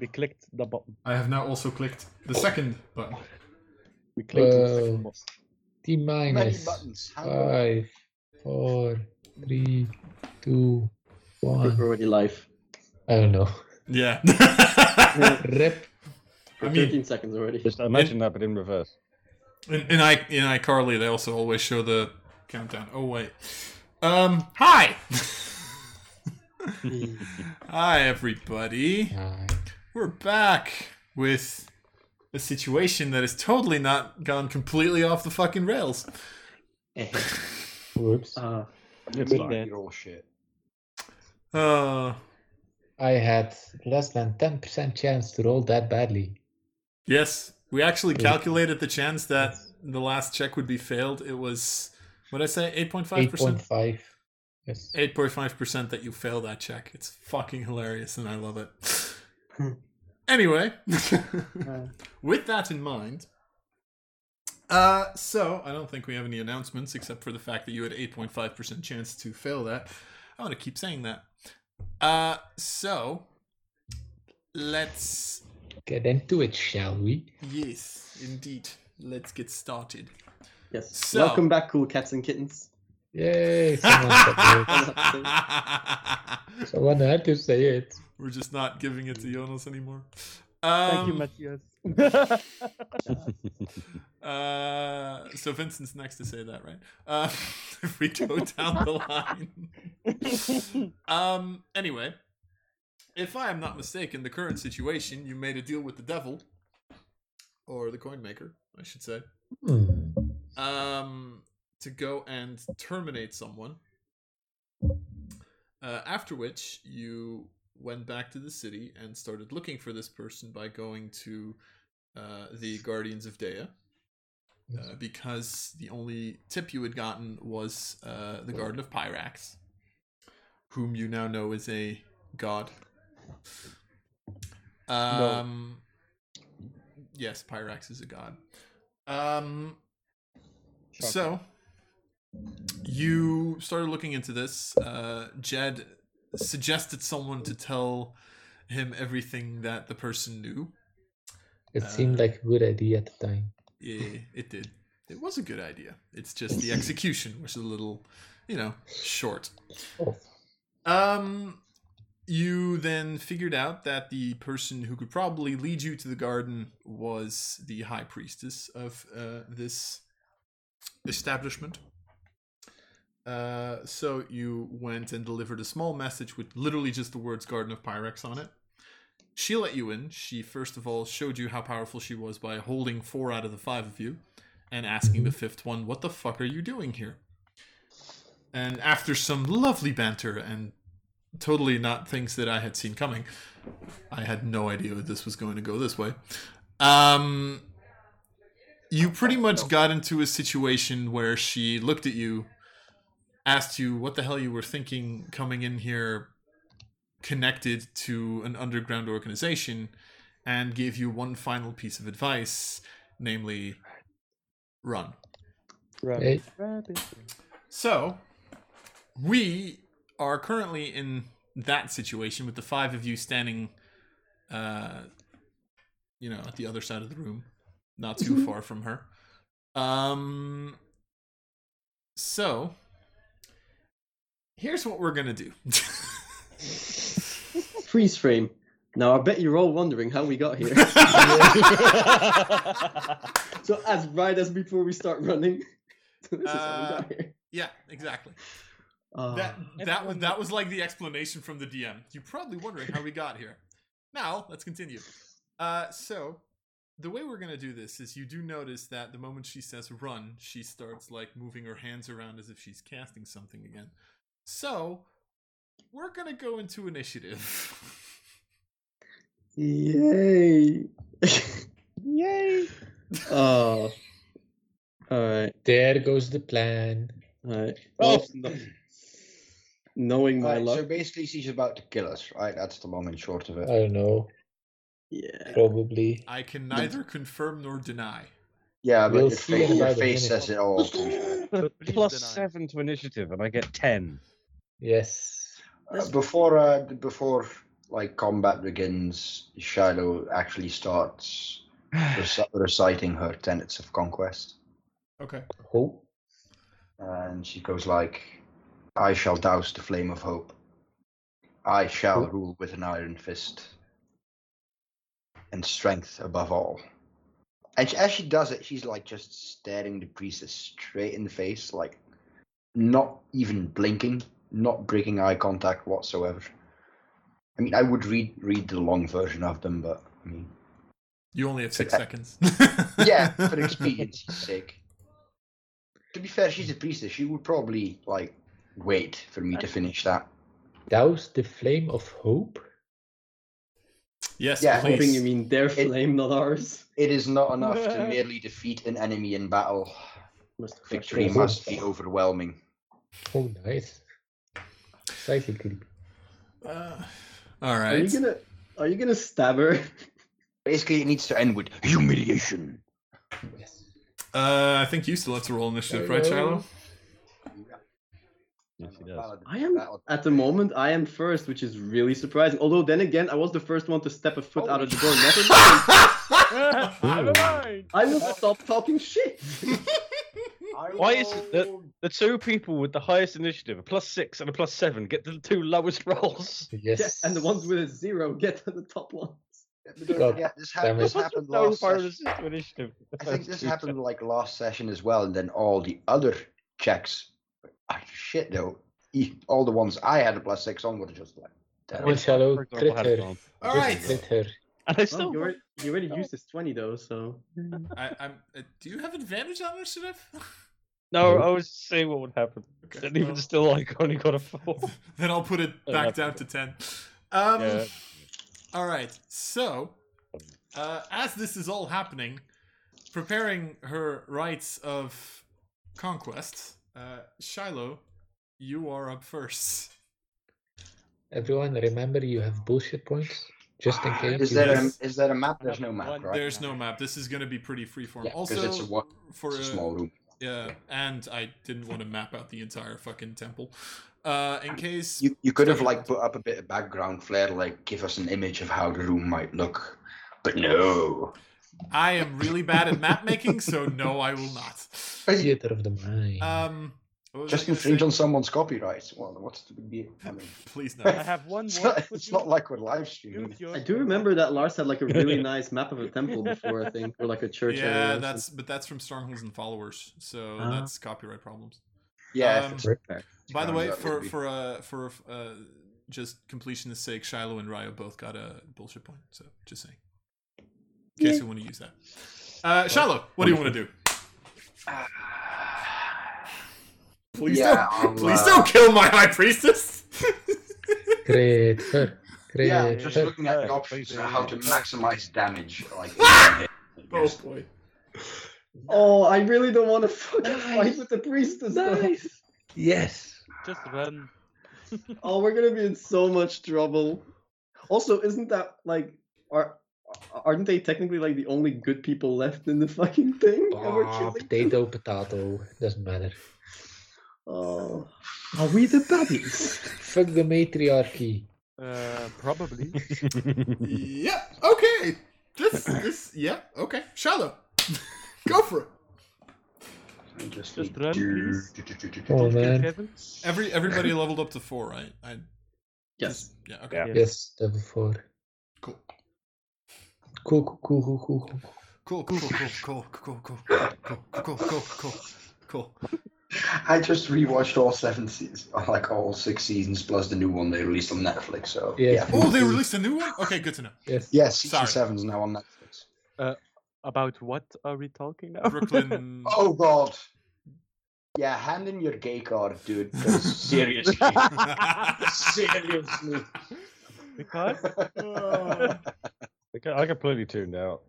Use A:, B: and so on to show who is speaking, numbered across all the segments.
A: We clicked the button.
B: I have now also clicked the second button.
A: We clicked the second
C: Well,
A: box.
C: T
D: Many
C: minus
D: buttons. How
C: five, four, three, two, one.
E: We're already live.
C: I don't know.
B: Yeah.
C: Rep.
B: I
E: We're
B: mean,
E: 13 seconds already.
A: Just imagine that, but in reverse.
B: in, in, I, in iCarly, they also always show the countdown. Oh, wait. Um, hi! hi, everybody.
C: Ah,
B: We're back with a situation that has totally not gone completely off the fucking rails.
E: Eh,
C: whoops.
E: uh,
A: It's
D: good
A: like,
D: hero shit.
B: Uh,
C: I had less than 10% chance to roll that badly.
B: yes, we actually calculated the chance that the last check would be failed. It was, what did I say, 8.5%?
C: 8.5. Yes.
B: 8.5% that you fail that check. It's fucking hilarious and I love it.
A: Hmm.
B: anyway, with that in mind, uh, so I don't think we have any announcements except for the fact that you had 8.5% chance to fail that. I want to keep saying that. Uh, so let's
C: Get into it, shall we?
B: yes, indeed. Let's get started.
E: yes.
B: So-
E: Welcome back, cool cats and kittens.
C: Yay! Someone, said it. someone had to say it.
B: We're just not giving it to Jonas anymore.
A: Thank you,
B: Um,
A: Matthias.
B: Uh, so Vincent's next to say that, right? Uh, if we go down the line. um. Anyway, if I am not mistaken, the current situation, you made a deal with the devil, or the coin maker, I should say,
C: Hmm.
B: um, to go and terminate someone. Uh, after which, you went back to the city and started looking for this person by going to uh, the Guardians of Dea uh, because the only tip you had gotten was uh, the Garden of Pyrax, whom you now know is a god. Um, Yes, Pyrax is a god. Um, so you started looking into this. Uh, Jed suggested someone to tell him everything that the person knew.
C: It
B: Uh,
C: seemed like a good idea at the time.
B: Yeah, it did. It was a good idea. It's just the execution was a little, you know, short.
C: Oh,
B: Um, you then figured out that the person who could probably lead you to the garden was the high priestess of uh, this establishment. Uh, so you went and delivered a small message with literally just the words "Garden of Pyrex" on it. She let you in. She first of all showed you how powerful she was by holding four out of the five of you, and asking the fifth one, "What the fuck are you doing here?" And after some lovely banter and totally not things that I had seen coming, I had no idea that this was going to go this way. Um, you pretty much got into a situation where she looked at you, asked you what the hell you were thinking coming in here connected to an underground organization, and gave you one final piece of advice namely, run.
C: hey,
B: So, we are currently in that situation with the five of you standing, uh, you know, at the other side of the room, not too far from her. Um, so, here's what we're gonna do.
E: Freeze frame. Now, I bet you're all wondering how we got here. so, as right as before we start running, so this is how we got here.
B: yeah, exactly.
E: Uh,
B: Uh, That that was
A: Everyone-
B: that was like the explanation from the DM. You're probably wondering how we got here. Now let's continue. Uh, so the way we're gonna do this is you do notice that the moment she says run, she starts like moving her hands around as if she's casting something again. So we're gonna go into initiative.
E: Yay!
A: Yay!
E: oh. Alright,
C: there goes the plan.
E: alright.
D: Oh.
E: Knowing my
D: Right,
E: luck.
D: so basically, she's about to kill us, right? That's the long and short of
C: I
D: it.
C: don't know.
E: Yeah.
C: Probably.
B: I can neither confirm nor deny.
D: yeah, but
C: we'll
D: your,
C: see
D: fa-
C: in
D: your
C: about a
D: face
C: minute.
D: says it all. to be fair.
A: Plus seven to initiative, and I get ten.
C: Yes.
D: Uh, before, uh, before like combat begins, Shiloh actually starts reci- reciting her tenets of conquest.
B: Okay.
C: Oh,
D: and she goes like, "I shall douse the flame of hope. I shall
C: Cool.
D: rule with an iron fist, and strength above all." And she, as she does it, she's like just staring the priestess straight in the face, like not even blinking, not breaking eye contact whatsoever. I mean, I would read read the long version of them, but I mean,
B: You only have six
D: Okay.
B: seconds.
D: yeah, for expediency's sake. To be fair, she's a priestess. She would probably like wait for me to finish that.
C: douse the flame of hope.
B: Yes,
D: Yeah,
E: I'm hoping
B: please.
E: you mean their flame, not ours.
D: It is not enough to merely defeat an enemy in battle.
E: Must crush
D: Victory
E: us.
D: must be overwhelming.
C: Oh, nice. Psychically.
B: Uh, all
E: Are you
B: right.
E: gonna? Are you gonna stab her?
D: Basically, it needs to end with humiliation.
C: Yes.
B: Uh, I think you still have to roll initiative, right, Shiloh?
F: Yes, he does.
E: I am at the moment. I am first, which is really surprising. Although then again, I was the first one to step a foot out of the door. Never mind.
A: Never mind.
E: I will stop talking shit.
F: Why is it that- The two people with the highest initiative, a plus six and a plus seven, get the two lowest rolls.
C: Yes.
E: Yeah, and the ones with a zero get to the top ones.
D: Don't forget, this, hap-
C: damn it.
D: this happened last session.
F: initiative.
D: I think this happened like last session as well, and then all the other checks. Ah, shit, though. E- All the ones I had a plus six on were just like.
C: One
D: terrible.
C: shallow
F: For example, had
C: critter.
F: gone.
B: All
C: Just
B: right.
C: crit her.
F: And I
E: Well,
F: still.
E: you, already, you already used this twenty though, so
B: I, I'm. Uh, do you have advantage on initiative?
F: No, I was seeing what would happen.
B: Okay,
F: And even
B: well,
F: still, I only got a four.
B: then I'll put it
F: Oh,
B: back
F: that's
B: down to ten. Um,
F: Yeah.
B: All right. So, uh, as this is all happening, preparing her rites of conquest, uh, Shiloh, you are up first.
C: Everyone, remember you have bullshit points. Just in case.
D: Ah, Is
C: you
D: there
C: miss.
D: a is there a map? There's no map,
F: One-
D: right?
B: There's no map. This is going to be pretty freeform.
C: Yeah,
D: 'cause
B: also,
D: it's a one-
B: for uh,
D: It's a small room.
B: yeah, and I didn't want to map out the entire fucking temple. Uh, in case
D: You you could have
B: Okay.
D: like put up a bit of background flair, like give us an image of how the room might look, but no.
B: I am really bad at map making, so no, I will not.
C: theater of the mind?
D: Uh,
B: Um, what was I
D: Just
B: gonna
D: infringe
B: say?
D: on someone's copyright. Well, what's the big deal? I mean,
B: Please
A: I
B: no.
A: have one
D: it's
A: word
D: not,
A: for
D: it's
A: you.
D: not like we're live
A: Use
D: streaming.
A: your
E: I do remember that Lars had like a really nice map of a temple before, I think, or like a church. area or
B: Yeah,
E: something.
B: that's but that's from Strongholds and Followers, so
E: Ah.
B: that's copyright problems.
D: Yeah.
B: Um,
D: if it's-
B: By the
D: Um,
B: way,
D: that would
B: for
D: be-
B: for uh for uh just completion's sake, Shiloh and Ryo both got a bullshit point. So just saying, in case you want to use that. Uh, Shiloh, what do you want to do? Please
D: Yeah,
B: don't,
D: I'll,
B: please
D: uh,
B: don't kill my high priestess.
C: Crit her. Crit
D: yeah, just
C: her.
D: looking at the
F: Yeah,
D: options
F: please,
D: on how
F: uh,
D: to maximize damage. Like,
B: oh boy.
E: Oh, I really don't want to fucking fight with the priestess. Nice.
C: Yes.
F: Just then.
E: Oh, we're gonna be in so much trouble. Also, isn't that like are aren't they technically like the only good people left in the fucking thing? And we're
C: Ah,
E: killing-
C: potato, potato. Doesn't matter.
E: Oh, are we the baddies?
C: Fuck the matriarchy.
F: Uh, probably.
B: Yep. Okay. This this yeah. Okay. Shiloh, go for it.
D: just
F: Just
D: need
F: run,
D: to-
F: please.
C: Oh, man.
B: Every everybody leveled up to four, right? I
E: Yes.
B: Yeah. Okay.
F: Yeah.
C: Yes, level four.
B: Cool.
C: Cool, cool, cool, cool, cool, cool.
B: Cool. Cool. Cool. Cool. Cool. Cool. Cool. Cool. Cool. Cool. Cool. Cool.
D: I just rewatched all seven seasons, uh, like all six seasons plus the new one they released on Netflix. So
C: Yes.
D: yeah,
B: Oh, they released a new one. Okay, good to know.
C: Yes.
D: yeah, season
B: Sorry.
D: seven's now on Netflix.
F: About what are we talking now?
B: Brooklyn.
D: Oh god. Yeah, hand in your gay card, dude. 'cause Seriously. Seriously.
F: Because? I completely tuned out.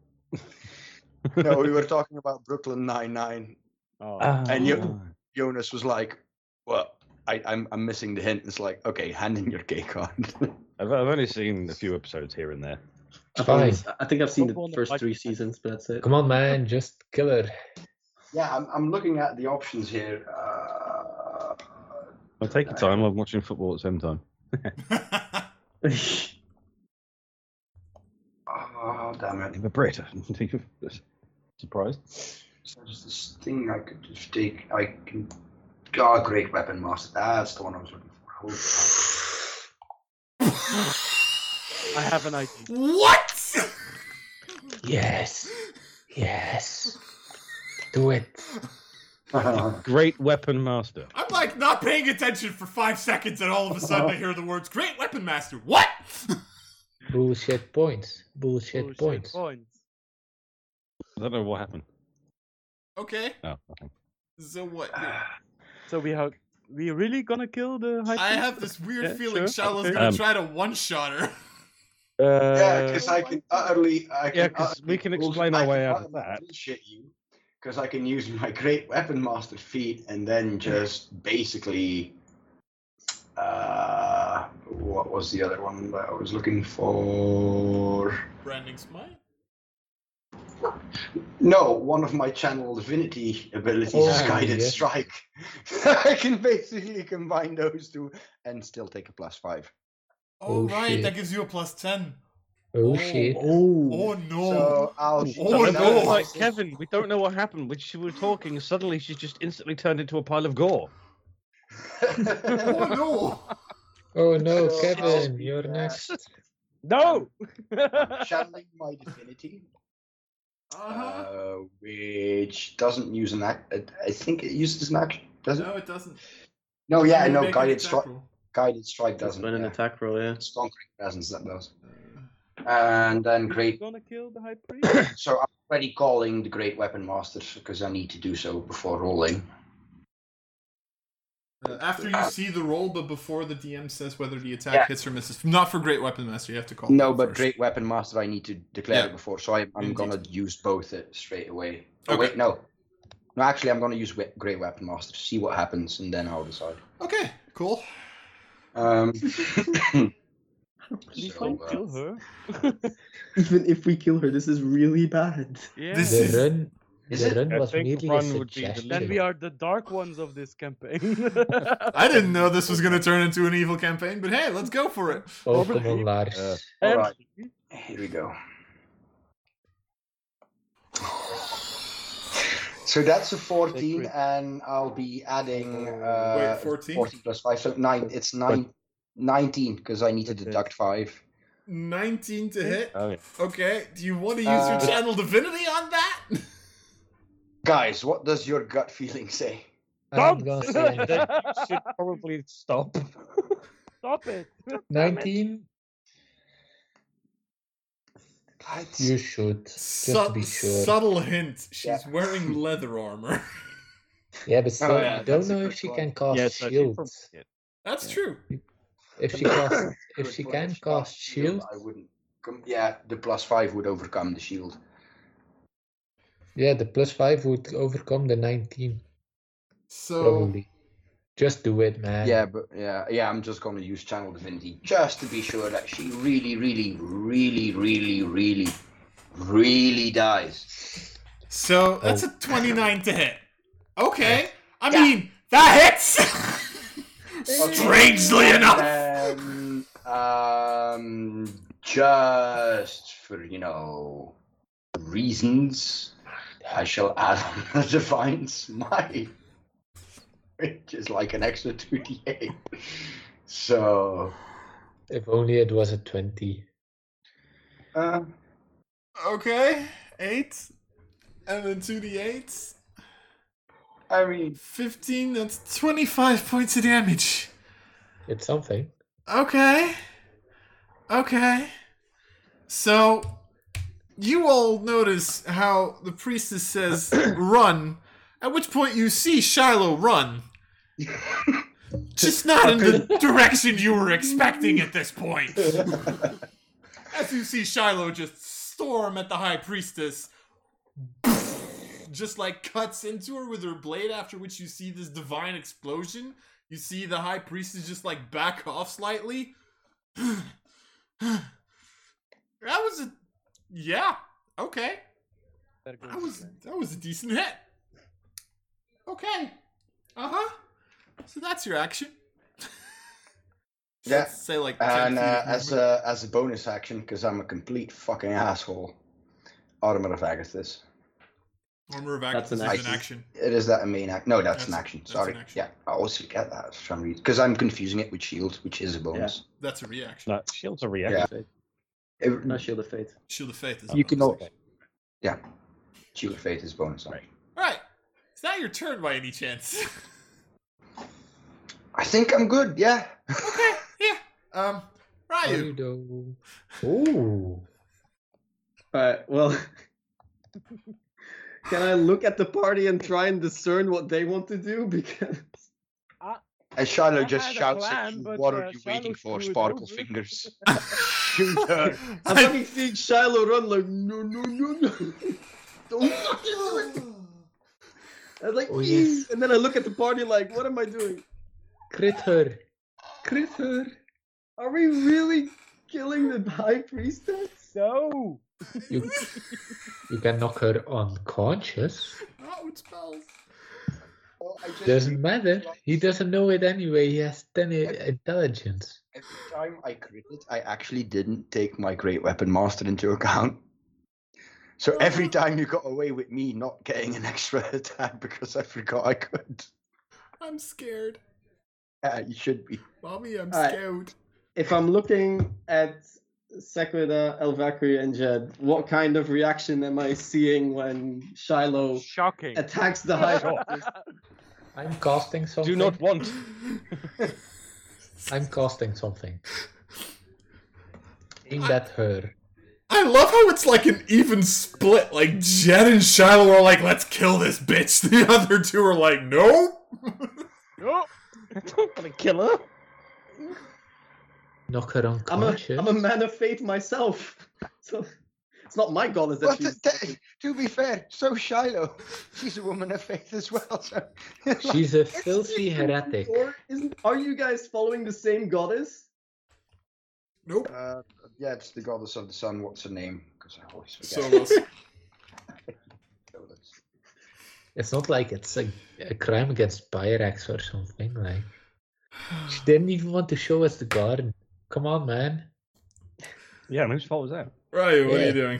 D: no, we were talking about Brooklyn Nine Nine.
F: Oh.
C: Ah.
D: And you- Jonas was like, "Well, I, I'm I'm missing the hint." It's like, okay, hand in your gay card.
F: I've, I've only seen a few episodes here and there.
E: I've only-
C: Fine.
E: I think I've seen the
F: Someone
E: first
F: like-
E: three seasons, but that's it.
C: Come on, man. Just kill her.
D: yeah, I'm I'm looking at the options here. Uh,
F: Well, take your time. I'm watching football at the same time.
E: That's
D: Oh, damn it.
F: Vibrator. Surprised.
D: So There's this thing I could just take. I can. Oh, great weapon master. That's the one I was looking for. Holy crap.
F: I have an idea.
B: What?
C: Yes. Yes. Do it.
F: Great weapon master.
B: I'm like not paying attention for five seconds, and all of a sudden I hear the words "Great Weapon Master." What?
C: Bullshit points. Bullshit,
A: Bullshit
C: points.
A: points.
F: I don't know what happened. Oh,
B: okay,
F: No, nothing.
B: so what?
A: So we have we really gonna kill the high
B: I
A: priest?
B: have this weird
A: Yeah,
B: feeling
A: sure.
B: Shiloh's
A: Okay.
B: gonna
F: Um,
B: try to one-shot her.
A: Uh,
D: yeah, because I can utterly. I can
F: Yeah, 'cause
D: utterly
F: we can
D: bullshit-
F: explain
D: I
F: our
D: can
F: way out of
D: utterly
F: that.
D: Bullshit you, because I can use my great weapon master feat and then just basically. Uh, what was the other one that I was looking for?
B: Branding smite.
D: No, one of my channel divinity abilities,
C: Oh,
D: guided
C: yes.
D: strike. I can basically combine those two and still take a plus five.
B: Oh,
C: Oh,
B: right,
C: shit.
B: that gives you a plus ten.
C: Oh,
B: Oh,
C: shit.
B: Oh
E: Oh,
B: no!
D: So I'll.
B: Oh,
F: Remember,
B: no.
F: it's Like Kevin, we don't know what happened. When she was talking, and suddenly she's just instantly turned into a pile of gore.
B: Oh no!
C: Oh no,
D: So-
C: Kevin, you're
D: Yeah.
C: next.
F: No.
D: channeling my divinity,
B: Uh-huh.
D: uh, which doesn't use an act. uh, I think it uses an action. Does it?
B: No, it doesn't.
D: No, Oh, yeah,
B: You
D: no.
B: make an
D: Guided
B: attack
D: strike.
B: roll.
D: Guided strike
E: that's
D: doesn't.
E: when an
D: Yeah.
E: attack roll, yeah.
D: It's conquering presence that does.
B: Uh,
D: And then
A: We're
D: great.
A: gonna kill the high priest.
D: So I'm already calling the great weapon master because I need to do so before rolling.
B: Uh, after you see the roll, but before the DM says whether the attack
D: Yeah.
B: hits or misses. Not for Great Weapon Master, you have to call.
D: No,
B: it
D: but
B: first.
D: great weapon master, I need to declare
B: Yeah.
D: it before, so I, I'm
B: Indeed.
D: gonna use both it straight away. Oh
B: Okay.
D: wait, no, no. Actually, I'm gonna use we- great weapon master to see what happens, and then I'll decide.
B: Okay, cool.
D: Um, so,
A: we can't
D: uh,
A: kill her.
E: Even if we kill her, this is really bad.
A: Yeah.
B: This
C: The
B: is-
C: run,
D: Is
C: the
D: it?
C: run
F: I
C: was
F: think
C: merely a
F: run would be the
C: suggestion.
A: Then we are the dark ones of this campaign.
B: I didn't know this was going to turn into an evil campaign, but hey, let's go for it.
C: Oh,
A: Over
C: come
A: the-
C: on, Lars.
F: Uh,
D: all
A: And
D: right, here we go. So that's a 14,
A: Sacred.
D: and I'll be adding uh,
B: Oh, Wait, 14?
D: 40 plus 5, so 9. It's nine, 19, because I need to
F: Okay.
D: deduct 5.
B: 19 to hit.
F: Oh, yeah.
B: Okay, do you want to use
D: Uh,
B: your channel divinity on that?
D: Guys, what does your gut feeling say?
C: I'm gonna say anything.
F: should probably stop.
A: Stop it.
C: 19?
D: Guys,
C: You should. Just to
B: Sub-
C: be sure.
B: Subtle hint. She's
D: Yeah.
B: wearing leather armor.
C: Yeah, but still,
D: Oh, yeah,
C: you don't
D: that's a
C: know
D: good
C: if she
D: point.
C: can cast
F: Yes, I should
C: shield.
F: probably- yeah.
B: That's
F: Yeah.
B: true.
C: If she cast, if
D: Good
C: she
D: point.
C: can cast shield,
D: I wouldn't. Come, yeah, the plus five would overcome the shield.
C: yeah, the plus five would overcome the 19
B: So,
C: probably. Just do it, man.
D: Oh. Yeah, but yeah, yeah. I'm just gonna use channel divinity just to be sure that she really, really, really, really, really, really dies.
B: so that's
C: Oh.
B: a 29 to hit. Okay, I
D: Yeah.
B: mean, that hits! Strangely enough!
D: Um, um, just for you know reasons, I shall add on the divine smite, which is like an extra two d eight. So,
C: If only it was a 20.
D: uh,
B: Okay, eight, and then two d eights.
D: I mean,
B: Fifteen. That's twenty-five points of damage.
C: It's something.
B: Okay, okay. So you all notice how the priestess says "run," at which point you see Shiloh run. Just not in the direction you were expecting at this point. As you see Shiloh just storm at the high priestess, just like cuts into her with her blade, after which you see this divine explosion. You see the high priestess just like back off slightly. that was a. Yeah, okay. That was, that was a decent hit. Uh-huh. Okay. Uh huh. So that's your action.
D: Yeah,
B: Let's say like 10
D: And
B: feet
D: uh,
B: of
D: as
B: movement.
D: a as a bonus action, because I'm a complete fucking asshole, Autumn of Agathis.
B: armor of action
E: That's an
B: is an
D: action.
B: action.
D: It is that a main act? No, that's, an
B: That's-
D: action.
B: that's
D: Sorry.
B: an action.
D: Yeah, I also get that for some reason because I'm confusing it with shield, which is a bonus.
B: That's a reaction.
F: No, shield's a reaction.
D: It-
E: Not Shield of Fate.
B: Shield of faith is
D: You
B: a
D: can
B: bonus
D: al-
B: action.
D: yeah, shield of faith is bonus. action.
B: All right. It's not your turn by any chance.
D: I think I'm good. Yeah.
B: okay. Yeah. Um. Ryu.
C: Oreo. Ooh.
E: Alright, well. Can I look at the party and try and discern what they want to do? Because
D: And Shiloh
A: I
D: just
A: had a
D: shouts at
A: plan,
D: you,
A: but,
D: what
A: uh,
D: are you waiting
A: Shiloh
D: for,
A: threw it
D: Sparkle
A: over."
D: Fingers?
E: I'm fucking seeing Shiloh run like no no no no. Don't fucking do it. I was like,
C: Oh,
E: "Eee."
C: yes.
E: and then I look at the party like, what am I doing?
C: Crit her.
E: Critter, are we really killing the high priestess?
A: No!
C: You, you can knock her unconscious.
B: Out spells.
D: Well, I just-
C: Doesn't matter. He doesn't know it anyway. He has 10 i- intelligence.
D: Every time I critted, I actually didn't take my Great Weapon Master into account.
A: Oh,
D: So every time you got away with me not getting an extra attack because I forgot I could.
B: I'm scared.
D: Yeah, you should be.
B: Mommy, I'm
E: All right.
B: scared.
E: If I'm looking at Sequida, Elvacri, and Jed, what kind of reaction am I seeing when Shiloh
A: Shocking.
E: attacks the high
A: Shock.
E: priestess?
C: I'm casting something.
F: Do not want.
C: I'm casting something. Aimed at her.
B: I love how it's like an even split. Like Jed and Shiloh are like, "Let's kill this bitch." The other two are like, "No."
A: No!
F: I'm gonna kill her.
C: Knock her
E: I'm a,
C: unconscious.
E: I'm a man of faith myself. So it's not my goal is that
D: Well,
E: she's
D: t- t- to be fair, so Shiloh, she's a woman of faith as well. So
C: She's a filthy heretic.
E: Or isn't are you guys following the same goddess?
B: Nope.
D: uh, yeah, it's the goddess of the sun. What's her name? Because I always
B: So uh,
D: forget.
B: let's-
C: It's not like it's a, a crime against Pyrex or something. Like she didn't even want to show us the garden. Come on, man.
F: Yeah, and whose fault was that?
B: Ryu, what are
C: Yeah.
B: you doing?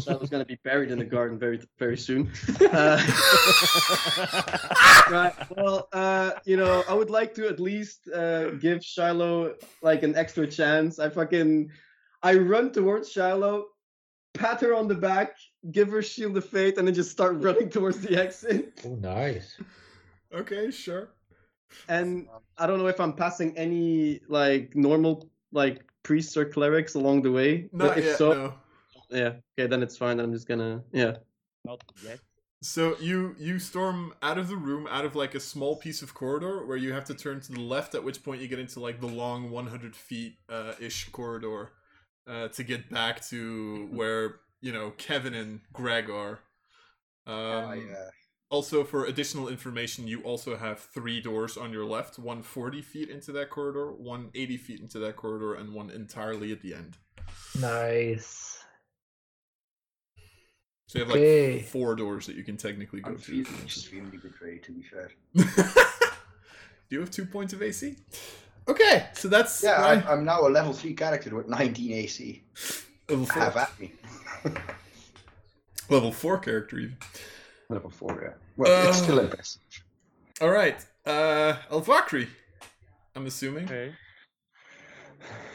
E: Shadow's gonna be buried in the garden very very soon. Uh, right. Well, uh, you know, I would like to at least uh, give Shiloh like an extra chance. I fucking, I run towards Shiloh, pat her on the back, give her shield of fate, and then just start running towards the exit.
C: Oh, nice.
B: Okay, sure.
E: And I don't know if I'm passing any like normal like priests or clerics along the way.
B: Not
E: but if
B: yet.
E: so,
B: no.
E: yeah. Okay, then it's fine. I'm just gonna yeah.
F: Not yet.
B: So you you storm out of the room, out of like a small piece of corridor where you have to turn to the left. At which point you get into like the long 100 feet uh, ish corridor uh, to get back to where you know Kevin and Greg are. Um,
D: I, uh,
B: Also, for additional information, you also have three doors on your left: one 40 feet into that corridor, one 80 feet into that corridor, and one entirely at the end.
C: Nice.
B: So you have
C: Okay.
B: like four doors that you can technically go
D: I'm
B: through.
D: feeling extremely betrayed, to be fair.
B: Do you have two points of AC? Okay, so that's
D: Yeah,
B: my-
D: I'm, I'm now a level 3 character with 19 AC.
B: level four,
D: Have at me.
B: level four character even.
D: Level 4, yeah. Well, it's
B: Uh.
D: still impressive.
B: All right, uh, Elvakri, I'm assuming.
A: Okay.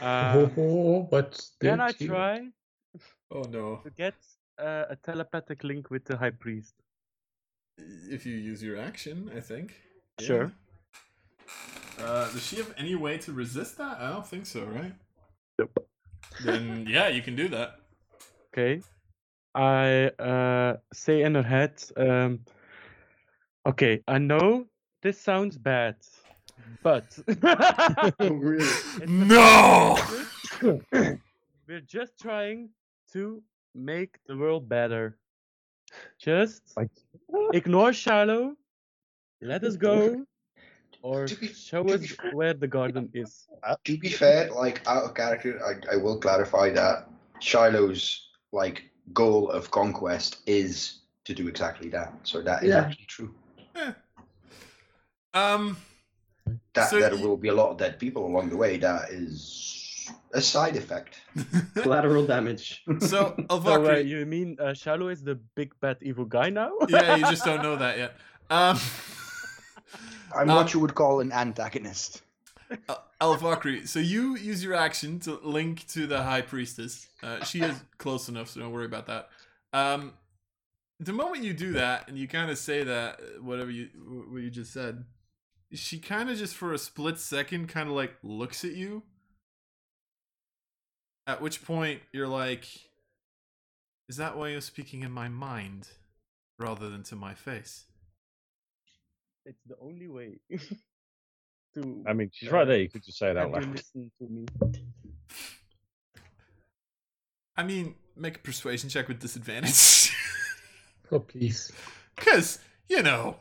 C: oh,
A: Um,
C: oh, what's
A: can I
C: that you-
A: try
B: Oh no,
A: to get uh, a telepathic link with the high priest?
B: if you use your action, I think. Yeah.
A: Sure.
B: Uh, does she have any way to resist that? I don't think so, right? Then yeah, you can do that.
A: Okay. I uh, say in her head, um, okay, I know this sounds bad, but
E: Oh, really?
B: no.
A: we're just trying to make the world better. Just ignore Shiloh, let us go, or show us where the garden is.
D: To be fair, like out of character, I, I will clarify that Shiloh's like goal of conquest is to do exactly that. So that is
E: Yeah.
D: actually true.
B: Um,
D: that
B: So
D: there
B: you-
D: will be a lot of dead people along the way. That is a side effect.
E: Collateral damage.
B: so
A: So, uh,
B: Alvakri,
A: you mean uh, Shiloh is the big bad evil guy now?
B: yeah, you just don't know that yet. Um,
D: I'm
B: Um,
D: what you would call an antagonist.
B: Alvakri, so you use your action to link to the High Priestess. Uh, she is close enough, so don't worry about that. Um, the moment you do that, and you kind of say that, uh, whatever you what you just said, she kind of just for a split second, kind of like looks at you. At which point you're like, "Is that why you're speaking in my mind, rather than to my face?"
A: It's the only way to
F: I mean, she's right there. You could just say it out
A: have you
F: loud.
A: listen to me.
B: I mean, make a persuasion check with disadvantage.
C: Oh, please.
B: Because, you know,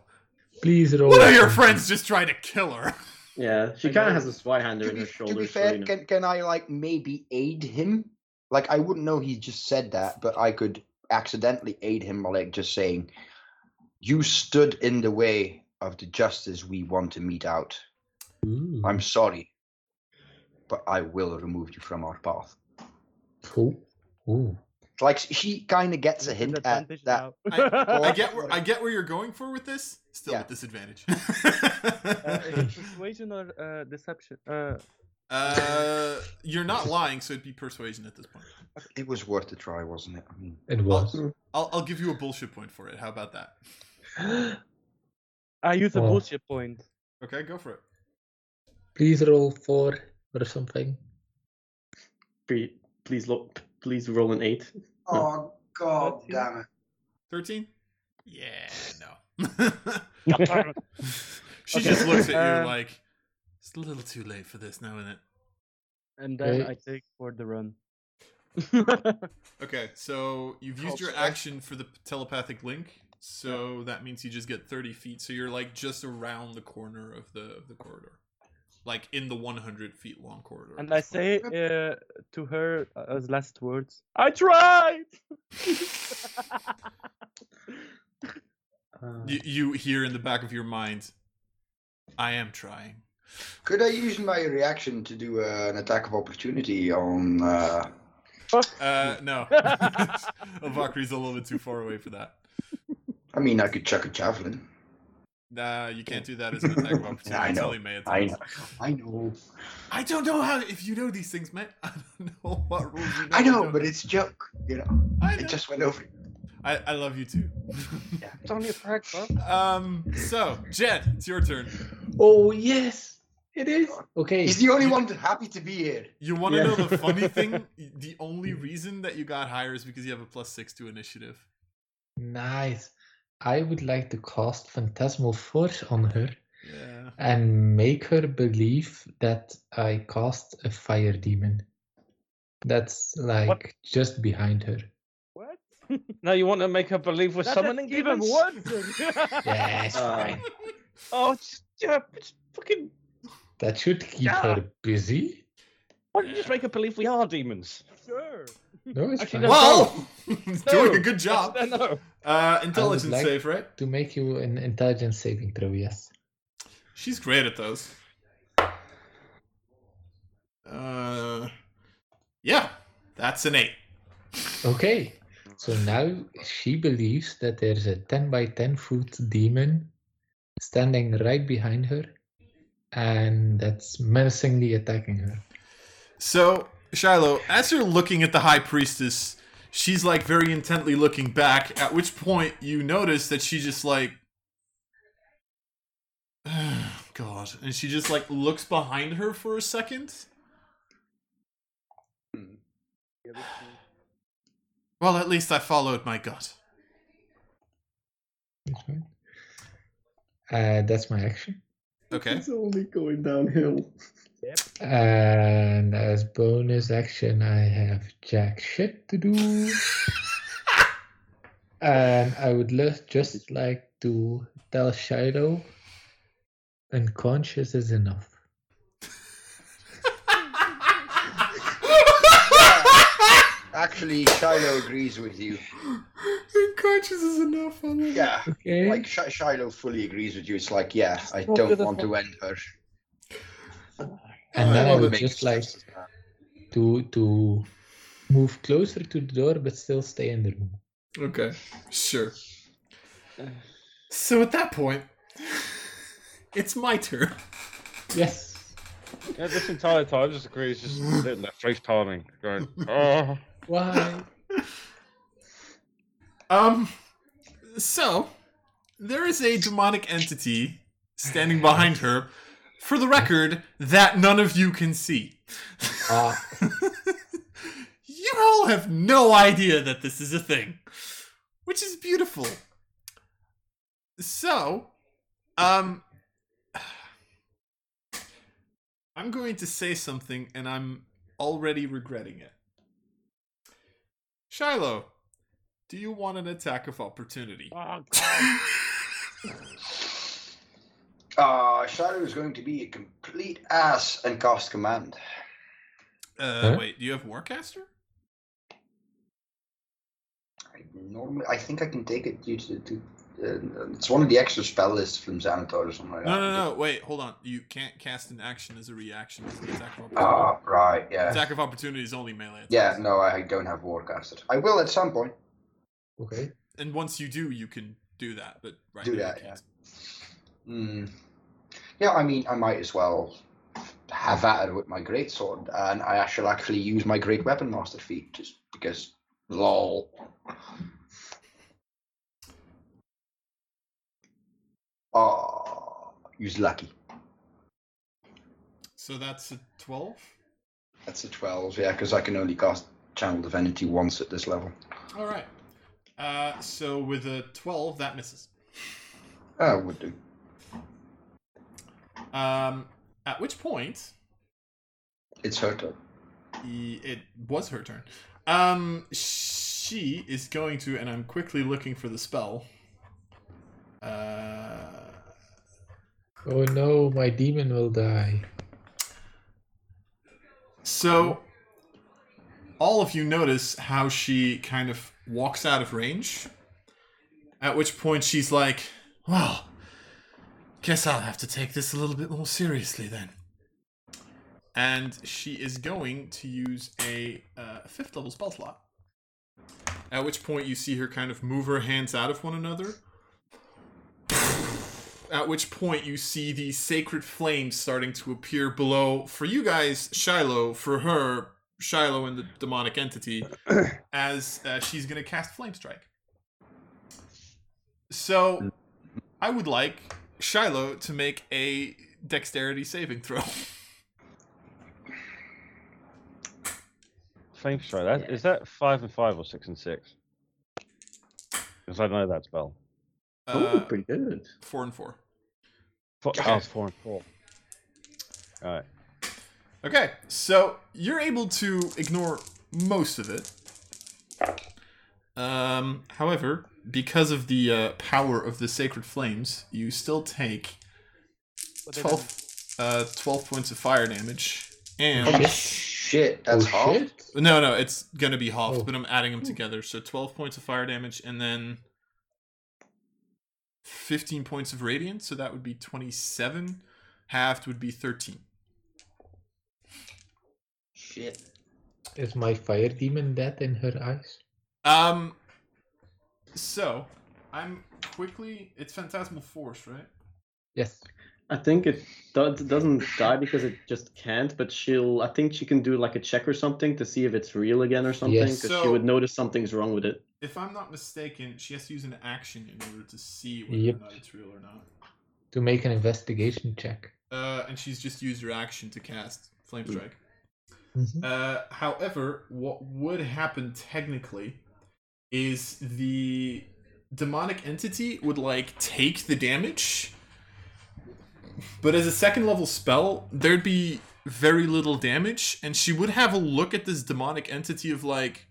C: Please roll.
B: one of
C: it.
B: your friends just tried to kill her.
E: Yeah, she
A: I
E: kind
A: know.
E: of has a swihander
D: To
E: in
D: be,
E: her
D: to
E: shoulder.
D: be
E: so,
D: fair,
E: you know.
D: can, can I like maybe aid him? Like I wouldn't know he just said that, but I could accidentally aid him by like just saying, "You stood in the way of the justice we want to mete out.
C: Ooh.
D: I'm sorry, but I will remove you from our path."
C: Ooh. Ooh.
D: Like she kind of gets a hint
A: Disadvantage
D: at that.
A: now. Uh,
B: I, I
D: Or-
B: get where I get where you're going for with this. Still
D: Yeah.
B: with disadvantage.
A: Uh, is it persuasion or uh, deception? Uh,
B: uh, you're not lying, so it'd be persuasion at this point.
D: It was worth a try, wasn't it? I mean,
C: It was.
B: I'll, I'll give you a bullshit point for it. How about that?
A: I use a
C: Well.
A: bullshit point.
B: Okay, go for it.
C: Please roll four or something.
E: Pre- please lo- please roll an eight.
D: oh god
A: Thirteen? damn
D: it!
B: Thirteen. Yeah, no. Uh, she
A: Okay.
B: just looks at you
A: Um,
B: like it's a little too late for this now, isn't it?
A: And then
C: Okay.
A: I take for the run.
B: Okay, so you've used your
D: Culture.
B: action for the telepathic link, so that means you just get thirty feet. So you're like just around the corner of the of the corridor, like in the one hundred feet long corridor.
A: and I say uh, to her uh, as last words, I tried!
E: Uh,
B: you, you hear in the back of your mind, "I am trying."
D: Could I use my reaction to do uh, an attack of opportunity on? Uh...
B: Uh, no, Avakri's a little bit too far away for that.
D: I mean, I could chuck a javelin.
B: Nah, you can't do that as an attack of opportunity.
D: I
B: It's
D: know,
B: only May at
D: I
B: times.
D: know. I know.
B: I don't know how if you know these things, man. I don't know what rules you know.
D: I
B: you
D: know,
B: don't
D: but it's a joke. You know,
B: I, know.
D: it just went over.
B: I, I love you too.
D: Yeah.
A: it's only a prank, bro.
B: Um. So, Jed, it's your turn.
C: Oh, yes. It is. Okay.
D: He's the only one happy to be here.
B: You want to
E: Yeah.
B: know the funny thing? The only reason that you got higher is because you have a plus six to initiative.
C: Nice. I would like to cast Phantasmal Force on her
B: Yeah.
C: and make her believe that I cast a fire demon. That's like just behind her.
A: What?
F: Now you want to make her believe we're
A: That is
F: summoning
A: even
F: demons?
A: worse.
C: Yeah, it's
D: Ah.
E: Uh,
C: fine.
F: Oh, it's, yeah, it's fucking.
C: That should keep
F: yeah.
C: her busy.
F: Why don't you just make her believe we are demons?
A: Sure.
C: No, it's
F: Actually,
C: fine.
F: no.
B: Well, he's doing a
F: Yes,
B: good job.
F: I know.
B: Uh, intelligence
C: like-
B: save, right?
C: To make you an intelligence saving throw, yes.
B: She's great at those. Uh, yeah, that's an eight.
C: Okay. So now she believes that there's a 10 by 10 foot demon standing right behind her and that's menacingly attacking her.
B: So, Shiloh, as you're looking at the High Priestess, she's like very intently looking back, at which point you notice that she just like. God. And she just like looks behind her for a second. Well, at least I followed my gut.
C: That's fine. Uh, that's my action.
B: Okay.
E: It's only going downhill.
C: And as bonus action, I have jack shit to do. and I would love, just like to tell Shiloh, unconscious is enough.
D: Uh, Actually, Shiloh agrees with you.
B: Conscious is enough. I love it.
D: Yeah,
C: Okay.
D: like Sh- Shiloh fully agrees with you. It's like, yeah, I don't want to end her.
C: And
B: Oh,
C: then I
B: well,
C: would
B: that
C: just like to to move closer to the door, but still stay in the room.
B: Okay, sure. So at that point, it's my turn.
C: Yes.
F: Yeah, this entire time, just agree, it's just letting that face timing going. Oh,
C: Why?
B: Um, so there is a demonic entity standing behind her. For the record, that none of you can see.
C: Ah,
B: you all have no idea that this is a thing, which is beautiful. So, um, I'm going to say something, and I'm already regretting it. Shiloh, do you want an attack of opportunity?
A: Oh,
D: Ah, Shadow is going to be a complete ass and cast command.
B: Uh,
C: Huh?
B: wait, do you have Warcaster?
D: I normally, I think I can take it due to. to uh, it's one of the extra spell lists from Xanatar or something like
B: No,
D: that.
B: no, no. Wait, hold on. You can't cast an action as a reaction to the attack of opportunity.
D: Ah, right, yeah.
B: attack of opportunity is only melee. Attacks.
D: Yeah, no, I don't have Warcaster. I will at some point
C: okay.
B: And once you do, you can do that. But right
D: do
B: now you
D: that, yeah.
B: can't.
D: Hmm. Yeah, I mean, I might as well have at it with my great sword, and I shall actually use my great weapon master feat just because. Lol. Oh, use lucky.
B: So that's a twelve.
D: That's a 12, yeah, because I can only cast Channel Divinity once at this level.
B: All right. Uh, so with a twelve, that misses.
D: Ah, would do.
B: Um, at which point,
D: It's her turn.
B: e- it was her turn. Um, she is going to, and I'm quickly looking for the spell. Uh.
C: Oh no, my demon will die.
B: So, all of you notice how she kind of walks out of range. At which point she's like, "Well, guess I'll have to take this a little bit more seriously then." And she is going to use a uh, fifth level spell slot. At which point you see her kind of move her hands out of one another. At which point you see the sacred flames starting to appear below for you guys, Shiloh, for her, Shiloh and the demonic entity, as uh, she's going to cast Flame Strike. So I would like Shiloh to make a dexterity saving throw.
F: flame strike. That is that five and five or six and six? Because I know that spell.
B: Uh,
E: pretty good.
B: four and four.
F: Four,
B: Okay.
F: oh, four and four. All right.
B: Okay, so you're able to ignore most of it. Um, however, because of the uh, power of the sacred flames, you still take 12, uh, 12 points of fire damage. And
D: Shit, that's
C: oh
D: half.
C: shit.
B: no, no, it's gonna be half,
C: Oh.
B: but I'm adding them together. So 12 points of fire damage, and then 15 points of radiant. So that would be 27. Halved would be 13.
D: Shit.
C: Is my fire demon dead in her eyes?
B: Um. So, I'm quickly. It's phantasmal force, right?
C: Yes.
E: I think it do- doesn't die because it just can't, but she'll. I think she can do like a check or something to see if it's real again or something,
C: Yes.
E: because she
B: So-
E: would notice something's wrong with it.
B: If I'm not mistaken, she has to use an action in order to see whether
C: Yep.
B: or not it's real or not.
C: To make an investigation check.
B: Uh, and she's just used her action to cast flame strike.
C: Mhm.
B: Uh, however, what would happen technically is the demonic entity would like take the damage, but as a second level spell, there'd be very little damage, and she would have a look at this demonic entity of like,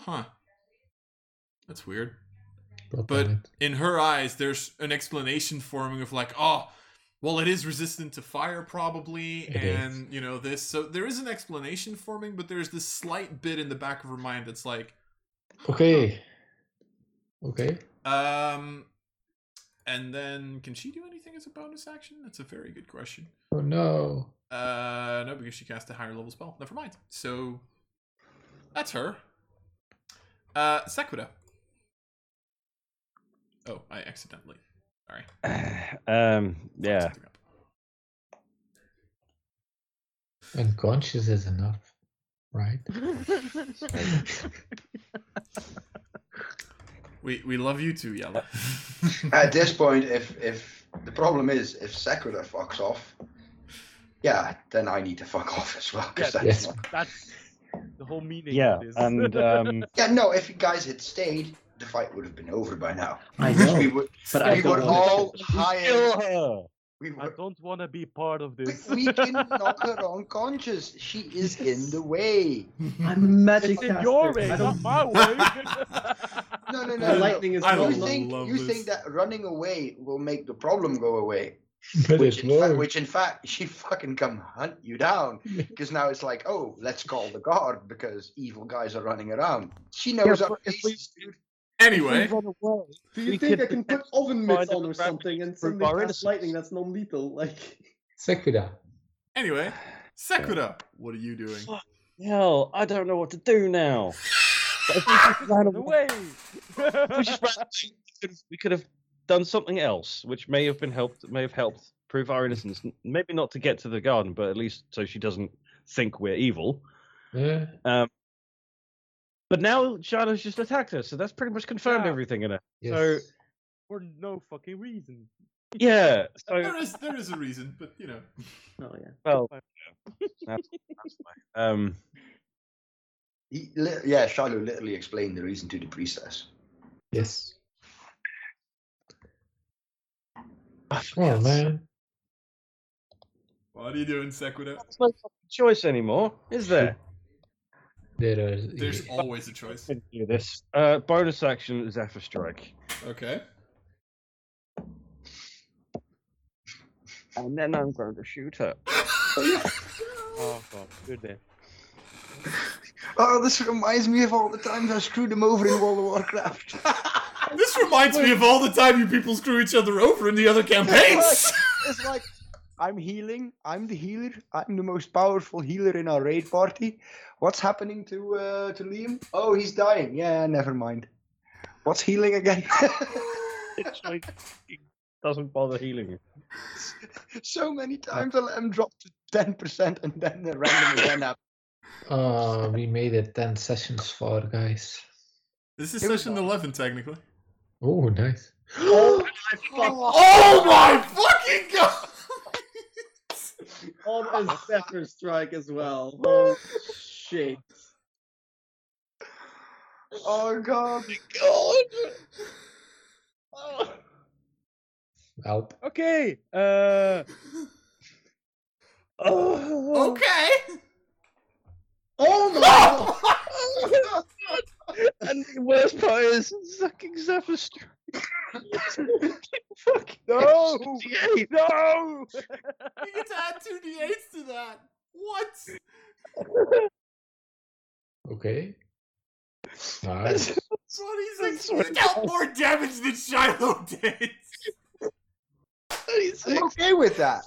B: huh, that's weird.
C: Got
B: But
C: it.
B: in her eyes, there's an explanation forming of like, oh, well, it is resistant to fire probably,
C: It
B: and you know this. So there is an explanation forming, but there's this slight bit in the back of her mind that's like,
C: Okay. Okay.
B: um, And then, can she do anything as a bonus action? That's a very good question.
C: Oh no.
B: Uh, no, because she cast a higher level spell. Never mind. So that's her. Uh, Sakura. Oh, I accidentally. Sorry.
F: um,
B: fucked
F: yeah.
B: something up.
C: Unconscious is enough, right?
B: We we love you too, Yella.
D: At this point, if if the problem is if Sakura fucks off, yeah, then I need to fuck off as well. 'cause
A: Yeah,
D: that's
C: yes.
D: not-
A: That's the whole meaning.
F: yeah,
A: of this.
F: and um,
D: yeah, no. If you guys had stayed, the fight would have been over by now.
G: I
D: We
G: know,
D: would,
G: but I
D: we would
G: don't want
D: all hire.
F: kill her.
D: We
A: I
D: would,
A: don't want to be part of
D: we,
A: this.
D: we can knock her unconscious. She is in the way.
G: to. I'm
E: I'm magic
A: It's in
E: caster.
A: your way,
E: I
A: not
E: don't-
A: my way.
D: No, no,
E: The
D: no. no.
E: lightning is
B: I
E: not
D: You
B: love
D: think you
B: this.
D: think that running away will make the problem go away?
C: But
D: Which
C: it
D: in, fact,
C: won't.
D: which in fact she fucking come hunt you down because now it's like oh let's call the guard because evil guys are running around. She knows our faces, dude.
B: anyway,
E: Do you
F: We
E: think
F: could
E: I can put
F: potentially
E: oven
F: find
E: mitts
F: a
E: on or
F: rabbit
E: something and
F: for
E: suddenly
F: our
E: cast
F: innocence.
E: lightning that's non-lethal? Like,
C: Sekura.
B: anyway, Sakura, what are you doing?
F: Hell, I don't know what to do now. But if we just ran
A: the
F: away-
A: way.
F: if we just ran away, we could've- we could have done something else, which may have been helped, may have helped prove our innocence. N- Maybe not to get to the garden, but at least so she doesn't think we're evil.
C: Uh,
F: But now Shada's just attacked her, so that's pretty much confirmed
A: Yeah.
F: everything in her.
C: yes.
A: For no fucking reason.
F: Yeah. So
B: There is there is a reason, but you know.
E: oh yeah.
F: well, yeah, that's- that's fine. um,
D: He, li- yeah, Shiloh literally explained the reason to the priestess.
C: yes. Oh man.
B: What are you doing, Sakura?
F: There's no fucking choice anymore, is there?
C: There are
B: There's always a choice.
F: Couldn't do this. Uh, bonus action is Zephyr Strike,
B: Okay.
F: and then I'm going to shoot her.
A: Oh god, good day.
D: Oh, this reminds me of all the times I screwed him over in World of Warcraft.
B: This reminds me of all the time you people screw each other over in the other campaigns.
D: it's like I'm healing. I'm the healer. I'm the most powerful healer in our raid party. What's happening to uh, to Liam? Oh, he's dying. Yeah, never mind. What's healing again?
F: Actually, it doesn't bother healing. you.
D: so many times I let him drop to ten percent, and then the random event happened.
C: Oh, we made it 10 sessions for, guys.
B: This is
D: It was
B: session eleven, technically.
C: Oh, nice.
E: Oh, fuck.
B: Oh my fucking god!
E: On a Zephyr strike as well. Oh shit.
D: Oh god!
C: Help.
A: Okay. Uh.
F: Oh,
B: okay.
E: Oh my!
F: and the worst part is fucking Zephyr Strike. Fucking
A: No!
F: SG8.
A: No!
B: You get to add two d8s to that. What?
C: Okay. Nice.
B: Twenty-six. You dealt more damage than Shiloh did.
D: I'm okay with that.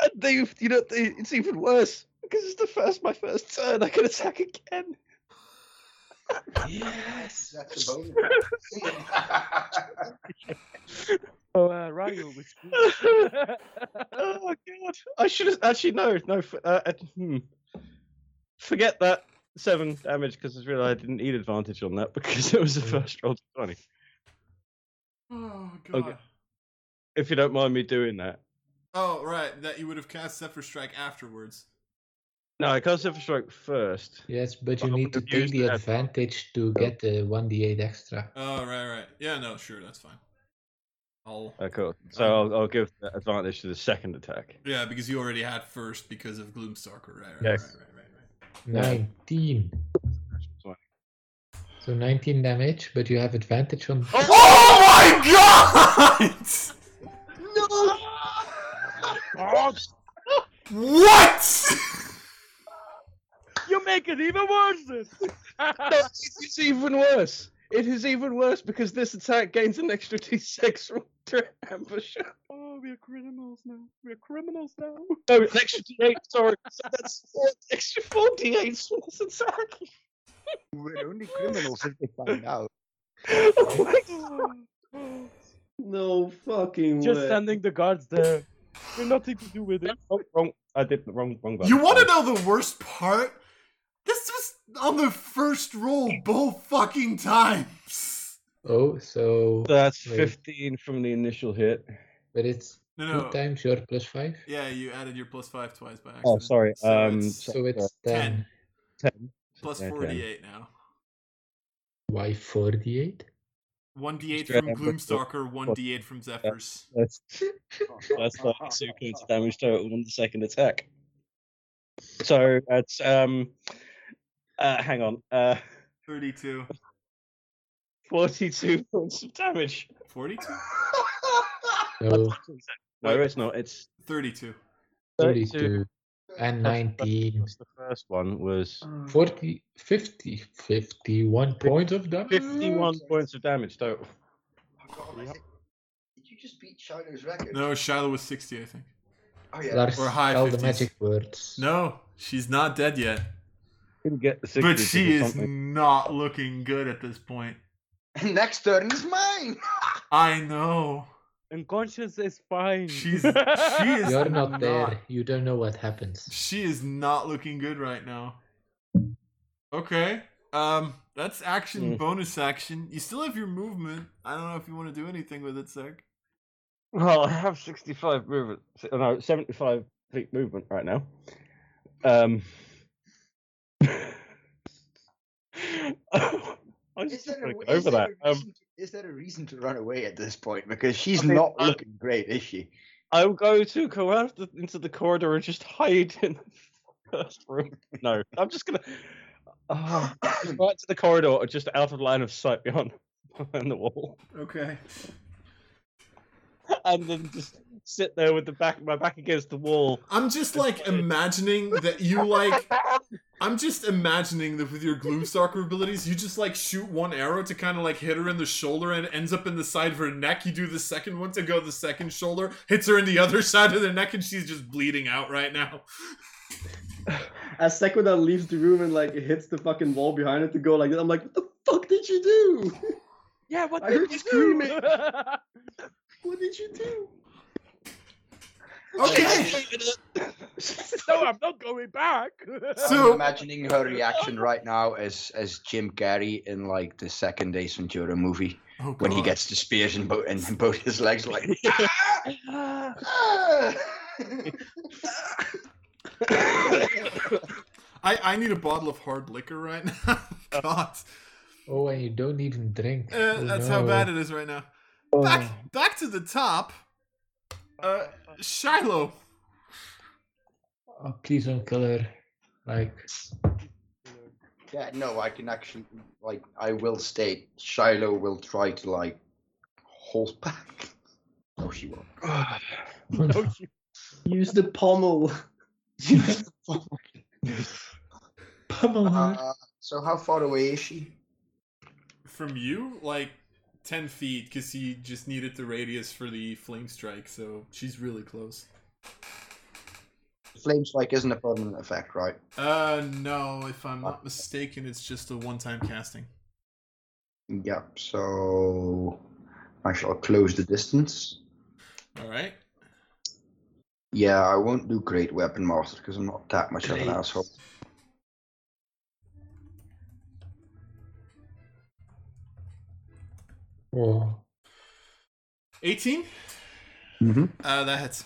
F: And they, you know, they, it's even worse because it's the first my first turn. I can attack again.
D: That's a bonus.
A: So, uh, Ryu, which
F: oh god! I should have actually no, no. f- Uh, uh, hmm. Forget that seven damage because I realized I didn't need advantage on that because it was the first roll to twenty.
B: Oh god.
F: Okay. If you don't mind me doing that.
B: Oh right, that you would have cast Zephyr Strike afterwards.
F: No, I cast Zephyr Strike first.
C: Yes, but you
F: I
C: need to
F: would've
C: take
F: used
C: the
F: that.
C: advantage to get the 1d8 extra.
B: Oh right, right. Yeah, no, sure, that's fine. I'll.
F: Oh, cool. So I'll, I'll give that advantage to the second attack.
B: Yeah, because you already had first because of Gloomstalker. Right, right,
F: Yes.
B: right, right, right, right.
C: 19. So 19 damage, but you have advantage on.
B: Oh my god! What?
A: you make it even worse.
F: it's even worse. It is even worse because this attack gains an extra d6 from threat ambush.
A: Oh, we're criminals now. We're criminals now.
F: No, an extra d8. Sorry, so that's four, extra four d8s from this attack.
D: We're only criminals if they find out.
F: Oh my god!
E: No fucking
A: Just
E: way.
A: sending the guards there. We're nothing to do with it.
F: Oh, wrong. I did the wrong, wrong.
B: You want to know the worst part? This was on the first roll both fucking times.
C: Oh, so
F: That's
C: Wait.
F: 15 from the initial hit.
C: but it's
B: No,
C: two
B: no.
C: times your plus five,
B: Yeah, you added your plus five twice by accident.
F: Oh, sorry.
B: So
F: um,
B: it's
F: so-
C: so it's
B: Ten.
C: ten.
B: plus
F: yeah, ten.
B: 48 now.
C: Why forty-eight?
B: 1d8
F: Straight
B: from
F: up with the-
B: Gloomstalker, 1d8 from Zephyrs.
F: That's, that's like two points of damage total on the second attack. So that's um, uh, hang on, uh,
B: 32.
F: 42 points of damage.
B: 42?
C: So
F: No, it's not. It's
B: 32.
C: thirty-two and
F: plus-
C: nineteen.
F: plus The first one was
C: 40, 50, 51 points of damage.
F: 51 points of damage total.
D: Oh, Did you just beat Shiloh's record?
B: No, Shiloh was 60, I think.
D: Oh yeah.
C: Lars,
B: Or high
C: tell the
B: 50s.
C: magic words.
B: No, she's not dead yet.
F: Didn't get the 60s
B: But
F: or
B: she is
F: something.
B: not looking good at this point.
D: Next turn is mine.
B: I know.
A: Unconscious is fine.
B: She's she is
C: You're not there. You don't know what happens.
B: She is not looking good right now. Okay. Um that's action
F: Mm.
B: bonus action. You still have your movement. I don't know if you want to do anything with it, Sec.
F: Well, I have 65 movement. s- No, 75 feet movement right now. Um. I was
D: Is
F: just
D: there
F: gonna
D: a,
F: get
D: is
F: over
D: there a
F: that. Um,
D: reason, is there a reason to run away at this point? Because she's
F: mean,
D: not
F: I-
D: looking great, is she?
F: I'll go to go out the, into the corridor and just hide in the first room. No, I'm just gonna oh, just go out to the corridor, or just out of line of sight behind behind the wall,
B: Okay.
F: and then just sit there with the back my back against the wall.
B: I'm just like imagining that you like I'm just imagining that with your Gloomstalker abilities, you just like shoot one arrow to kind of like hit her in the shoulder and it ends up in the side of her neck. You do the second one to go the second shoulder, hits her in the other side of the neck, and she's just bleeding out right now.
E: As Sekwada leaves the room and like hits the fucking wall behind it to go like that, I'm like, what the fuck did you do?
A: yeah, what
E: I
A: did
E: heard
A: you do?
E: screaming. What did you do?
B: Okay.
A: no, I'm not going back.
B: So-
D: I'm imagining her reaction right now as as Jim Carrey in like the second Ace Ventura movie
B: Oh,
D: when he
B: God.
D: gets the spears in both in both his legs, like.
B: I, I need a bottle of hard liquor right now. God.
C: Oh, and you don't even drink. Oh,
B: Uh, that's how bad it is right now. Back back to the top. Uh Shiloh.
C: Oh, please don't kill her. Like,
D: yeah, no, I can actually like I will state Shiloh will try to like hold back. No, she won't.
A: No, she-
E: Use the pommel.
C: pummel
E: Mm-hmm.
C: her.
D: Uh, so how far away is she?
B: From you, like ten feet, because he just needed the radius for the flame strike, so she's really close.
D: Flame strike isn't a permanent effect, right?
B: Uh no, if I'm not mistaken, it's just a one time casting.
D: Yeah. So I shall close the distance.
B: Alright.
D: Yeah, I won't do great weapon master because I'm not that much of an asshole.
C: Oh,
B: Eighteen?
D: Mm-hmm.
B: Uh that hits.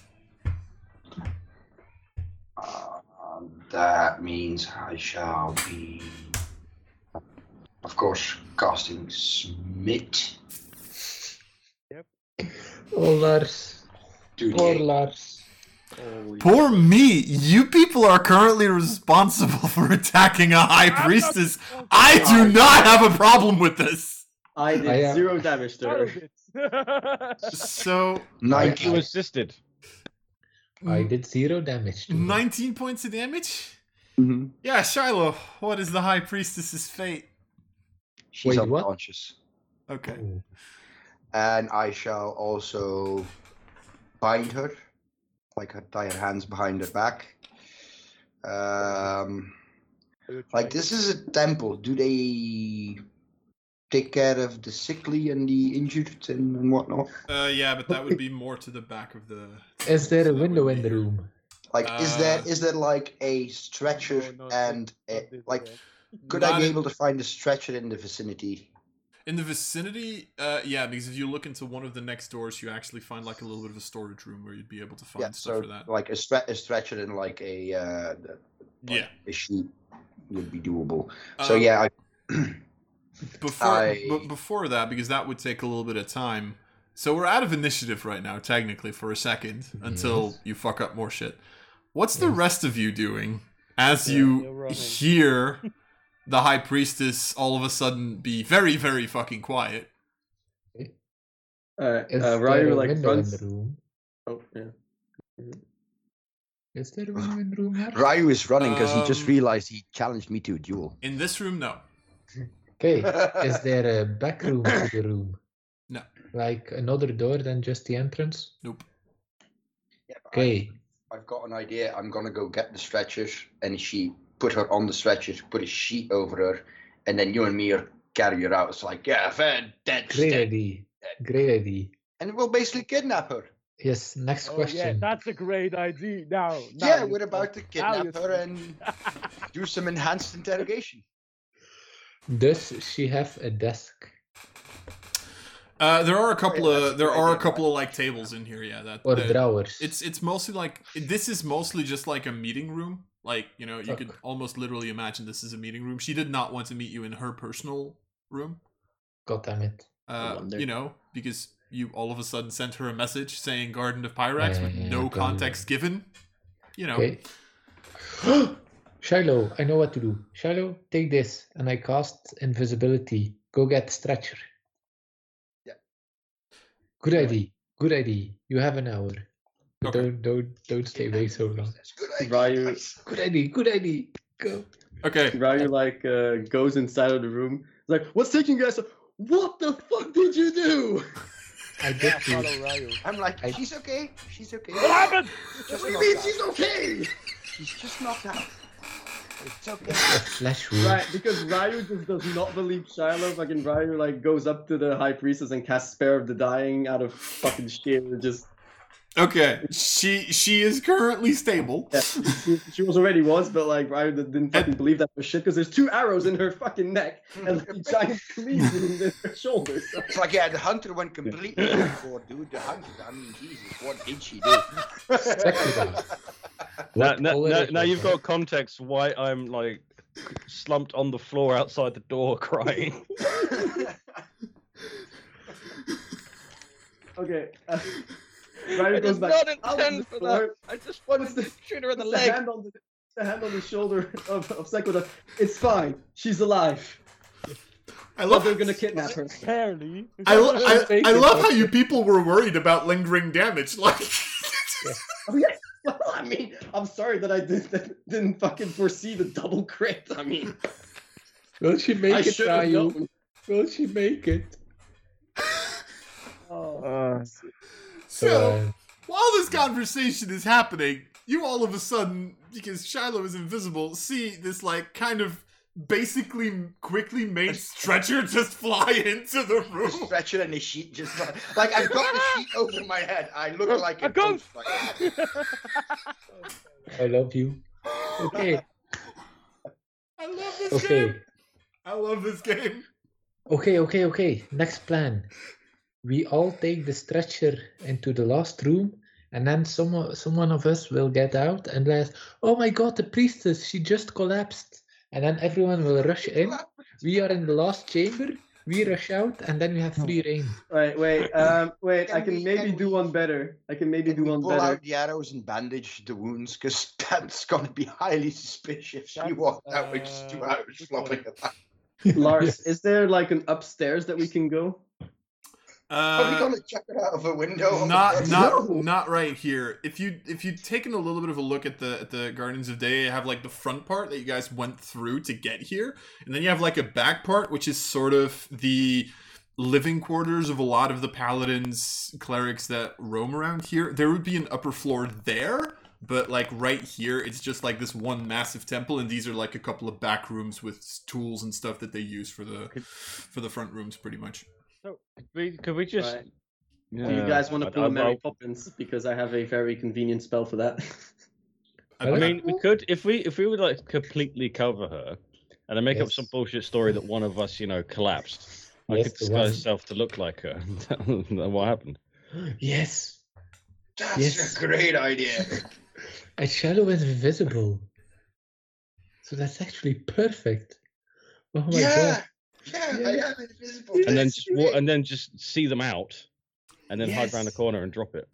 D: Um, that means I shall be, of course, casting Smit.
C: oh Lars.
D: Dude,
C: Poor Lars.
B: Poor me. You people are currently responsible for attacking a high priestess. I do not have a problem with this.
E: I did
C: I, uh,
E: zero damage to
A: Out
E: her.
A: of it.
B: So,
D: Nike
F: You
D: was
F: assisted.
C: I did zero damage to her.
B: 19 points of damage? Yeah, Shiloh, what is the high priestess's fate?
D: She's
C: Wait, what?
D: unconscious.
B: Okay.
C: Ooh.
D: And I shall also bind her, like her, tie her hands behind her back. Um, like this is a temple. Do they take care of the sickly and the injured and, and whatnot?
B: Uh, yeah, but that would be more to the back of the.
C: Is there
B: so
C: a
B: that
C: window
B: would
C: in
B: be-
C: the room?
D: Like, is there
B: Uh,
D: is there like a stretcher
A: no, no,
D: and a,
A: Not this
D: like?
A: yet.
D: Could I
B: Not
D: be
B: in-
D: able to find a stretcher in the vicinity?
B: in the vicinity? Uh, yeah, because if you look into one of the next doors, you actually find like a little bit of a storage room where you'd be able to find
D: yeah,
B: stuff
D: so
B: for that.
D: like a, stre- a stretcher and like a uh,
B: yeah.
D: a sheet would be doable. so
B: Um,
D: yeah, I,
B: Before,
D: I-
B: but before that, because that would take a little bit of time. So we're out of initiative right now, technically, for a second until
C: Yes.
B: you fuck up more shit. What's the
C: Yes.
B: rest of you doing as
A: Yeah, you're
B: you
A: running.
B: hear the high priestess all of a sudden be very, very fucking quiet?
E: All right.
C: Is
E: Uh,
C: there
E: Ryu
C: a
E: like
C: window in
E: fronts.
C: the room?
E: Oh yeah.
C: Is there a window in the room? Lars?
D: Ryu is running because he
B: Um,
D: just realized he challenged me to a duel.
B: In this room, no.
C: Okay. Is there a back room to the room?
B: No.
C: Like another door than just the entrance?
B: Nope.
D: Yeah, but I-
C: Okay.
D: I've got an idea. I'm gonna go get the stretcher and she put her on the stretcher, put a sheet over her, and then you and me are carry her out. It's like, yeah, fair, dead,
C: Great
D: dead.
C: idea. Great idea.
D: And we'll basically kidnap her.
C: Yes. Next
A: Oh, yeah,
C: question.
A: that's a great idea. Now, now
D: yeah,
A: you
D: we're
A: talk.
D: about to
A: Now you
D: kidnap her
A: talk.
D: and do some enhanced interrogation.
C: Does she have a desk?
B: Uh, there are a couple
D: yeah, that's a
B: of there
D: good
B: are a
D: idea.
B: couple of like tables in here. Yeah, that
C: Or
B: that-
C: drawers?
B: It's it's mostly like this is mostly just like a meeting room. Like you know, you could almost literally imagine this is a meeting room. She did not want to meet you in her personal room.
C: God damn it.
B: Uh,
E: wonder.
B: you know, because you all of a sudden sent her a message saying "Garden of Pyrax" with
C: Yeah,
B: no
C: probably.
B: context given. You know,
C: Okay. Shiloh, I know what to do. Shiloh, take this, and I cast invisibility. Go get stretcher.
D: Yeah.
C: Good idea. Good idea. You have an hour. But
B: Okay.
C: Don't don't don't stay away so long.
D: That's good idea.
E: Ryu-
D: guys.
C: Good idea. Good idea. Go.
B: okay.
E: Ryu like uh, goes inside of the room. Like, what's taking you guys? so- What the fuck did you do?
C: I did
A: Yeah,
C: you.
A: follow Ryu.
D: I'm like,
C: I-
D: she's okay. She's okay.
A: What happened?
D: Just
E: What do you
D: knocked
E: mean
D: out.
E: she's okay?
D: She's just knocked out. It's okay.
C: A flesh wound.
E: Right, because Ryu just does not believe Shiloh. Fucking Ryu like goes up to the high priestess and casts Spare of the Dying out of fucking sheer just
B: Okay, she she is currently stable.
E: Yeah, she, she was already was, but like Ryu d- didn't fucking believe that for shit because there's two arrows in her fucking neck and like, a giant cleave in her shoulders.
D: It's like, yeah, the hunter went completely for dude. The hunter, I mean, Jesus, what did she do?
C: Spectacle.
F: Now,
C: What
F: now,
C: color
F: now,
C: is
F: now
C: it?
F: you've got context why I'm like slumped on the floor outside the door crying.
E: Okay. Uh, Ryu
F: I
E: goes
F: did
E: back.
F: not
E: out on the
F: intend for that.
E: floor,
F: I just wanted
E: puts the-
F: to shoot her in the
E: puts the
F: leg.
E: hand on the, the hand on the shoulder of, of Sekuda. It's fine. She's alive.
B: I
E: But
B: love
E: they're gonna kidnap her.
A: Apparently.
B: I, lo- I, I love how you people were worried about lingering damage. Like,
E: I mean, well, I mean, I'm sorry that I did, that didn't fucking foresee the double crit. I mean,
C: Will she make
E: I
C: it,
E: should have
C: Ryu?
E: known.
C: Will she make it?
E: Oh.
A: Uh,
B: so
C: Uh,
B: While this conversation is happening, you all of a sudden, because Shiloh is invisible, see this like kind of basically quickly made stretcher just fly into the
D: The
B: room.
D: stretcher and the sheet just like, like I've got the sheet over my head. I look like a,
A: A ghost.
D: ghost.
C: I love you. Okay.
B: I love this
C: Okay.
B: game. I love this game.
C: Okay, okay, okay. Next plan. We all take the stretcher into the last room, and then some someone of us will get out and let oh my god, the priestess, she just collapsed. And then everyone will rush in. We are in the last chamber, we rush out, and then we have free reign.
E: Wait, wait, um, wait. I
D: Can
E: can
D: we-
E: maybe
D: can
E: do
D: we-
E: one better. I can maybe do
D: Can we
E: one
D: pull
E: better.
D: out the arrows and bandage the wounds because that's gonna be highly suspicious. if She
A: That's,
D: walked out with just two
A: uh,
D: arrows
A: which
D: flopping about.
E: Lars, is there like an upstairs that we can go?
D: Are we
B: Uh,
D: gonna chuck it out of a window?
B: not not
D: No.
B: not right here. If you if you'd taken a little bit of a look at the at the Gardens of Day, you have like the front part that you guys went through to get here, and then you have like a back part which is sort of the living quarters of a lot of the paladins clerics that roam around here. There would be an upper floor there, but like right here it's just like this one massive temple and these are like a couple of back rooms with tools and stuff that they use for the for the front rooms pretty much.
F: We, could we just?
E: Right. Do you guys want to pull a Mary Poppins? Because I have a very convenient spell for that.
F: I mean, we could if we if we would like completely cover her, and I make up some
C: Yes.
F: bullshit story that one of us, you know, collapsed. I could
C: Yes, there
F: disguise
C: was.
F: myself to look like her. what happened?
C: Yes,
D: That's
C: Yes.
D: a great idea.
C: a shadow is invisible. So that's actually perfect. Oh my
D: yeah.
C: god.
D: yeah,
C: Yeah.
D: I am invisible.
F: And then
D: That's
F: just wa-
D: great.
F: and then just see them out, and then hide around the
D: Yes.
F: corner and drop it.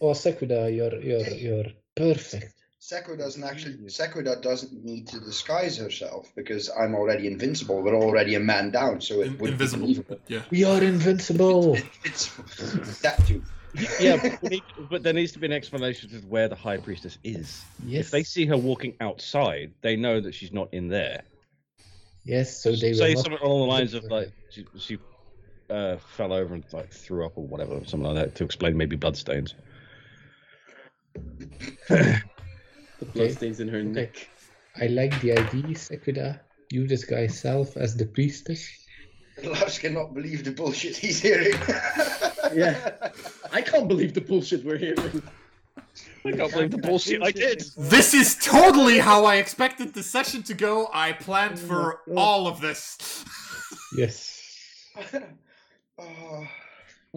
C: Oh Sekuda, you're you're you're perfect.
D: Sekiro doesn't actually. Sekiro doesn't need to disguise herself because I'm already invincible, but already a man down, so it
B: In-
D: would be
B: invisible.
D: believable.
B: Yeah.
C: We are invincible.
D: It, it's that too.
F: Yeah, but, we need, but there needs to be an explanation as to where the high priestess is.
C: Yes.
F: If they see her walking outside, they know that she's not in there.
C: Yes, so they
F: say
C: will
F: something
C: not...
F: along the lines of like she, she uh, fell over and like threw up or whatever, something like that, to explain maybe bloodstains.
E: the bloodstains in her neck.
C: Okay. I like the idea, Sekuda. You disguise self as the priestess.
D: Lars cannot believe the bullshit he's hearing.
E: Yeah. I can't believe the bullshit we're hearing.
F: I can't believe the bullshit I did.
B: This is totally how I expected the session to go. I planned for all of this.
C: Yes.
D: Oh,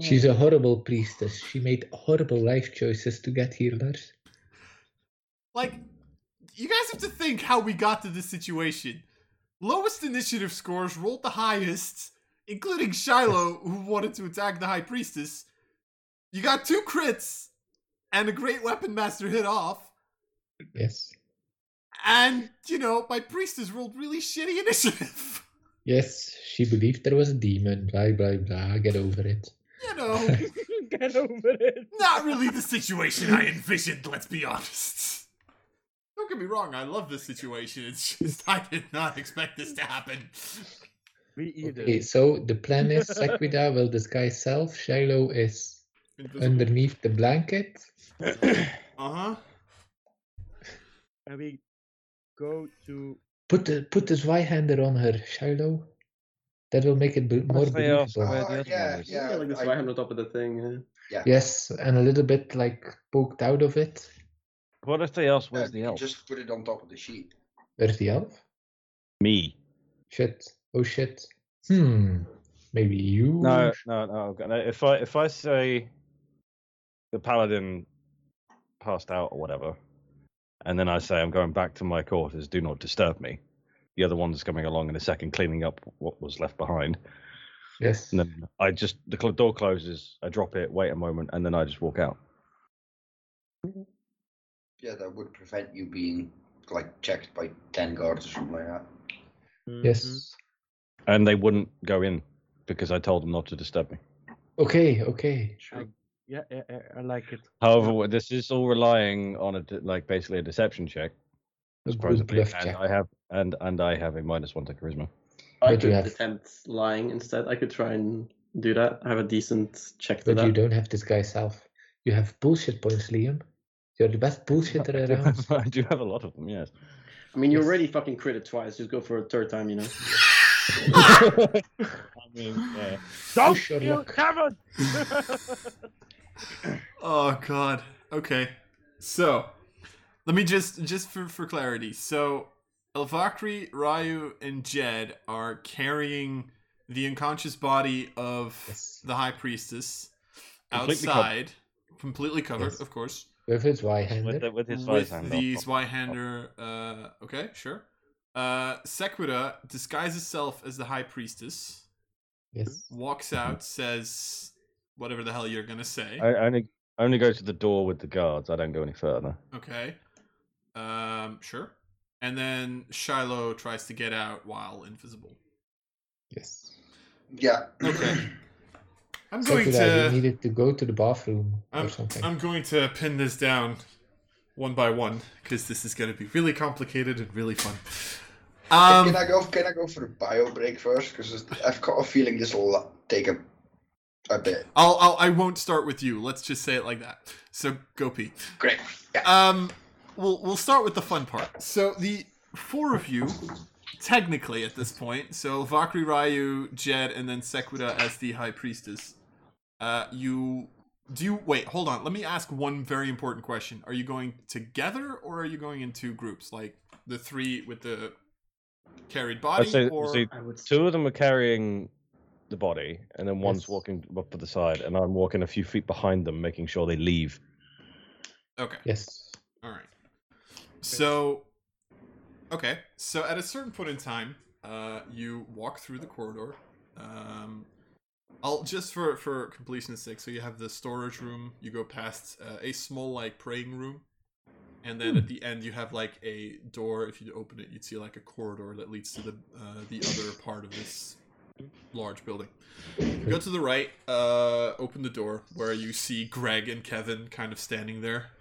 C: She's a horrible priestess. She made horrible life choices to get here, Lars.
B: Like, you guys have to think how we got to this situation. Lowest initiative scores rolled the highest, including Shiloh, who wanted to attack the High Priestess. You got two crits and a great weapon master hit off.
C: Yes.
B: And, you know, my priestess rolled really shitty initiative.
C: Yes, she believed there was a demon, blah, blah, blah. Get over it.
B: you know,
F: Get over it.
B: not really the situation I envisioned, let's be honest. Don't get me wrong, I love this situation. It's just I did not expect this to happen.
A: We either.
C: Okay, so the plan is Sequida will disguise self. Shiloh is underneath the blanket.
B: Uh-huh.
A: And we go to.
C: Put the put the Zweihander on her, Shiloh. That will make it be- more
F: Let's say, uh,
C: believable.
F: Where the other
D: yeah,
F: one is.
E: Yeah,
D: yeah.
E: like this
D: I-
E: right on the top of the thing. Yeah.
C: Yes, and a little bit like poked out of it.
F: What if they ask where's
D: yeah,
F: the
D: you
F: elf?
D: Just put it on top of the sheet.
C: Where's the elf?
F: Me.
C: Shit. Oh shit. Hmm. Maybe you.
F: No, no, no. I've got- no, If I if I say the paladin passed out or whatever, and then I say I'm going back to my quarters, do not disturb me. The other one's coming along in a second, cleaning up what was left behind.
C: Yes.
F: And then I just the cl- door closes. I drop it, wait a moment, and then I just walk out.
D: Yeah, that would prevent you being like checked by ten guards or something like that.
F: Mm-hmm.
C: Yes.
F: And they wouldn't go in because I told them not to disturb me.
C: Okay. Okay.
A: Yeah, yeah, yeah, I like it.
F: However, what- this is all relying on a de- like basically a deception check,
C: A good
F: supposedly,
C: bluff
F: and
C: check.
F: I have and and I have a minus one to charisma.
C: But
E: I could
C: you have-
E: attempt lying instead. I could try and do that. I have a decent check to
C: But you
E: that.
C: don't have this guy's self. You have bullshit points, Liam. You're the best bullshitter around.
F: I do have a lot of them, yes.
E: I mean, you
C: Yes.
E: already fucking crit it twice. Just go for a third time, you know.
F: I mean, yeah.
C: Don't Push your you luck.
A: Kevin!
B: Oh god. Okay. So, let me just just for for clarity. So, Elvakri, Ryu, and Jed are carrying the unconscious body of
C: Yes.
B: the high priestess
F: Completely covered.
B: outside, completely covered,
C: Yes.
B: of course,
C: With his Y
F: with,
C: hander.
F: the- with his
B: with
F: hand
B: the
F: off.
B: Zweihander. Uh, okay, sure. Uh, Sequida disguises herself as the high priestess,
C: Yes.
B: walks out, says whatever the hell you're gonna say.
F: I I only I only go to the door with the guards. I don't go any further.
B: Okay. Um, sure. And then Shiloh tries to get out while invisible.
C: Yes.
D: Yeah.
B: Okay. I'm
C: Said
B: going
C: to that
B: to
C: he needed to go to the bathroom or something.
B: I'm going to pin this down one by one because this is going to be really complicated and really fun.
D: can
B: Um,
D: I go? Can I go for a bio break first? Because I've got a feeling this will la- take a a bit.
B: I'll, I'll I won't start with you. Let's just say it like that. So go pee.
D: Great. Yeah.
B: Um, we'll we'll start with the fun part. So the four of you, technically at this point, so Vakri, Ryu, Jed, and then Sequita as the High Priestess. Uh, you do you wait? Hold on. Let me ask one very important question. Are you going together or are you going in two groups, like the three with the carried body,
F: I'd say,
B: or
F: say
E: I would s-
F: two of them are carrying the body, and then one's
E: Yes.
F: walking up to the side, and I'm walking a few feet behind them, making sure they leave.
B: okay?
C: Yes.
B: All right. So, okay. So at a certain point in time, uh, you walk through the corridor. Um, I'll just for for completion's sake. So you have the storage room. You go past uh, a small like praying room, and then at the end you have like a door. If you open it, you'd see like a corridor that leads to the uh, the other part of this large building. Go to the right. Uh, open the door where you see Greg and Kevin kind of standing there.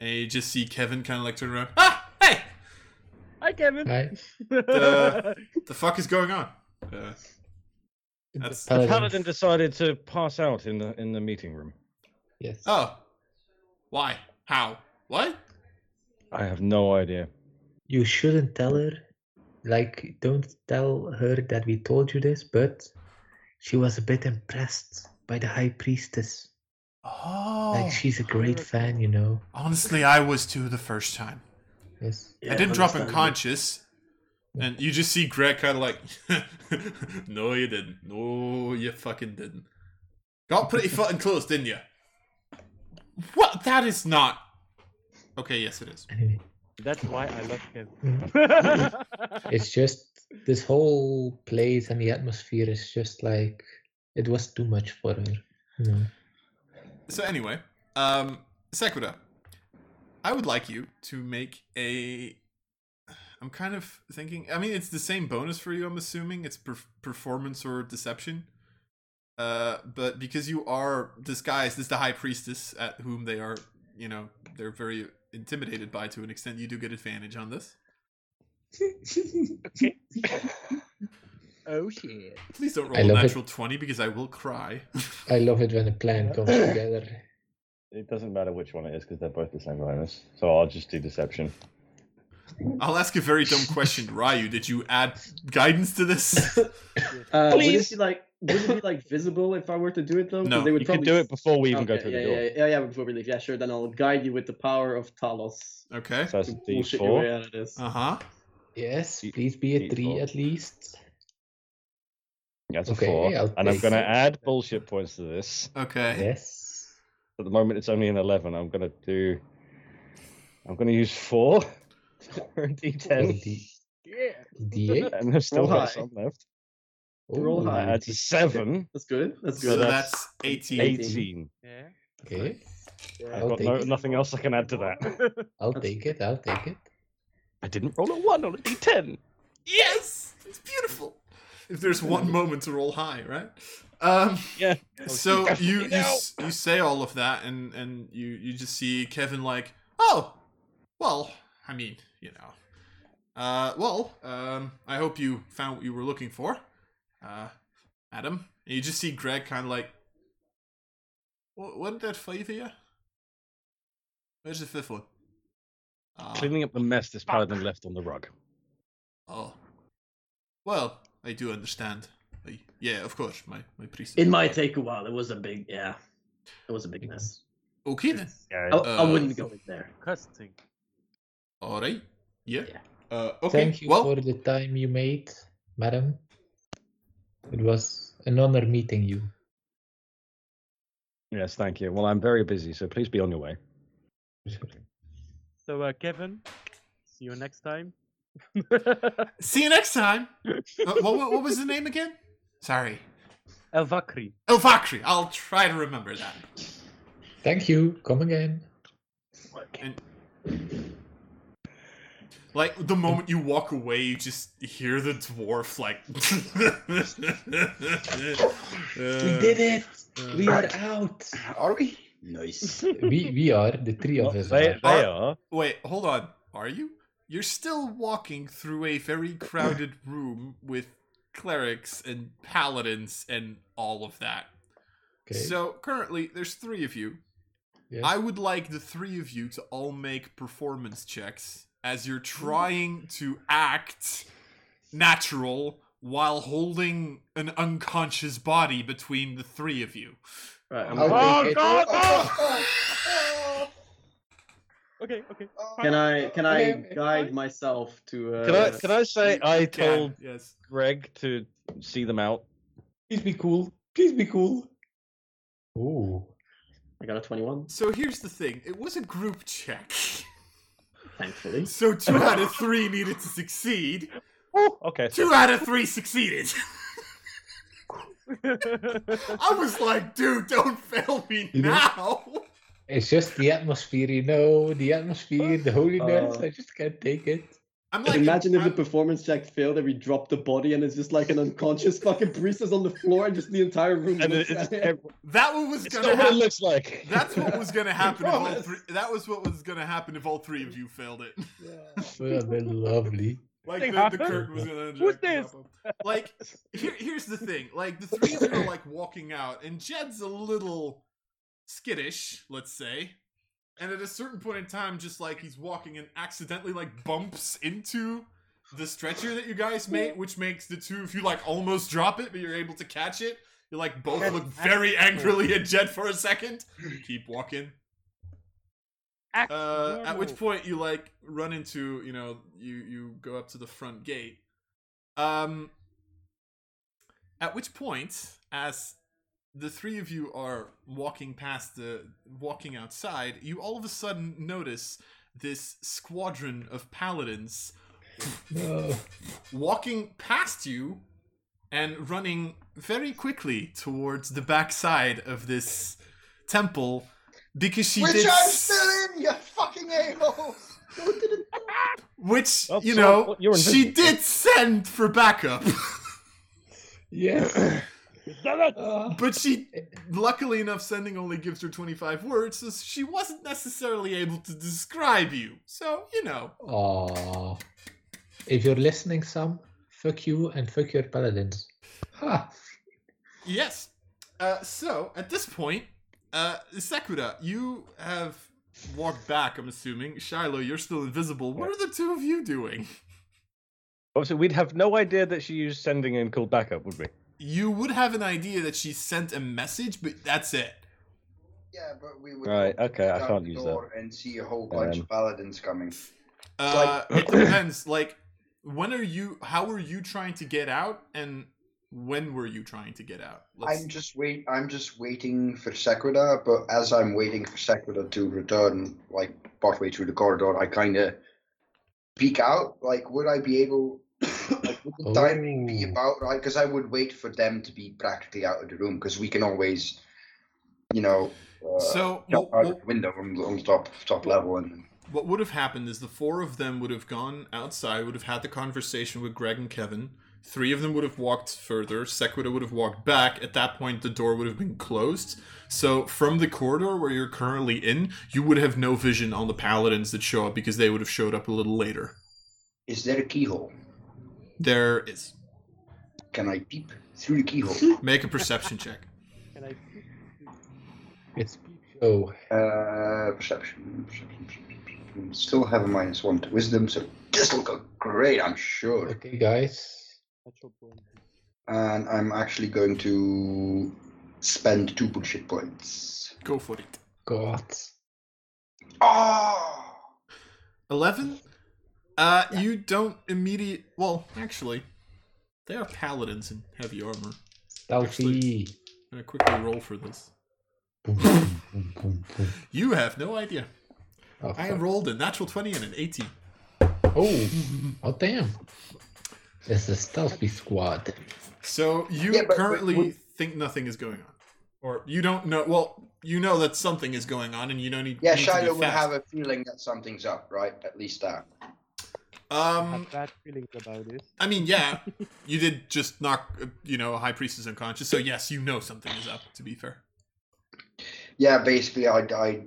B: And you just see Kevin kind of like turn around. Ah, hey,
A: Hi, Kevin.
C: Right.
B: Uh, the fuck is going on? Uh, That's-
F: The paladin decided to pass out in the in the meeting room.
C: Yes.
B: oh, why? How? What?
F: I have no idea.
C: You shouldn't tell her. Like, don't tell her that we told you this, but she was a bit impressed by the High Priestess.
B: Oh,
C: Like, she's a great fan, you know.
B: honestly, I was too the first time.
C: Yes.
B: I
E: Yeah,
B: didn't drop
E: understandable.
B: unconscious. And you just see Greg kind of like, no, you didn't. No, you fucking didn't. Got pretty fucking close, didn't you? What? That is not. Okay, yes, it is.
C: Anyway,
A: That's why I love him.
C: it's just this whole place and the atmosphere is just like it was too much for her. You know.
B: So anyway, um, Sakura, I would like you to make a. I'm kind of thinking. I mean, it's the same bonus for you. I'm assuming it's per- performance or deception. Uh, but because you are disguised as the high priestess, at whom they are, you know, they're very intimidated by to an extent. You do get advantage on this.
A: oh shit.
B: Please don't
C: I
B: roll a
C: love it.
B: natural twenty because I will cry.
C: I love it when a plan comes together.
F: It doesn't matter which one it is because they're both the same bonus. So I'll just do deception.
B: I'll ask a very dumb question, Ryu. Did you add guidance to this?
E: Uh, Would it
F: Please.
E: be like would it be like visible if I were to do it though? 'Cause
B: No,
E: they would
F: You can
E: probably
F: do
E: s-
F: it before we even go
E: Okay,
F: through
E: yeah,
F: the door.
E: yeah, yeah, yeah, before we leave. Yeah, sure. Then I'll guide you with the power of Talos.
B: Okay.
F: So that's
E: to bullshit your way
F: D4.
E: out of this.
B: Uh huh.
C: Yes,
F: Eat-
C: please be a
F: eat
C: three
F: all.
C: at least.
F: That's a
C: Okay,
F: 4.
C: I'll
F: and I'm
C: take
F: going to
C: six.
F: add bullshit points to this.
A: Eh?
B: Okay.
C: Yes.
F: At the moment, it's only an 11. I'm going to do. I'm going to use 4 for a
A: Eh?
C: Or
F: d10.
C: D-
A: Yeah.
C: D8?
F: And I've still
E: Roll
F: got
E: high.
F: some left.
E: Roll
C: Oh,
F: And
E: high.
F: that adds a 7.
E: That's good. That's
B: So
E: good.
B: that's, 18.
F: 18.
A: Yeah.
C: Okay.
E: Yeah.
F: I've
C: I'll
F: got
C: take
F: no,
C: it.
F: nothing else I can add to that.
C: I'll
E: That's-
C: take it. I'll take it.
F: I didn't roll a 1 on a d10.
B: Yes! It's beautiful. If there's one moment to roll high, right? Um,
F: Yeah.
B: So
F: Oh,
B: you you,
F: no.
B: s- you say all of that, and and you you just see Kevin like, oh, well, I mean, you know, uh, well, um, I hope you found what you were looking for, uh, Adam. And you just see Greg kind of like, what, what did that flavor you? Where's the fifth one? Uh,
F: Cleaning up the mess this paladin left on the rug.
B: Oh. Well, I do understand. I, yeah, of course, my, my priest.
E: It might take a while. It was a big yeah. It was a big mess.
B: Okay then.
F: Yeah,
E: I,
B: Uh,
E: I wouldn't go in there.
A: Disgusting.
B: Alright. Yeah.
E: Yeah.
B: Uh, okay,
C: Thank you
B: well,
C: for the time you made, madam. It was an honor meeting you.
F: Yes, thank you. Well, I'm very busy, so please be on your way.
A: So, uh, Kevin, see you next time.
B: see you next time. Uh, what, what, what was the name again? Sorry.
A: El Vakri.
B: El Vakri. I'll try to remember that.
C: Thank you. Come again.
B: And Like the moment you walk away, you just hear the dwarf like.
G: we did it. We are out.
D: Are we? Nice.
C: we we are the three of us.
F: They,
C: are.
F: they are.
B: Wait, hold on. Are you? You're still walking through a very crowded room with clerics and paladins and all of that.
C: Okay.
B: So currently, there's three of you.
C: Yes.
B: I would like the three of you to all make performance checks as you're trying to act natural while holding an unconscious body between the three of you.
E: Right, I'm
D: Oh,
E: gonna-
F: Oh,
D: okay.
F: God,
D: Oh,
A: Okay, okay.
D: oh.
E: Can I can I
C: Okay, okay.
E: guide myself to? Uh,
F: Can I can I say I
B: You can,
F: told
B: yes.
F: Greg to see them out?
C: Please be cool. Please be cool. Oh,
E: I got a twenty-one,
B: So here's the thing. It was a group check.
E: thankfully.
B: So two out of three needed to succeed.
F: Oh, okay.
B: Two out of three succeeded. I was like, dude, don't fail me
C: You know-
B: now.
C: it's just the atmosphere, you know, the atmosphere, the holiness.
E: Uh,
C: I just can't take it.
B: I'm like,
E: Imagine if the
B: I'm-
E: performance check failed and we dropped the body and it's just like an unconscious fucking priestess on the floor and just the entire room.
F: And
E: looks
F: it- it's,
E: at it.
F: ev-
B: that one was
F: it's
B: gonna
F: not what it
B: happen.
F: looks like.
B: That's what was gonna happen. if all
E: promise.
B: three, that was what was gonna happen if all three of you failed it.
C: Well, they're lovely.
B: Like
A: Thing
B: the, the
A: happened?
B: curtain was gonna.
A: Who's
B: drop
A: this?
B: up. Like here, here's the thing. Like the three of you are like walking out, and Jed's a little skittish, let's say. And at a certain point in time, just like he's walking and accidentally like bumps into the stretcher that you guys made, which makes the two of you like almost drop it, but you're able to catch it. You like both look very angrily at Jed for a second. Keep walking.
A: Act
B: Uh, at which
A: normal.
B: point you like run into you know you you go up to the front gate. Um. At which point, as the three of you are walking past the walking outside, you all of a sudden notice this squadron of paladins
C: No.
B: walking past you and running very quickly towards the backside of this temple because she
D: Which
B: did
D: I'm
B: s-
D: still in, you fucking a-holes! Go to the
B: which
F: Well,
B: you
F: Oh, so-
B: know
F: well, you're
B: she
F: invisible.
B: did send for backup
C: Yes. Ah.
B: but she luckily enough sending only gives her 25 words so she wasn't necessarily able to describe you so you know
C: Aw. If you're listening, Sam, fuck you and fuck your paladins. Ha.
B: Yes. Uh, so at this point, uh, Sakura, you have walked back. I'm assuming Shiloh, you're still invisible. What are the two of you doing?
F: Obviously, we'd have no idea that she used sending and called backup, would we?
B: You would have an idea that she sent a message, but that's it.
D: Yeah, but we would
F: Right, okay, I
D: out
F: can't
D: the
F: use
D: door and see a whole bunch
F: Um,
D: of paladins coming.
B: Uh, it depends. Like, when are you? How were you trying to get out? And when were you trying to get out?
D: I'm just wait. I'm just waiting for Sakura, but as I'm waiting for Sakura to return, like partway through the corridor, I kind of peek out. Like, would I be able? Like, would the timing be
C: Oh.
D: about right? Because I would wait for them to be practically out of the room, because we can always, you know, uh,
B: so
D: jump
B: wh-
D: out of
B: wh-
D: the window on, on top top level and
B: what would have happened is the four of them would have gone outside, would have had the conversation with Greg and Kevin. Three of them would have walked further. Sequita would have walked back. At that point, the door would have been closed. So, from the corridor where you're currently in, you would have no vision on the paladins that show up because they would have showed up a little later.
D: Is there a keyhole?
B: There is.
D: Can I peep through the keyhole?
B: Make a perception check.
A: Can I
C: It's oh,
D: uh, perception. perception, perception, perception. Still have a minus one to wisdom, so this will go great, I'm sure.
C: okay, guys.
A: natural point?
D: And I'm actually going to spend two bullshit points.
B: Go for it.
C: God.
B: Ah!
D: Oh!
B: 11? Uh, you don't immediate. Well, actually, they are paladins in heavy armor.
C: Stealthy.
B: I'm going to quickly roll for this.
C: Boom, boom, boom, boom, boom.
B: You have no idea.
C: Oh,
B: I
C: fuck.
B: rolled a natural 20 and an 18.
C: oh, oh, damn. It's the stealthy squad.
B: So you
D: Yeah, but-
B: currently
D: but-
B: think nothing is going on. Or you don't know. Well, you know that something is going on and you don't need
D: Yeah,
B: need to be
D: Shiloh will
B: fast.
D: have a feeling that something's up, right? At least that.
A: I
B: Um,
A: have bad feelings about this.
B: I mean, yeah, you did just knock, uh, you know, a high priestess unconscious. So yes, you know something is up. To be fair,
D: Yeah, basically, I, I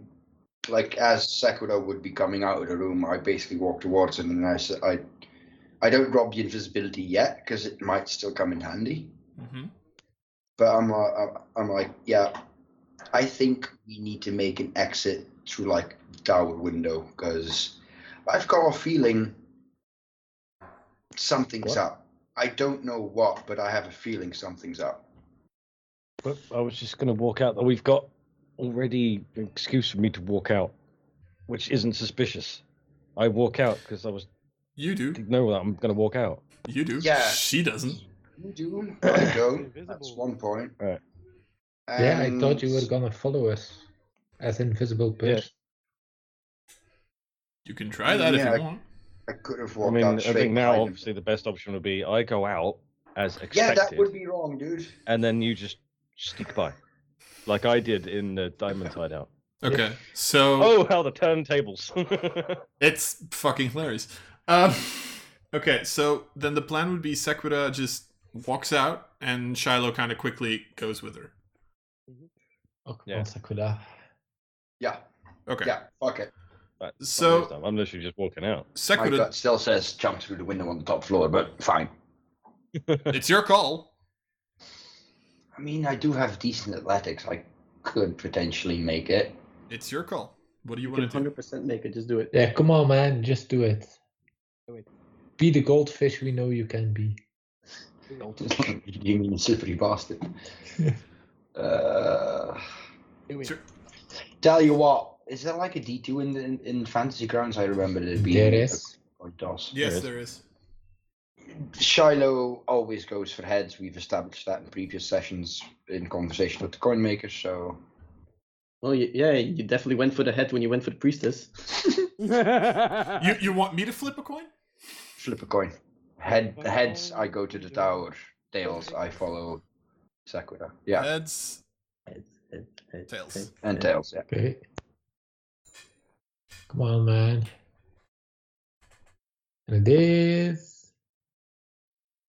D: like as Sekudo would be coming out of the room, I basically walked towards him and I said, I, I don't drop the invisibility yet because it might still come in handy.
B: mm-hmm.
D: But I'm, uh, I'm- I'm like, yeah, I think we need to make an exit through like the tower window because I've got a feeling something's
C: What?
D: up. I don't know what, but I have a feeling something's up.
H: But I was just going to walk out. We've got already an excuse for me to walk out, which isn't suspicious. I walk out because I was
B: you do,
H: didn't know that I'm going to walk out.
B: you do.
D: Yeah.
B: she doesn't.
D: You do? I don't. That's
A: Invisible.
D: one point.
H: Right.
C: yeah, I thought you
D: And-
C: were gonna follow us as invisible person.
H: Yeah.
B: You can try that if
D: Yeah.
B: you want.
D: I could have
H: I
D: walked
H: mean, I
D: out straight.
H: think now
D: behind him.
H: obviously the best option would be I go out as
D: Yeah,
H: expected,
D: that would be wrong, dude.
H: and then you just sneak by, like I did in the Diamond Tied Out.
B: Okay, so
H: Oh, how the turntables!
B: It's fucking hilarious. Um, okay, so then the plan would be Sekura just walks out, and Shiloh kind of quickly goes with her.
C: Oh, come
H: Yeah.
C: on, Sakura.
D: Yeah,
B: Okay,
D: yeah, fuck it.
H: Right, not
B: So-
H: this time. I'm literally just walking out.
D: My
B: Sekura,
D: gut still says jump through the window on the top floor, but fine.
B: it's your call.
D: I mean, I do have decent athletics. I could potentially make it.
B: It's your call. What do you
E: You can
B: want to do?
E: 100% make it. Just do it.
C: Yeah, come on, man, just do it.
A: Do it.
C: Be the goldfish we know you can be.
D: you mean slippery bastard? uh,
A: Do it.
B: Sure.
D: tell you what, is there like a D two in, the- in in Fantasy Grounds? I remember there being.
C: There is.
D: Or DOS.
B: Yes, there is.
D: Shiloh always goes for heads. We've established that in previous sessions in conversation with the coin makers. So
E: Well, y- yeah, you definitely went for the head when you went for the priestess.
B: You you want me to flip a coin?
D: Flip a coin. Head heads, I go to the tower. Tails, I follow Sakura. Yeah,
B: Heads, tails.
D: and tails. Uh, Yeah.
C: Okay. Come on, man. And it is.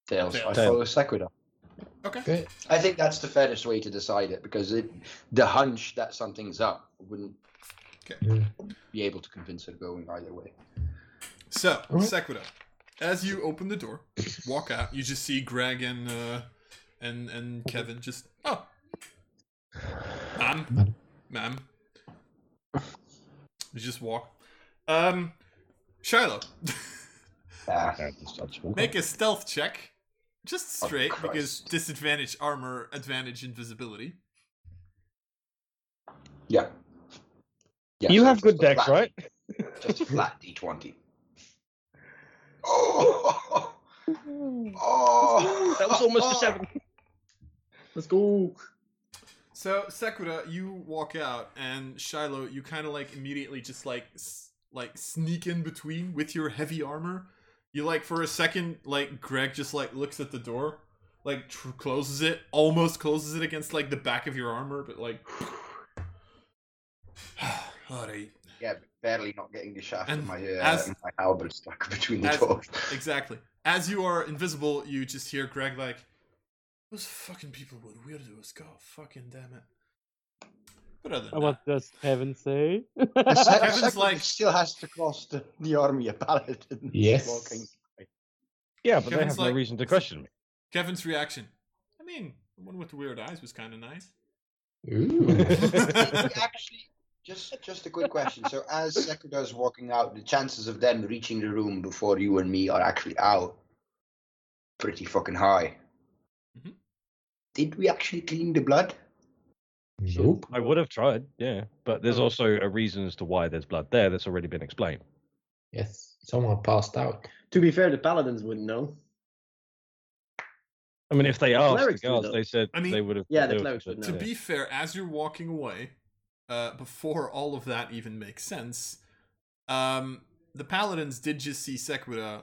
D: Tails, I
B: Tails.
D: follow Sakura.
B: Okay.
C: Okay.
D: I think that's the fairest way to decide it because it, the hunch that something's up wouldn't
C: Yeah.
D: be able to convince her going either way.
B: So
C: Alright.
B: Sekura, as you open the door, walk out. You just see Greg and uh, and and Kevin just oh, ma'am, ma'am. You just walk. Um, Shiloh,
D: Ah,
H: I just- I just walk
B: make a stealth check, just
D: Oh,
B: straight because
D: Christ.
B: disadvantage armor, advantage invisibility.
D: yeah. Yeah,
F: you
D: so
F: have
D: just
F: good
D: a
F: decks,
D: flat-
F: right?
D: Just a flat d20. Oh, oh,
F: That was almost a seven.
E: Let's go.
B: So Sakura, you walk out, and Shiloh, you kind of like immediately just like s- like sneak in between with your heavy armor. You like for a second, like Greg just like looks at the door, like tr- closes it, almost closes it against like the back of your armor, but like. Alright.
D: Yeah, barely not getting the shaft
B: And
D: of my, uh,
B: as-
D: my halberd stuck between the
B: as-
D: doors.
B: Exactly. As you are invisible, you just hear Greg like, "Those fucking people were weirdos. God, fucking damn it." But other
A: And
B: than that,
A: what does Kevin say? Oh,
B: Kevin's
D: Kevin's
B: like-
D: still has to cost the, the army a paladin.
C: Yes.
D: Walking.
H: Yeah, but they
B: Kevin's
H: have
B: like-
H: no reason to question me.
B: Kevin's reaction. I mean, the one with the weird eyes was kind of nice.
C: Ooh.
D: Did we actually, just just a quick question. So as Sekudo's walking out, the chances of them reaching the room before you and me are actually out pretty fucking high.
B: Mhm.
D: Did we actually clean the blood?
C: nope.
H: I would have tried, yeah, but
E: Uh-huh.
H: there's also a reason as to why there's blood there that's already been explained.
C: Yes. Someone passed out.
E: To be fair, the paladins wouldn't know.
H: I mean, if they asked the
E: clerics do,
H: guards,
E: though.
H: they said
B: I mean-
H: they would have.
E: Yeah, the
H: they would-
E: clerics would
B: to
E: know.
H: yeah.
B: be fair, as you're walking away, uh, before all of that even makes sense, um, the paladins did just see Sekura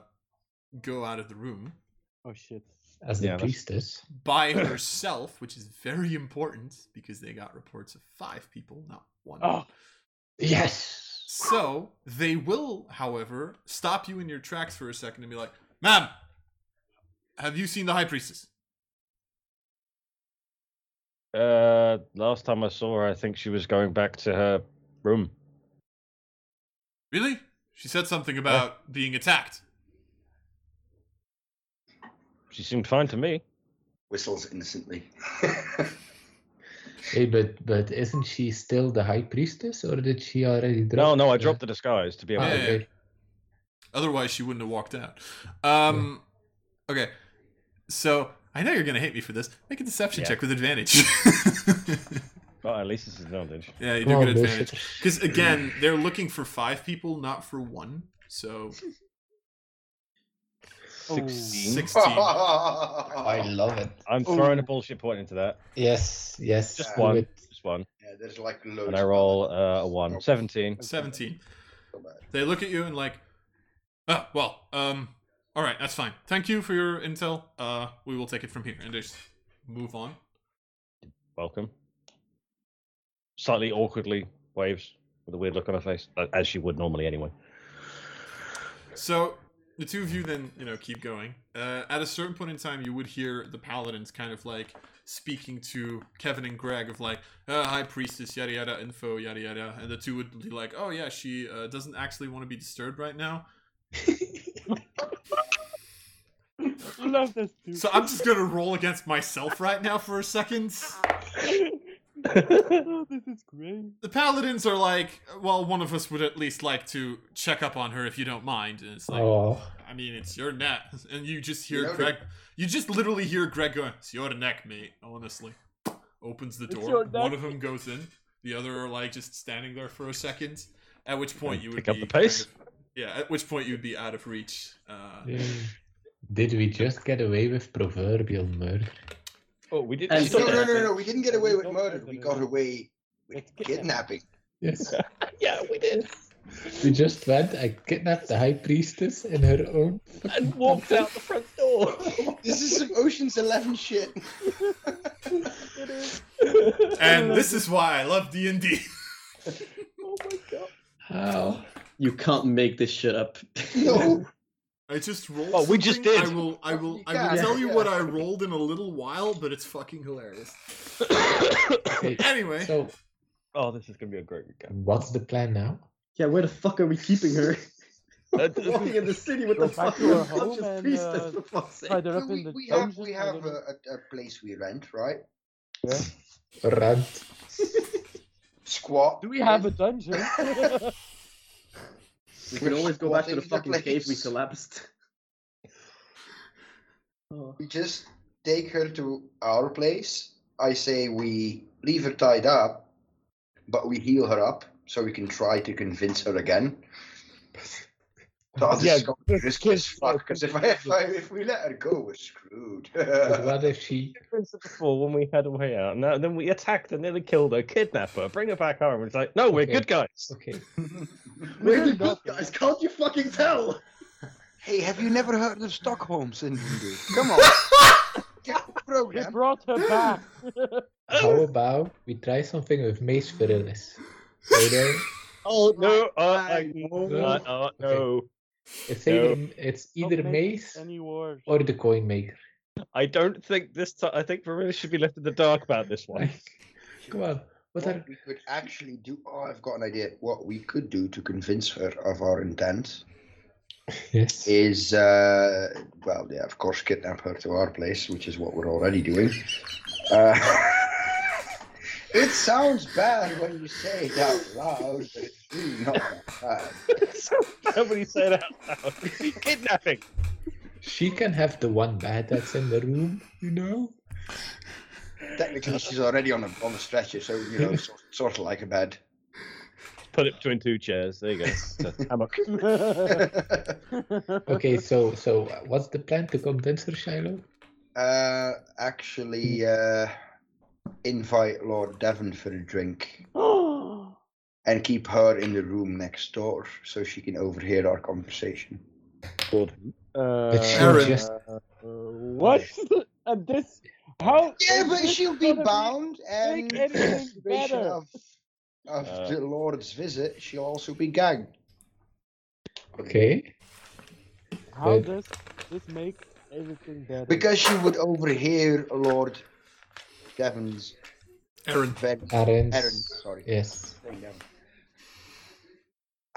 B: go out of the room
A: oh shit.
C: As the
H: Yeah, that's-
C: priestess.
B: by herself, which is very important because they got reports of five people, not one.
A: Oh,
C: Yes.
B: So they will, however, stop you in your tracks for a second and be like, "Ma'am, have you seen the High Priestess?"
H: Uh, last time I saw her, I think she was going back to her room.
B: Really? She said something about being attacked.
H: She seemed fine to me.
D: Whistles innocently.
C: Hey, but but isn't she still the high priestess, or did she already drop?
H: No, no, I dropped the disguise to be able.
C: Ah,
B: Yeah,
H: to
B: yeah, yeah.
C: okay.
B: Otherwise, she wouldn't have walked out. Um, okay. So I know you're gonna hate me for this. Make a deception
H: Yeah.
B: check with advantage.
H: Well, at least it's an advantage.
B: yeah, you do
C: Come on,
B: get advantage.
C: bullshit.
B: Because again, they're looking for five people, not for one. So
E: Oh.
H: Sixteen.
B: sixteen.
C: I love it.
H: I'm
E: Oh.
H: throwing a bullshit point into that.
C: Yes, yes.
H: Just
C: do
H: one.
C: it.
H: Just one.
D: Yeah, there's like loads.
H: And I roll uh, a one. Seventeen.
B: 17.
D: So bad.
B: They look at you and like, oh, well, um, all right, that's fine. Thank you for your intel. Uh, we will take it from here and just move on.
H: Welcome. Slightly awkwardly waves with a weird look on her face, a- as she would normally anyway.
B: So the two of you then, you know, keep going. Uh, at a certain point in time, you would hear the paladins kind of like speaking to Kevin and Greg of like, uh, "Hi, priestess, yada yada, info, yada yada," and the two would be like, "Oh yeah, she uh, doesn't actually want to be disturbed right now."
A: I love this dude.
B: So I'm just gonna roll against myself right now for a second.
A: oh, this is great.
B: the paladins are like, well, one of us would at least like to check up on her if you don't mind. And it's like,
C: Oh,
B: I mean, it's your neck, and you just hear
D: Loaded.
B: Greg. You just literally hear Greg going, "It's your neck, mate." Honestly, opens the
A: It's
B: door.
A: your
B: One
A: neck.
B: of them goes in. The other are like just standing there for a second. At which point
H: And
B: you would
H: pick up
B: be
H: the pace?
B: kind of- yeah, at which point you would be out of reach. Uh,
C: yeah. Did we just get away with proverbial murder?
H: Oh, we did.
E: And
H: she
D: No,
H: did
D: no,
H: that.
D: no, no. We didn't get away with
A: Don't
D: murder.
A: murder
D: We
A: me.
D: got away with
A: It's
D: kidnapping.
C: Yes.
F: Yeah, we did.
C: we just went and kidnapped the high priestess in her own.
F: And walked out the front door.
D: This is some Ocean's Eleven shit.
B: and this is why I love D and D.
C: How?
E: You can't make this shit up.
D: No.
B: I just rolled.
H: Oh, we just
B: something.
H: did.
B: I will. I will. I
D: Yeah,
B: will tell you
D: yeah.
B: what I rolled in a little while, but it's fucking hilarious.
C: Hey,
B: Anyway,
C: so,
H: Oh, this is gonna be a great recap.
C: what's the plan now?
E: Yeah, where the fuck are we keeping her?
H: Uh, d-
E: Walking in the city with
A: Go
E: the
A: back to
E: fucking
A: her home
E: unconscious
A: and,
E: priestess,
A: uh,
E: for fuck's sake.
A: Hide her
D: So
A: up in
D: we,
A: the
D: we have
A: dungeon,
D: we
A: I
D: have
A: don't
D: a,
A: know.
D: a, a place we rent, right?
C: Rant.
D: Squat.
A: Do we have a dungeon?
E: We can always go back to the fucking cave we
D: collect.
E: collapsed. Oh.
D: we just take her to our place. I say we leave her tied up, but we heal her up so we can try to convince her again. So I'll
H: Yeah,
D: just go
H: this
D: risky as
H: kid's-
D: fuck because if I, if I if we let her go, we're screwed.
C: But what if she?
H: difference of before when we had a way out. Now then we attacked her, nearly killed her, kidnapped her, bring her back home. It's like, no, we're
C: Okay.
H: good guys.
C: Okay.
E: We're the good guys, can't you fucking tell?
D: hey, have you never heard of Stockholm syndrome? Dude? Come on, get the
A: we
D: program.
A: brought her back.
F: Um,
C: How about we try something with mace virilis? You know,
H: Oh no, uh, I,
C: No.
H: uh, uh, no,
C: it's
H: No.
C: either it's either
A: make
C: mace
A: Any wars?
C: or the coin maker.
H: I don't think this. T- I think Verena should be left in the dark about this one.
C: Like, come on, what
D: What
C: are
D: we could actually do. Oh, I've got an idea. What we could do to convince her of our intent
C: yes?
D: is uh well yeah of course kidnap her to our place which is what we're already doing uh, it sounds bad when you say it out loud but it's really not that bad
H: Nobody say that out loud. Kidnapping.
C: She can have the one bed that's in the room, you know.
D: technically she's already on a on a stretcher so you know sort, sort of like a bed
H: Put it between two chairs. There you go. It's a hammock.
C: Okay, so so what's the plan to convince her, Shiloh?
D: uh actually uh invite lord devon for a drink
A: Oh,
D: and keep her in the room next door so she can overhear our conversation
A: Uh,
C: she'll
B: Aaron.
C: just-
A: uh, what? and this? How?
D: Yeah,
A: is
D: but
A: this
D: she'll be
A: gonna
D: bound and
A: anything
D: situation
A: better.
D: of
B: Uh,
D: After the Lord's visit, she'll also be gagged.
C: Okay.
A: How
C: But-
A: does this make everything better?
D: Because she would overhear Lord Devon's
B: Aaron.
D: very-
C: Aaron's.
D: Aaron, sorry.
C: Yes.
D: Saying Devon.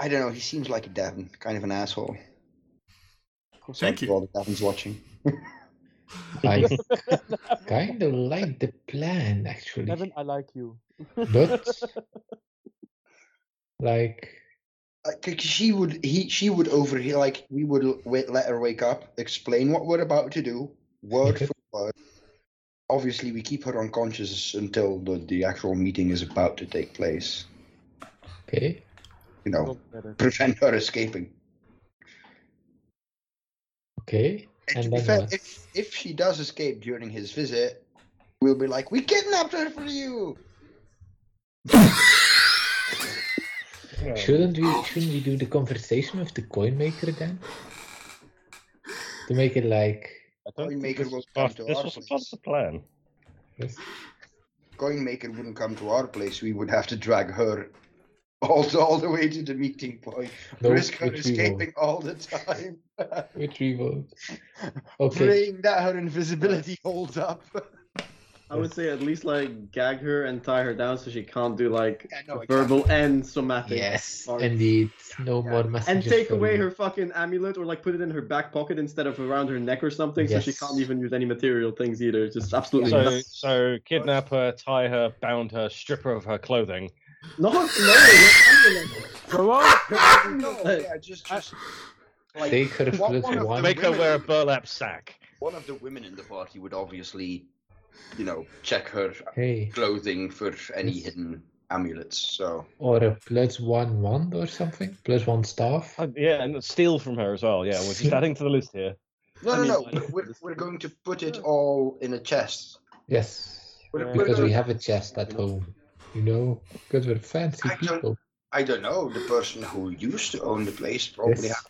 D: I don't know, he seems like a Devon, kind of an asshole.
B: Thank you.
D: All the Devon's watching.
C: I kind of like the plan, actually.
A: Devin, I like you.
C: But, like,
D: Like, Uh, 'cause she would he she would overhear like we would l- wait, let her wake up explain what we're about to do word
C: Okay.
D: for word obviously we keep her unconscious until the, the actual meeting is about to take place
C: okay.
D: you know
A: Not better.
D: prevent her escaping
C: Okay.
D: and, to
C: And
D: be
C: then
D: fair
C: what?
D: if if she does escape during his visit we'll be like we kidnapped her for you
C: Shouldn't we shouldn't we do the conversation of the coin maker then? To make it like
H: I don't
D: Coinmaker
H: think this
D: will
H: was
D: come
H: part,
D: to
H: this
D: our
H: wasn't part
D: place.
H: of the plan.
C: yes,
D: Coinmaker wouldn't come to our place. We would have to drag her all, all the way to the meeting point.
C: No,
D: Risk her
C: which we won't.
D: escaping all the time.
C: which we won't. Okay.
D: Praying that her invisibility holds up.
E: I would say at least like gag her and tie her down so she can't do like
D: Yeah, no,
E: verbal and somatic.
C: Yes,
E: parts.
C: indeed. No more
E: And
C: messages.
E: take
C: for
E: away
C: you.
E: her fucking amulet or like put it in her back pocket instead of around her neck or something so she
C: Yes.
E: can't even use any material things either. Just absolutely
H: So,
E: nothing.
H: so kidnap her, tie her, bound her, strip her of her clothing.
E: No, no, no,
A: Go on!
D: No, yeah, just,
E: Ah.
D: just like,
C: Take her
D: what
C: plus
D: one of the
C: one.
H: Make her wear a burlap sack.
D: one of the women in the party would obviously, you know, check her
C: Hey,
D: clothing for any
C: Yes.
D: hidden amulets. So
C: or a plus one wand or something, plus one staff.
H: Uh, yeah, and steal from her as well. Yeah, we're just adding to the list here.
D: no,
E: I
D: no,
E: mean,
D: no.
E: I
D: we're-
E: don't
D: We're, we're going to put it all in a chest.
C: Yes,
D: We're-
A: Yeah.
D: we're
C: because
D: gonna-
C: we have a chest at home, you know, because we're fancy
D: I don't-
C: people.
D: I don't know. The person who used to own the place probably
C: Yes.
D: has.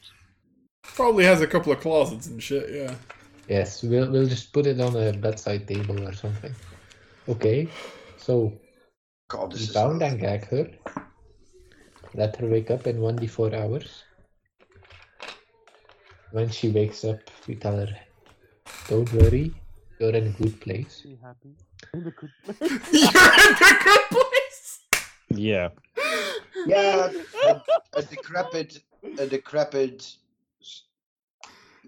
B: Probably has a couple of closets and shit, yeah.
C: Yes, we'll we'll just put it on a bedside table or something. Okay, so
D: God,
C: we
D: this is
C: bound and gag her. Let her wake up in 1d4 hours. When she wakes up, we tell her, Don't worry, you're in a good place.
A: Be happy. In the good place.
B: You're in the good place!
H: Yeah.
D: yeah, a, a decrepit, a decrepit s-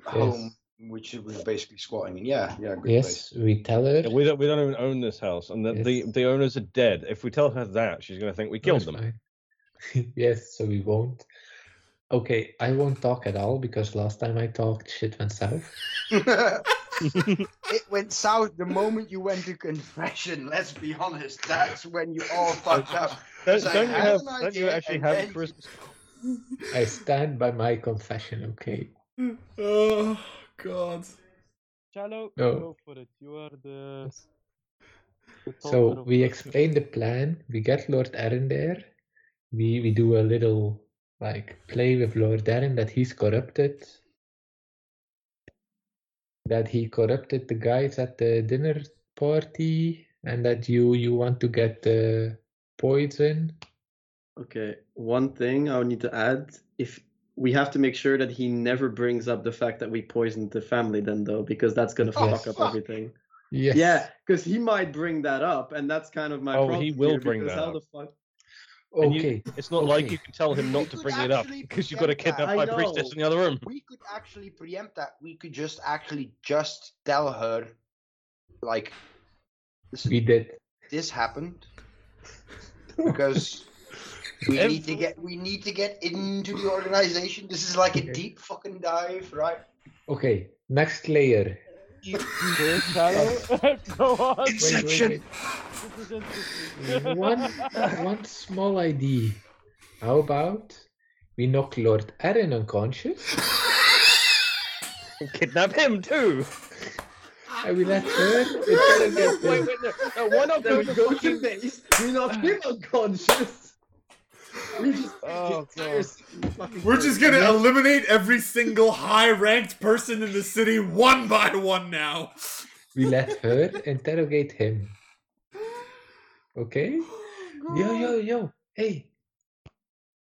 D: home, which it was basically squatting in. Yeah, yeah, good
C: yes,
D: place.
C: we tell her.
H: We don't, we don't even own this house, and the, the,
C: Yes.
H: the owners are dead. If we tell her that, she's going to think we killed
C: "That's
H: them.
C: fine." yes, so we won't. Okay, I won't talk at all because last time I talked, shit went south.
D: it went south the moment you went to confession. Let's be honest, that's when you all fucked up.
H: Don't,
D: It's like,
H: don't you
D: I
H: have?
D: have an
H: Don't you
D: idea,
H: actually
D: and
H: have
D: then
H: a
D: you-
H: Christmas?
C: I stand by my confession, okay?
B: Oh, God.
A: Shallow,
C: No.
A: go for it. You are the. the talker
C: So
A: of
C: we
A: the-
C: explain the plan. We get Lord Aaron there. We we do a little like play with Lord Aaron that he's corrupted. That he corrupted the guys at the dinner party, and that you you want to get the poison.
E: Okay, one thing I would need to add if we have to make sure that he never brings up the fact that we poisoned the family, then though, because that's gonna
C: Oh,
E: fuck up
D: fuck.
E: everything.
C: Yes.
E: Yeah, because he might bring that up, and that's kind of my
H: Oh, he
E: problem.
H: will
E: here,
H: bring
E: because
H: that
E: how
H: up.
E: The fuck...
H: And you-
C: Okay.
H: It's not like
C: Okay.
H: you can tell him
D: We
H: not to
D: could
H: bring it up
D: actually
H: because you've got a
D: pretend that.
H: kidnapped
E: I
H: by
E: know.
H: priestess in the other room.
D: we could actually preempt that. We could just actually just tell her, like, listen,
C: We did.
D: this happened because we
H: Ev-
D: need to get we need to get into the organization. This is like a
C: Okay.
D: deep fucking dive, right?
C: Okay. Next layer.
A: Okay,
C: Oh.
A: Shallow, go
C: Wait,
A: on.
C: wait,
D: Inception.
C: wait.
A: This is interesting.
C: one one small idea. How about we knock Lord Aaron unconscious?
H: Kidnap him too.
C: And we let her. we tell her get
H: Wait,
C: the-
H: wait, no, no, why not
E: Then
H: go
E: we
H: to
E: go to
H: fucking?
E: base. We knock him unconscious. We just
H: Oh, God.
B: We're just gonna eliminate every single high ranked person in the city one by one now.
C: We let her
H: Oh
C: interrogate him. Okay? Yo, yo, yo. Hey.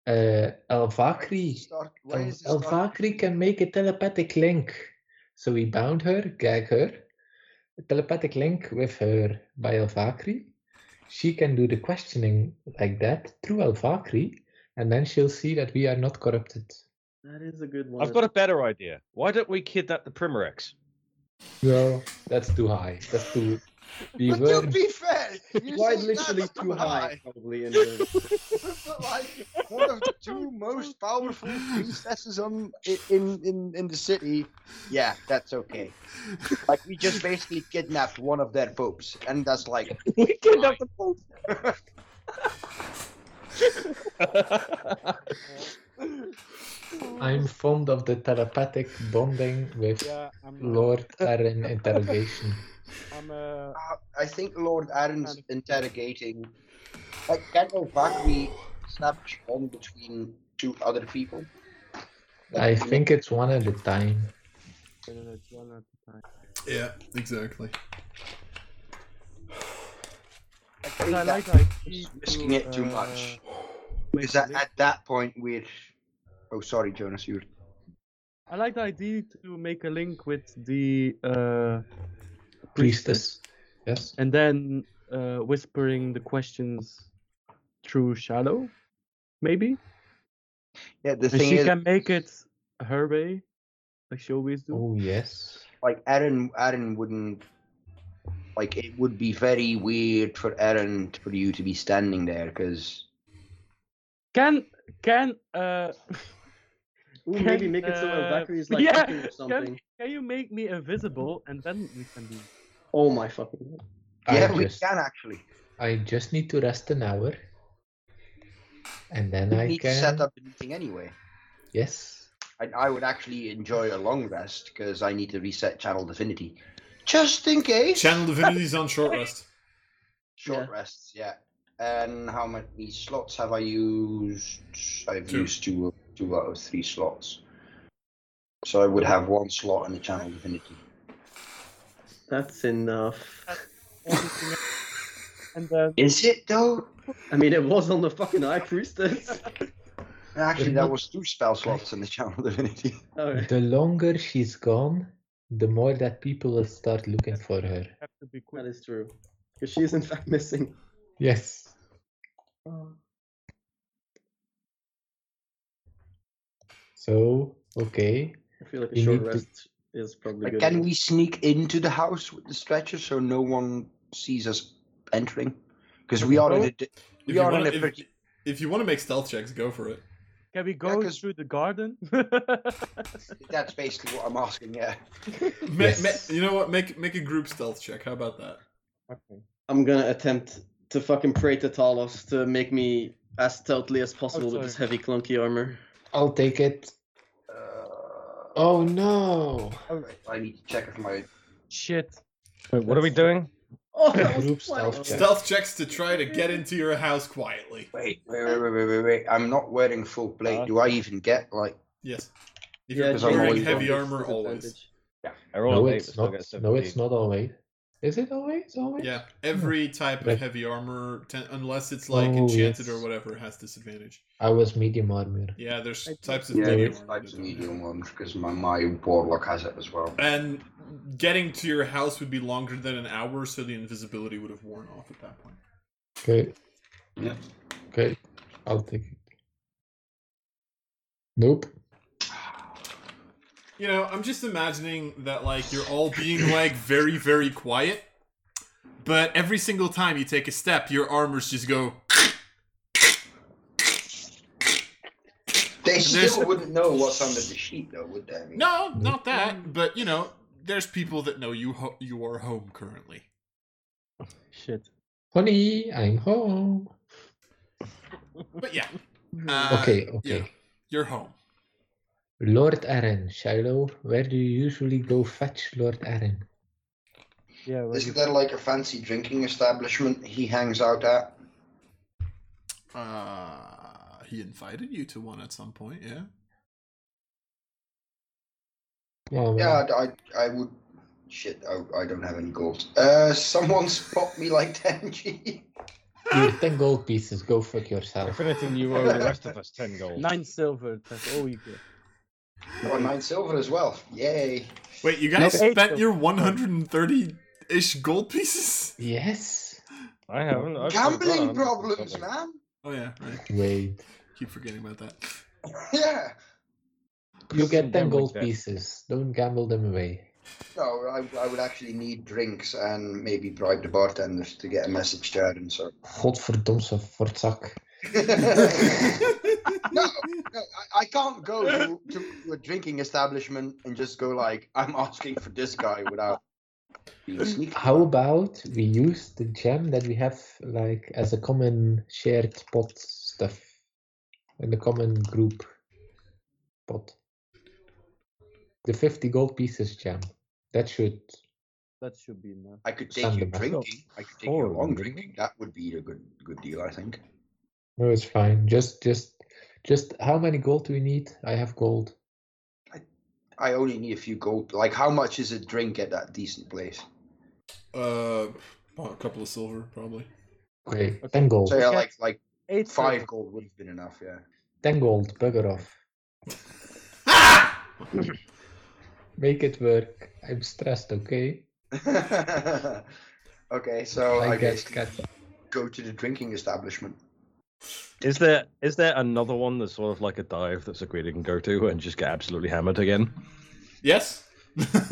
C: Uh, Al Vakri.
D: Start, why
C: Al
D: is this
C: Al
D: start?
C: Vakri can make a telepathic link. So he bound her, gag her. A telepathic link with her by Al Vakri. She can do the questioning like that through Al Vakri, and then she'll see that we are not corrupted.
E: That is a good one.
H: I've got a better idea. Why don't we kidnap the Primarex?
C: No, that's too high. That's too. We
D: But
C: were
D: to be fair, you
E: Quite
D: say that's
E: literally too high, probably. In the...
D: But, like one of the two most powerful princesses on i- in in in the city. Yeah, that's okay. Like we just basically kidnapped one of their popes, and that's like
F: we kidnapped the Pope.
C: I'm fond of the telepathic bonding with
F: yeah, I'm, uh,
C: Lord Aaron interrogation.
F: I'm, uh,
D: uh, I think Lord Aaron's interrogating. Like can Vakri establish bond between two other people?
C: I think it's one at a time.
B: Yeah, exactly.
D: I think
A: I
D: that's
A: like like
D: just risking it
A: uh,
D: too much. Because at, at that point we're. Oh, sorry, Jonas. You're
A: I like the idea to make a link with the uh,
C: Priestess. Yes.
A: and then uh, whispering the questions through Shallow, maybe.
D: yeah. The
A: and
D: thing
A: she
D: is,
A: can make it her way, like she always do.
C: Oh yes.
D: like Aaron Aaron wouldn't like it would be very weird for Aaron for you to be standing there because
A: Can can uh
E: Ooh, maybe make it so Al
A: Uh,
E: Vakri is like
A: yeah,
E: cooking or something.
A: can you make me invisible and then we can do?
E: Oh my fucking god.
D: yeah
C: I
D: we
C: just,
D: can actually
C: I just need to rest an hour, and then
D: we
C: I
D: need
C: can.
D: to set up the meeting anyway
C: Yes.
D: and I would actually enjoy a long rest because I need to reset channel divinity just in case
B: Channel divinities on short rest.
D: short
E: Yeah.
D: rests yeah and how many slots have I used I've
B: Two.
D: used two two out of three slots so I would have one slot in the channel divinity
E: That's enough.
A: And then
D: is it though
E: I mean, it was on the fucking High Priestess.
C: But
D: actually that
C: not-
D: was two spell slots in the channel divinity
E: Alright.
C: The longer she's gone, the more that people will start looking for her.
A: have to be quick.
E: That is true. Because she is in fact missing.
C: Yes. So okay.
E: I feel like a
C: You
E: short
C: need to-
E: rest is probably
D: Like,
E: good.
D: can
E: enough.
D: we sneak into the house with the stretcher so no one sees us entering? Because we are in a di-
B: If
D: we
B: you
D: are in
B: wanna-
D: a
B: if-
D: pretty.
B: If you want to make stealth checks, go for it.
A: Can we go
D: 'cause-
A: through the garden?
D: That's basically what I'm asking. Yeah,
B: Ma-
C: Yes.
B: ma- you know what? Make make a group stealth check. How about that?
E: I'm gonna attempt to fucking pray to Talos to make me as stealthily as possible with
A: sorry.
E: this heavy clunky armor.
C: I'll take it.
D: uh,
C: Oh no.
D: I need to check if my
A: Shit.
H: Wait, what are we doing?
E: Oh,
C: that was Group stealth close. check.
B: Stealth checks to try to get into your house quietly.
D: wait, wait, wait, wait, wait, wait, wait. I'm not wearing full plate. Do I even get like?
B: Yes. If
E: Yeah,
B: you're
D: Because I'm
B: wearing
D: always
B: heavy
E: disadvantage,
B: armor, always.
E: disadvantage.
H: They're all
C: No,
H: eight,
C: it's
H: so I
C: not.
H: got
C: No, it's
H: 17.
C: not always. Is it always? Always?
B: Yeah, every type of
C: Right.
B: heavy armor, ten- unless it's like
C: Oh,
B: enchanted or
C: yes.
B: whatever, has disadvantage.
C: I was medium armor.
B: Yeah, there's
E: I think-
B: types of
D: Yeah,
B: medium
D: it's
B: armor
D: types
B: that
D: of
B: don't have
D: medium ones because my my warlock has it as well.
B: And getting to your house would be longer than an hour, so the invisibility would have worn off at that point.
C: Okay.
D: Yeah.
C: Okay. I'll take it. Nope.
B: You know, I'm just imagining that like you're all being like very, very quiet, but every single time you take a step, your armors just go.
D: They
B: There's-
D: still wouldn't know what's under the sheet, though, would they?
B: No, not that. But you know, there's people that know you ho- you are home currently.
A: Shit.
C: Honey, I'm home.
B: But yeah. Uh,
C: okay. Okay.
B: yeah. You're home.
C: Lord Aaron, Shiloh, where do you usually go fetch Lord Aaron?
A: Yeah. where
D: Isn't
A: you-
D: there like a fancy drinking establishment he hangs out at?
B: Uh, he invited you to one at some point. Yeah.
C: Well,
D: Yeah, I'd- I, I would. Shit, I, I don't have any gold. Uh, someone spot me like 10 G.
C: Your 10 gold pieces, go fuck yourself.
H: If anything, you owe the rest of us ten gold.
A: Nine silver. That's all you get.
D: Oh, nine silver as well. Yay.
B: Wait, you guys
A: eight
B: spent
A: of-
B: your 130 ish gold pieces?
C: Yes.
H: I haven't. I've still got
D: Gambling
H: 100
D: problems,
H: something.
D: man.
B: Oh, yeah, right.
C: Wait.
B: Keep forgetting about that.
D: Yeah.
C: You get 10
H: Gambling
C: gold
H: debt.
C: pieces. Don't gamble them away.
D: No, I, I would actually need drinks and maybe bribe the bartenders to get a message to Adam. So
C: Godverdomse fortzak.
D: no, no, I, I can't go to, to a drinking establishment and just go like I'm asking for this guy without being sneaky.
C: How about we use the gem that we have like as a common shared pot stuff in the common group pot? The 50 gold pieces gem. That should.
A: That should be enough.
D: I could take you
C: Sandman.
D: drinking. I could take you
H: Horrible,
D: along
H: wouldn't
D: drinking. That would be a good good deal, I think.
C: No, it's fine. Just, just, just. How many gold do we need? I have gold.
D: I only need a few gold. Like, how much is a drink at that decent place?
B: Uh, well, a couple of silver, probably.
C: Okay, 10 gold.
D: So yeah, like like
A: Eight
D: five gold would have been enough. Yeah.
C: 10 gold, bugger off. Make it work. I'm stressed, okay?
D: okay, so Oh, I,
C: I get
D: basically
C: cut.
D: go to the drinking establishment.
H: Is there is there another one that's sort of like a dive that's agreed you can go to and just get absolutely hammered again?
B: Yes? That's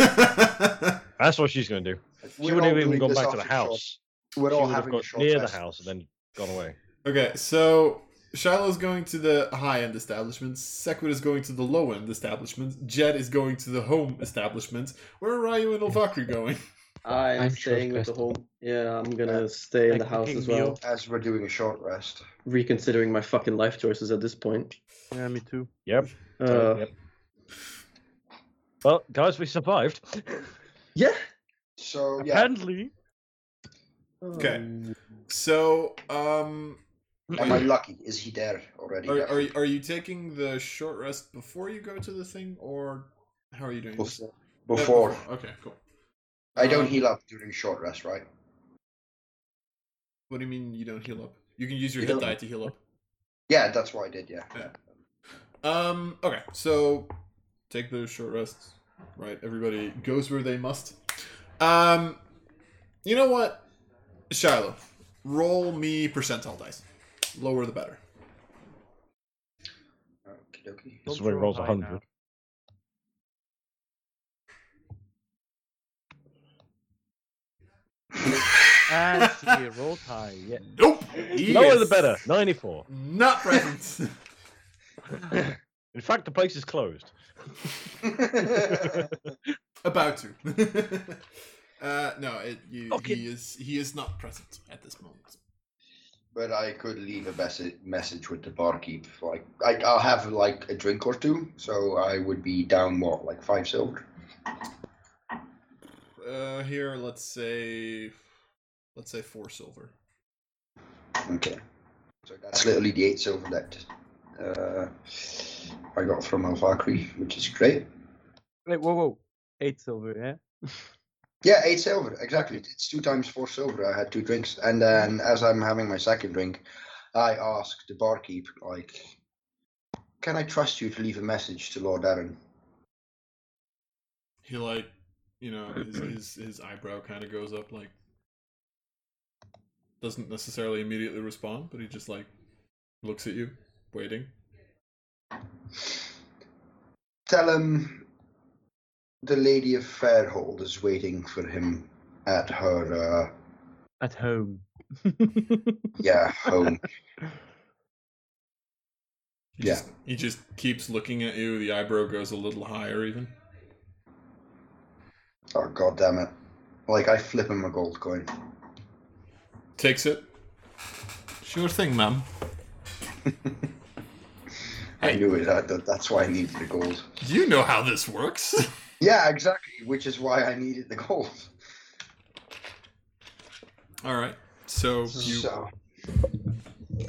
H: That's what she's going to do. She
D: We're
H: wouldn't
D: all
H: have even
D: doing
H: gone
D: this
H: back to the
D: after short-
H: house.
D: We're
H: She
D: all
H: would have
D: having a
H: got
D: short
H: near the
D: rest.
H: house and then gone away.
B: Okay, so Shiloh's going to the high end establishments, Sequid is going to the low end establishments, Jed is going to the home establishments. Where are Ryu and Olvakri going?
E: I'm,
C: I'm sure
E: staying with the
C: Preston-
E: home. Yeah, I'm gonna stay in the house as well.
D: As we're doing a short rest.
E: Reconsidering my fucking life choices at this point.
A: Yeah, me too.
H: Yep.
E: Uh,
H: yep. Well, guys, we survived.
E: Yeah.
D: So yeah,
A: Apparently,
B: Okay.
E: Um,
B: So, um,
D: am I lucky? Is he there already?
B: are, are, are you taking the short rest before you go to the thing, or how are you doing this? Uh,
D: before, before.
B: before. Okay, cool.
D: I don't
B: Um,
D: heal up during short rest, right?
B: What do you mean you don't heal up? You can use your
D: You
B: hit
D: don't-
B: die to heal up.
D: Yeah, that's what I did. Yeah.
B: Yeah. Um. Okay. So, take those short rests. Right. Everybody goes where they must. Um. You know what, Shiloh? Roll me percentile dice. Lower the better.
D: Okie dokie.
H: This is
A: Don't
H: where it
A: throw
H: rolls
A: high now.
H: 100.
A: and she rolled high. Yeah.
B: Nope. He
H: Lower the
B: is
H: better. 94.
B: Not present.
H: In fact, the place is closed.
B: About to. uh. No. It, you,
H: Okay.
B: He is. He is not present at this moment.
D: but I could leave a message message with the barkeep. Like I, I'll have like a drink or two, so I would be down what like five silver.
B: Uh. Here. Let's say. Let's say four silver.
D: Okay. So that's literally the eight silver that uh, I got from Alvacri, which is great.
A: Wait, whoa, whoa. Eight silver. Yeah.
D: Yeah, eight silver, exactly. It's two times four silver. I had two drinks. And then as I'm having my second drink, I ask the barkeep, like, can I trust you to leave a message to Lord Aaron?
B: He like, you know, his his, his eyebrow kind of goes up, like doesn't necessarily immediately respond, but he just like looks at you, waiting.
D: Tell him the Lady of Fairhold is waiting for him at her, uh,
A: At home.
D: yeah, home.
B: He Just, he just keeps looking at you. The eyebrow goes a little higher, even.
D: oh, god damn it. Like, I flip him a gold coin.
B: Takes it. Sure thing, ma'am.
D: I knew it. I, that, that's why I needed the gold.
B: You know how this works.
D: Yeah, exactly, which is why I needed the gold.
B: All right. So you
D: So,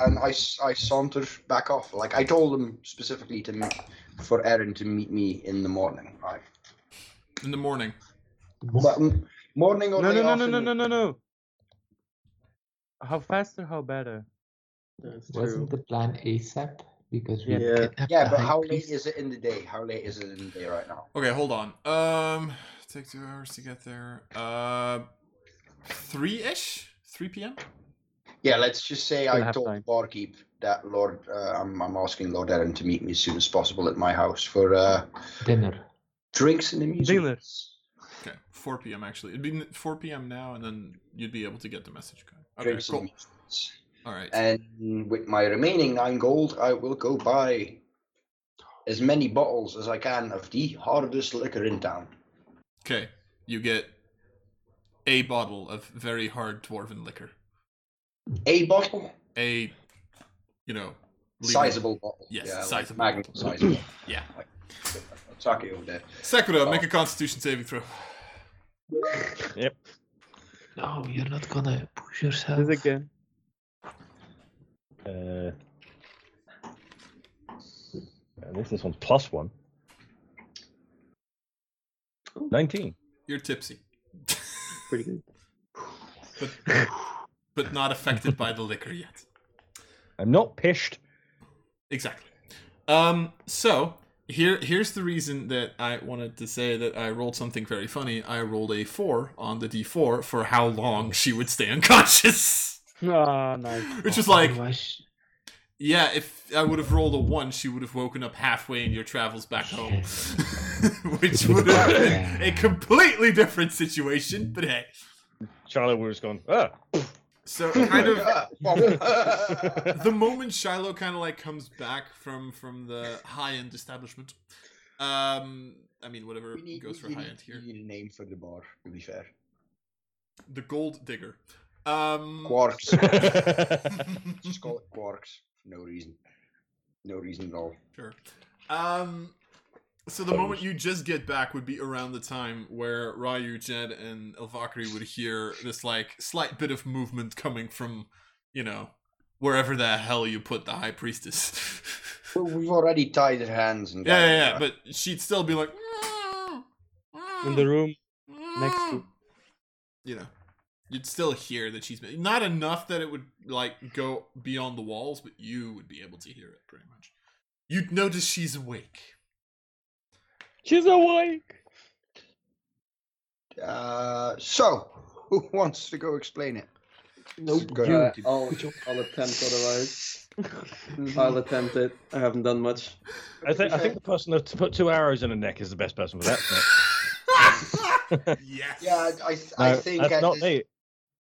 D: and I, s- I saunter back off. Like I told them specifically to meet, for Erin to meet me in the morning. Right?
B: in the morning.
D: But m- morning or
A: no,
D: late
A: no, no, no, no,
D: afternoon?
A: no, no, no. how faster, how better.
E: That's
C: Wasn't the plan ASAP? Because we
A: Yeah.
E: Yeah.
C: kidnapped
D: Yeah,
C: the
D: but
C: high
D: how late
C: priest.
D: is it in the day? How late is it in the day right now?
B: Okay, hold on. Um, take two hours to get there. Uh, three ish, three p.m.
D: Yeah, let's just say
A: Still
D: I
A: have
D: told
A: time.
D: the barkeep that Lord, uh, I'm, I'm asking Lord Aaron to meet me as soon as possible at my house for uh,
C: dinner?
D: drinks and amusement.
A: Dinner.
B: Okay, four p.m. Actually, it'd be four p.m. now, and then you'd be able to get the message going. Okay,
D: Drinks
B: cool.
D: and amusements.
B: All right.
D: And with my remaining nine gold, I will go buy as many bottles as I can of the hardest liquor in town.
B: Okay, you get a bottle of very hard dwarven liquor.
D: A bottle,
B: A, you know, legal-
D: sizable bottle.
B: Yes,
D: yeah,
B: sizable.
D: Like magnum sizable.
B: Yeah.
D: Like, sake over there.
B: Sakura, make a Constitution saving throw.
C: No, you're not gonna push yourself.
A: This again.
H: Uh, at least this one's plus one. 19.
B: You're tipsy,
E: pretty good.
B: but but not affected by the liquor yet.
H: I'm not pissed.
B: Exactly. Um, so here here's the reason that I wanted to say that I rolled something very funny. I rolled a four on the D four for how long she would stay unconscious.
A: Ah, nice.
B: Which is like,
C: Otherwise-
B: yeah, if I would have rolled a one, she would have woken up halfway in your travels back home. Which would have been a completely different situation, but hey.
H: Charlie was gone. Ah,
B: So kind of
D: of.
B: the moment Shiloh kind of like comes back from from the high end establishment, um, I mean whatever
D: we need,
B: goes for
D: we
B: high
D: need-
B: end here,
D: we need a name for the bar, to be fair.
B: the Gold Digger. Um,
D: Quarks.
B: sure.
D: Just call it Quarks. for No reason. No reason at all.
B: Um, so the moment you just get back would be around the time where Ryu, Jed, and Elvakri would hear this like slight bit of movement coming from, you know, wherever the hell you put the High Priestess.
D: Well, we've already tied her hands and.
B: yeah,
D: got
B: yeah,
D: her
B: yeah,
D: back.
B: but she'd still be like.
A: In the room next to.
B: you know, you'd still hear that she's not enough that it would like go beyond the walls, but you would be able to hear it pretty much. You'd notice she's awake.
A: She's awake.
D: Uh, so, who wants to go explain it? Nope.
E: Uh, I'll, I'll attempt otherwise. I'll attempt it. I haven't done much.
H: I, think, I think the person that put two arrows in a neck is the best person for that.
B: yes.
D: yeah, I, I, I
H: No,
D: think
H: that's
D: at
H: not
D: this-
H: me.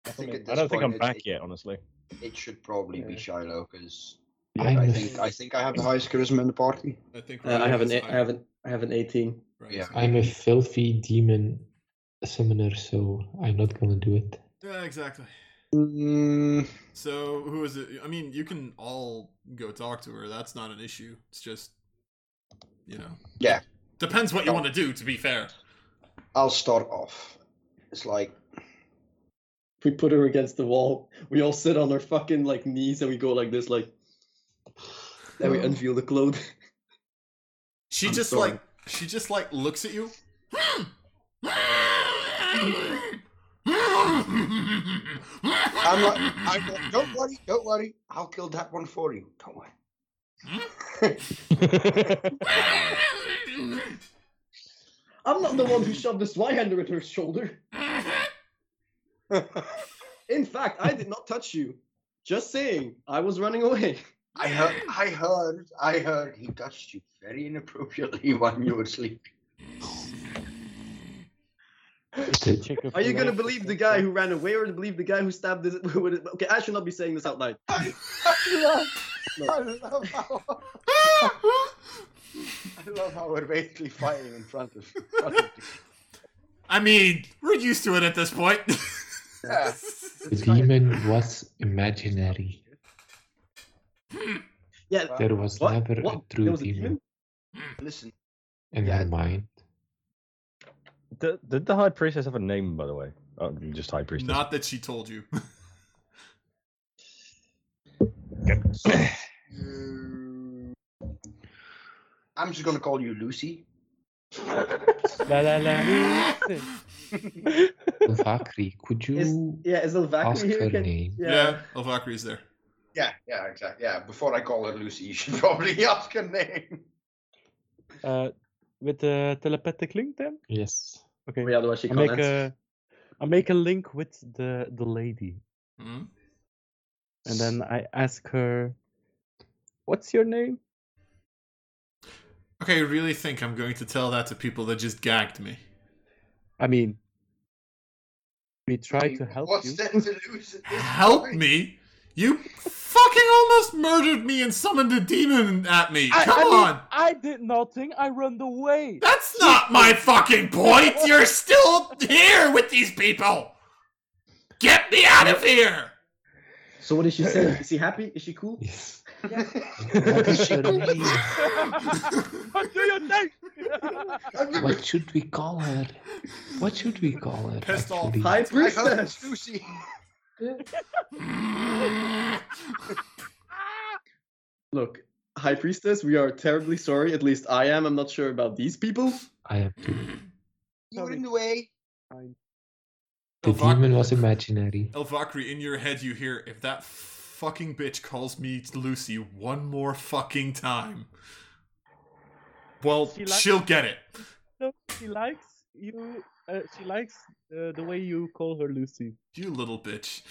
D: I think at
H: I
D: this
H: don't think I'm
D: point it-
H: back
D: it-
H: yet, honestly.
D: It should probably be
E: Yeah.
D: Shiloh because
C: I'm
D: I
C: the-
D: think I think I have the highest charisma in the party.
B: I think
E: Uh, I
B: Ryan
E: have an
B: is
E: eight- I
B: higher.
E: have an I have an 18.
B: Ryan
D: yeah.
B: is higher.
C: I'm a filthy demon summoner, so I'm not gonna do it.
B: Yeah, exactly.
D: Mm,
B: So who is it? I mean, you can all go talk to her. That's not an issue. It's just, you know.
D: Yeah.
B: Depends what you
D: Oh.
B: want to do. To be fair.
D: I'll start off. It's like
E: We put her against the wall. We all sit on our fucking like knees and we go like this, like. Then we unveil the cloth.
B: She
E: I'm
B: just
E: sorry.
B: like she just like looks at you.
D: I'm like I'm like, don't worry, don't worry. I'll kill that one for you. Don't worry.
E: I'm not the one who shoved the Zweihander at her shoulder. In fact, I did not touch you. Just saying, I was running away.
D: I heard I heard I heard he touched you very inappropriately when you were asleep.
C: Did-
A: Chick
E: Are you gonna believe the guy who ran away or believe the guy who stabbed this? with it? Okay, I should not be saying this out loud.
D: I love, I love how I love how we're basically fighting in front of, front of
B: I mean, we're used to it at this point.
D: Yeah.
C: The demon was imaginary.
E: Yeah.
D: Wow.
C: There was
E: What?
C: never a
E: What?
C: true
E: There was a
C: demon,
E: demon?
D: Listen,
C: in
D: Yeah.
C: her mind.
H: Did, did the High Priestess have a name, by the way? Oh, just High Priestess.
B: Not that she told you.
D: you- Uh, I'm just gonna call you Lucy.
A: La la la.
C: Vakri, Oh, could you
E: yeah, is Elvacri
C: ask
E: here?
C: her
E: Can-
C: name?
E: yeah.
B: Yeah, Elvacri is there.
D: Yeah, yeah, exactly. Yeah, before I call her Lucy, you should probably ask her name.
A: Uh, with the telepathic link then?
C: Yes.
A: Okay.
E: Oh, Yeah, otherwise she
A: I
E: can't
A: make
E: answer.
A: a I make a link with the the lady,
B: Hmm?
A: and then I ask her, "What's your name?"
B: Okay, I really think I'm going to tell that to people that just gagged me.
A: I mean, we try to help
D: What's
A: you.
D: there to lose? at this
B: Help
D: point?
B: me? You fucking almost murdered me and summoned a demon at me.
A: I,
B: Come
A: I mean,
B: on.
A: I did nothing. I run away.
B: That's not my fucking point. You're still here with these people. Get me out of here.
E: So what did she say? Is she happy? Is she cool?
C: Yes.
D: What
C: What
D: is
C: is
D: she
C: her
D: doing?
C: name?
A: what do you think?
C: What should we call her? What should we call her?
B: Pissed off.
C: actually?
E: Hi,
D: I thought it was
E: priestess.
D: Lucy.
E: Look, high priestess, we are terribly sorry. At least I am. I'm not sure about these people.
C: I have to.
D: You were in the way.
C: The
B: Elvac-
C: demon was imaginary.
B: Elvacri, in your head, you hear if that fucking bitch calls me Lucy one more fucking time. Well,
A: She likes-
B: she'll get it.
A: No, she likes you. Uh, she likes uh, the way you call her Lucy.
B: You little bitch.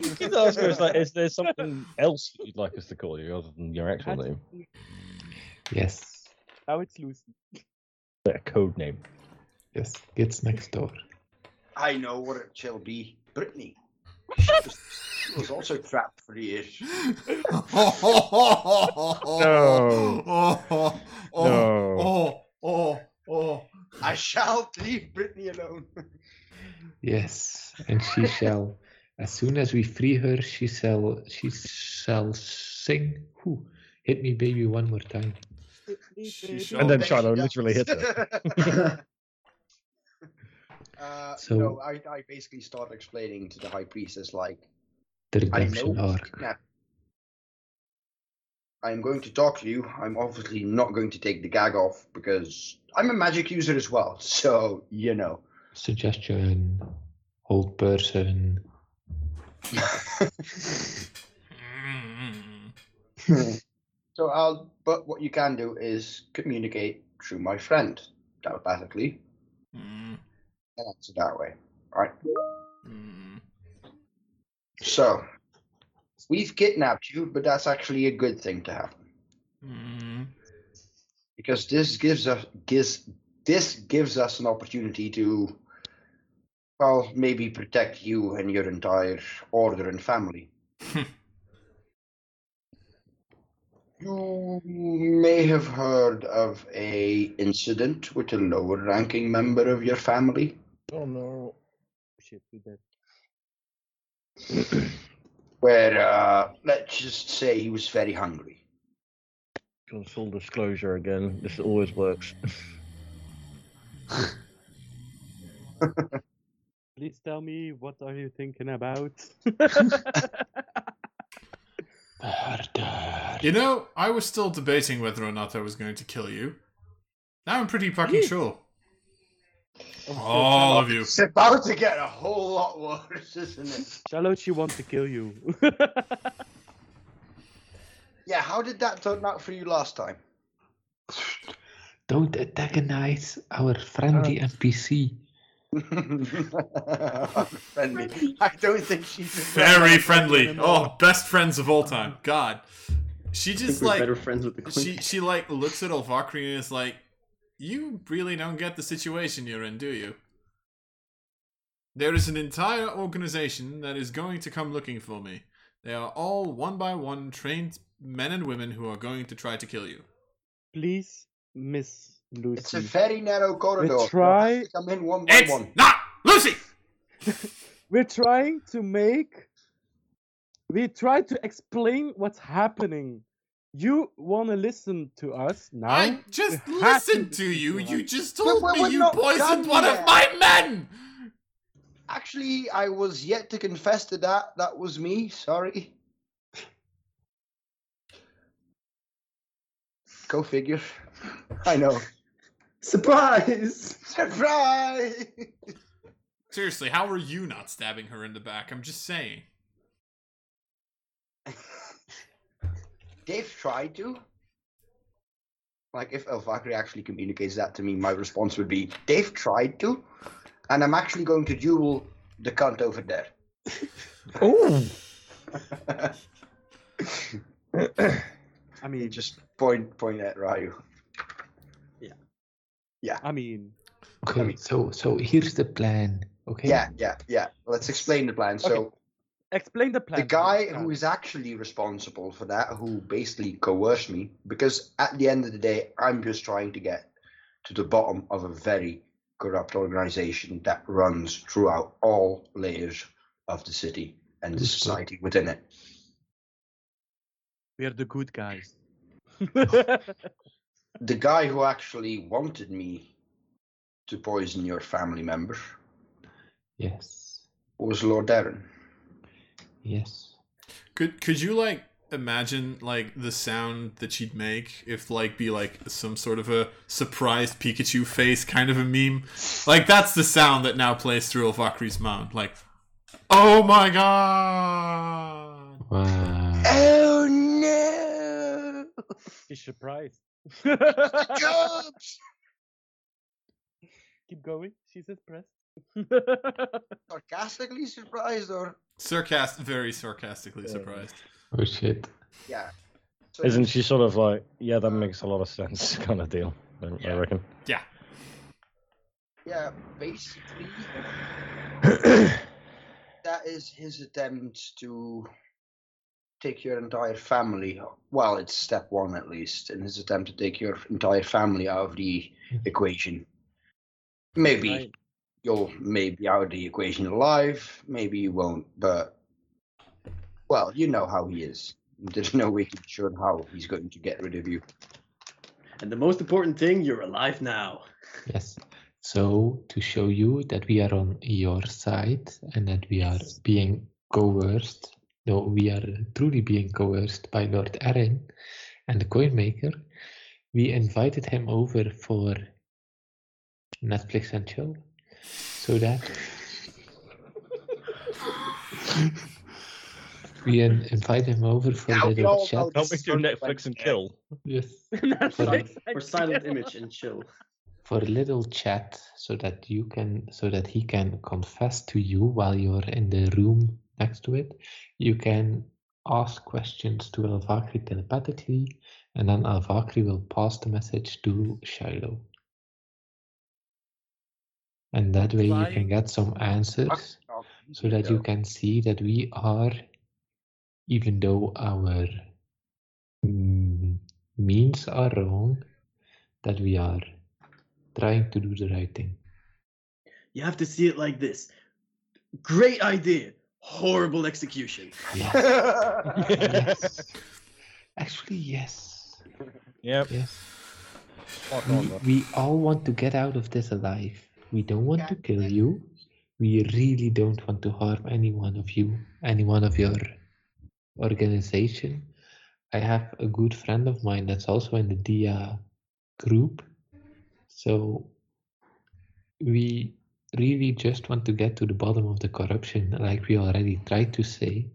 H: You could ask us, like, is there something else that you'd like us to call you other than your actual
A: That's-
H: name?
C: Yes.
A: Now it's Lucy.
H: Like a code name.
C: Yes. It's next door.
D: I know what it shall be. Brittany. She was, she was also trapped for years.
B: Oh. no. Oh, oh,
H: No.
B: oh, oh, oh.
D: I shall leave Brittany alone.
C: Yes. And she shall, as soon as we free her, she shall, she shall sing. Whew. Hit me, baby, one more time.
B: She shall-
H: And then
D: There she
H: Shiloh
D: goes.
H: literally hit
D: uh,
C: So-
D: No, I, I basically start explaining to the high priestess, like,
C: The
D: I know
C: redemption
D: it's
C: arc.
D: kidnapped. I'm going to talk to you. I'm obviously not going to take the gag off because I'm a magic user as well. So, you know.
C: Suggestion. Old person.
B: Mm.
D: So I'll. But what you can do is communicate through my friend telepathically,
B: Mm.
D: and answer that way. All right.
B: Mm.
D: So we've kidnapped you, but that's actually a good thing to happen
B: Mm.
D: because this gives us gives this gives us an opportunity to, well, maybe protect you and your entire order and family. You may have heard of a incident with a lower ranking member of your family.
H: Oh no.
A: Shit, we did.
D: where uh, let's just say he was very hungry.
H: Full disclosure again. This always works.
A: Please tell me what are you thinking about?
C: Murder.
B: You know, I was still debating whether or not I was going to kill you. Now I'm pretty fucking sure. All of you.
D: It's about to get a whole lot worse, isn't it?
A: Shallow, she wants to kill you.
D: Yeah, how did that turn out for you last time?
C: Don't antagonize our friendly
D: Uh,
C: NPC.
D: friendly. I don't think she's
B: Very friendly. Oh, best friends of all time. God. She
E: I think
B: just
E: we're
B: like
E: better friends with the queen.
B: she she like looks at Olvakri and is like, "You really don't get the situation you're in, do you? There is an entire organization that is going to come looking for me. They are all one by one trained men and women who are going to try to kill you.
A: Please, Miss Lucy.
D: It's a very narrow corridor. so
A: try-
D: I have to Come in one by
B: It's
D: one.
B: not Lucy.
A: We're trying to make. We try to explain what's happening. You want to listen to us now?
B: I just
A: You have to
B: listened to you.
A: listen to
B: You
A: us.
B: just told
D: we're-
B: me
D: we're
B: you
D: not
B: poisoned
D: done
B: one of
D: yet.
B: my men.
D: Actually, I was yet to confess to that. That was me. Sorry. Go figure. I know.
E: Surprise!
D: Surprise!
B: Seriously, how are you not stabbing her in the back? I'm just saying.
D: Dave tried to. Like, if Elvakri actually communicates that to me, my response would be Dave tried to, and I'm actually going to duel the cunt over there.
H: Oh,
A: I mean,
D: Just point point at Ryu.
A: I mean,
C: Okay, so so here's the plan. Okay.
D: Yeah, yeah, yeah. Let's explain the plan. So.
A: explain the plan.
D: the guy who is actually responsible for that, who basically coerced me, because at the end of the day, I'm just trying to get to the bottom of a very corrupt organization that runs throughout all layers of the city and the society within it.
A: we are the good guys.
D: The guy who actually wanted me to poison your family member
C: Yes.
D: was Lord Darren.
C: Yes.
B: Could could you like imagine like the sound that she'd make if like be like some sort of a surprised Pikachu face kind of a meme? Like that's the sound that now plays through Elvakri's mind. Like, oh my god!
C: Wow.
D: Oh no!
A: He's surprised.
D: Jobs!
A: Keep going. She's impressed.
D: Sarcastically surprised or
B: Sarcast, very sarcastically surprised.
C: Oh shit.
D: yeah. So-
H: isn't she sort of like, yeah, that makes a lot of sense, kind of deal? I, I
B: Yeah.
H: reckon.
D: Yeah, basically, that is his attempt to take your entire family. Well, it's step one at least, in his attempt to take your entire family out of the equation. Maybe
A: Right.
D: you'll maybe out of the equation alive. Maybe you won't, but well, you know how he is. There's no way to be sure how he's going to get rid of you.
E: And the most important thing, you're alive now.
C: Yes. So to show you that we are on your side and that we are being coerced, no, we are truly being coerced by Lord Aaron and the coin maker, we invited him over for Netflix and chill, so that we in- invite him over for
D: Now
C: a
D: we
C: little
D: all
C: chat.
D: know
H: Can't we
D: this
H: do
D: is
H: Netflix and kill?
C: Yes.
E: Or,
A: Netflix
E: or
A: and
E: silent
A: chill.
E: image and chill.
C: for a little chat so that you can so that he can confess to you while you're in the room next to it you can ask questions to Alvakri telepathically and then Alvakri will pass the message to Shiloh and that way you can
A: Trying-
C: get some answers so that you can see that we are, even though our mm, means are wrong, that we are trying to do the right thing.
E: You have to see it like this. Great idea, horrible execution.
C: Yes,
D: can.
C: yes. Actually, yes.
H: Yep.
C: Yes.
H: Fuck
C: We,
H: on, though.
C: we all want to get out of this alive. We don't want to kill you. We really don't want to harm any one of you, any one of your organization. I have a good friend of mine that's also in the DIA group. So we really just want to get to the bottom of the corruption, like we already tried to say.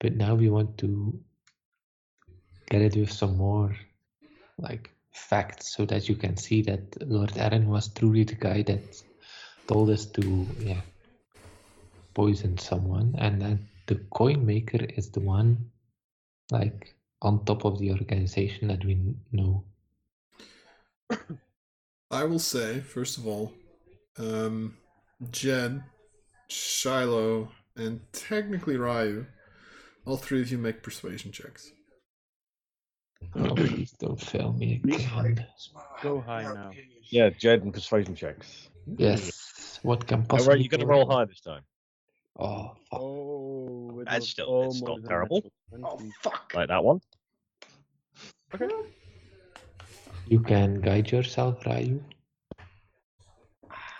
C: But now we want to get it with some more like facts so that you can see that Lord Aaron was truly the guy that told us to yeah poison someone and that the coin maker is the one like on top of the organization that we know.
B: I will say, first of all, um, Jed, Shiloh, and technically Ryu, all three of you make persuasion checks.
C: Oh please don't fail me again.
A: Go high now.
H: Yeah, Jed and persuasion checks.
C: Yes. What can
H: All
C: possibly
H: Oh, right, you got to
C: go
H: roll
C: wrong?
H: high this time.
C: Oh fuck.
A: Oh, it
H: That's
A: was
H: still- that's not
A: almost a
H: terrible.
A: natural
D: Oh
A: 20.
D: fuck!
H: Like that one.
C: You can guide yourself, Ryu.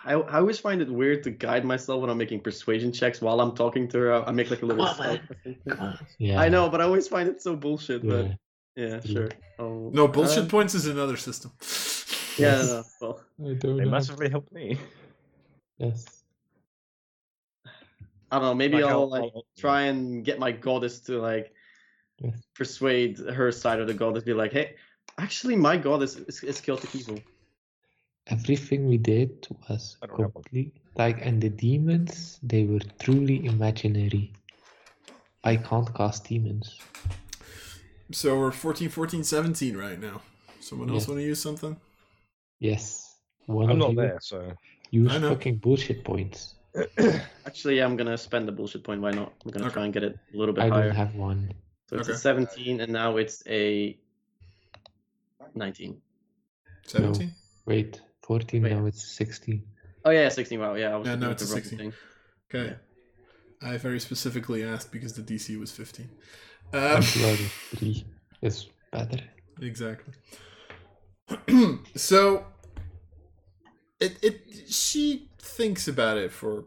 E: I, I always find it weird to guide myself when I'm making persuasion checks while I'm talking to her. I, I make like a little.
G: Come on,
E: spell.
C: Yeah.
E: I know, but I always find it so bullshit.
C: Yeah. Mm-hmm.
E: But yeah,
C: Yeah.
E: sure. Oh,
B: No, bullshit
E: uh,
B: points is another system.
E: Yeah, no, no, well,
C: I don't
F: They
H: Mm-hmm.
C: know.
F: massively helped me.
C: Yes.
E: I don't know. Maybe
F: Like,
E: I'll,
F: I'll-
E: like
F: I'll-
E: try and get my goddess to like
C: Yes.
E: persuade her side of the goddess. Be like, hey, actually, my goddess is, is Celtic evil.
C: Everything we did was
H: I don't have one.
C: complete. Like, and the demons, they were truly imaginary. I can't cast demons.
B: So we're 14, 14, 17 right now. Someone else
C: Yeah.
B: want to use something?
C: Yes. One
H: I'm
C: of
H: not
C: you
H: there, so
C: Use
B: I know.
C: fucking bullshit points.
E: Actually, I'm gonna spend the bullshit point. Why not? I'm gonna
B: Okay.
E: try and get it a little bit
C: I
E: higher.
C: don't have one.
E: so it's a
B: Okay.
E: 17, and now it's a 19.
B: 17?
C: Wait, 14,
E: Wait.
C: now it's 16.
E: Oh yeah, 16. Wow, yeah, I was
B: Yeah,
E: looking
B: no,
E: at
B: it's
E: the
B: a
E: wrong
B: 16.
E: thing.
B: Okay. I very specifically asked because the DC was 15. Um,
C: Multiplied by 3 is better.
B: exactly. so it it she thinks about it for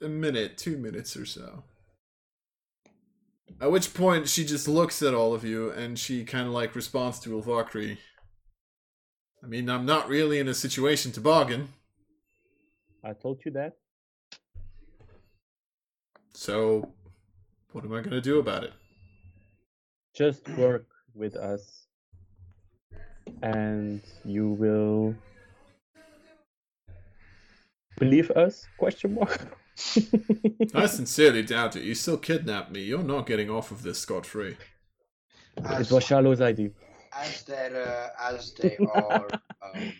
B: a minute, 2 minutes or so. At which point she just looks at all of you and she kind of like responds to Ilvakri. I mean, I'm not really in a situation to bargain.
A: I told you that.
B: So, what am I gonna do about it?
A: Just work with us, and you will believe us? Question mark.
B: I sincerely doubt it. You still kidnapped me. You're not getting off of this scot free.
A: It
D: As,
A: was Shiloh's idea.
D: as they're uh, as they are um,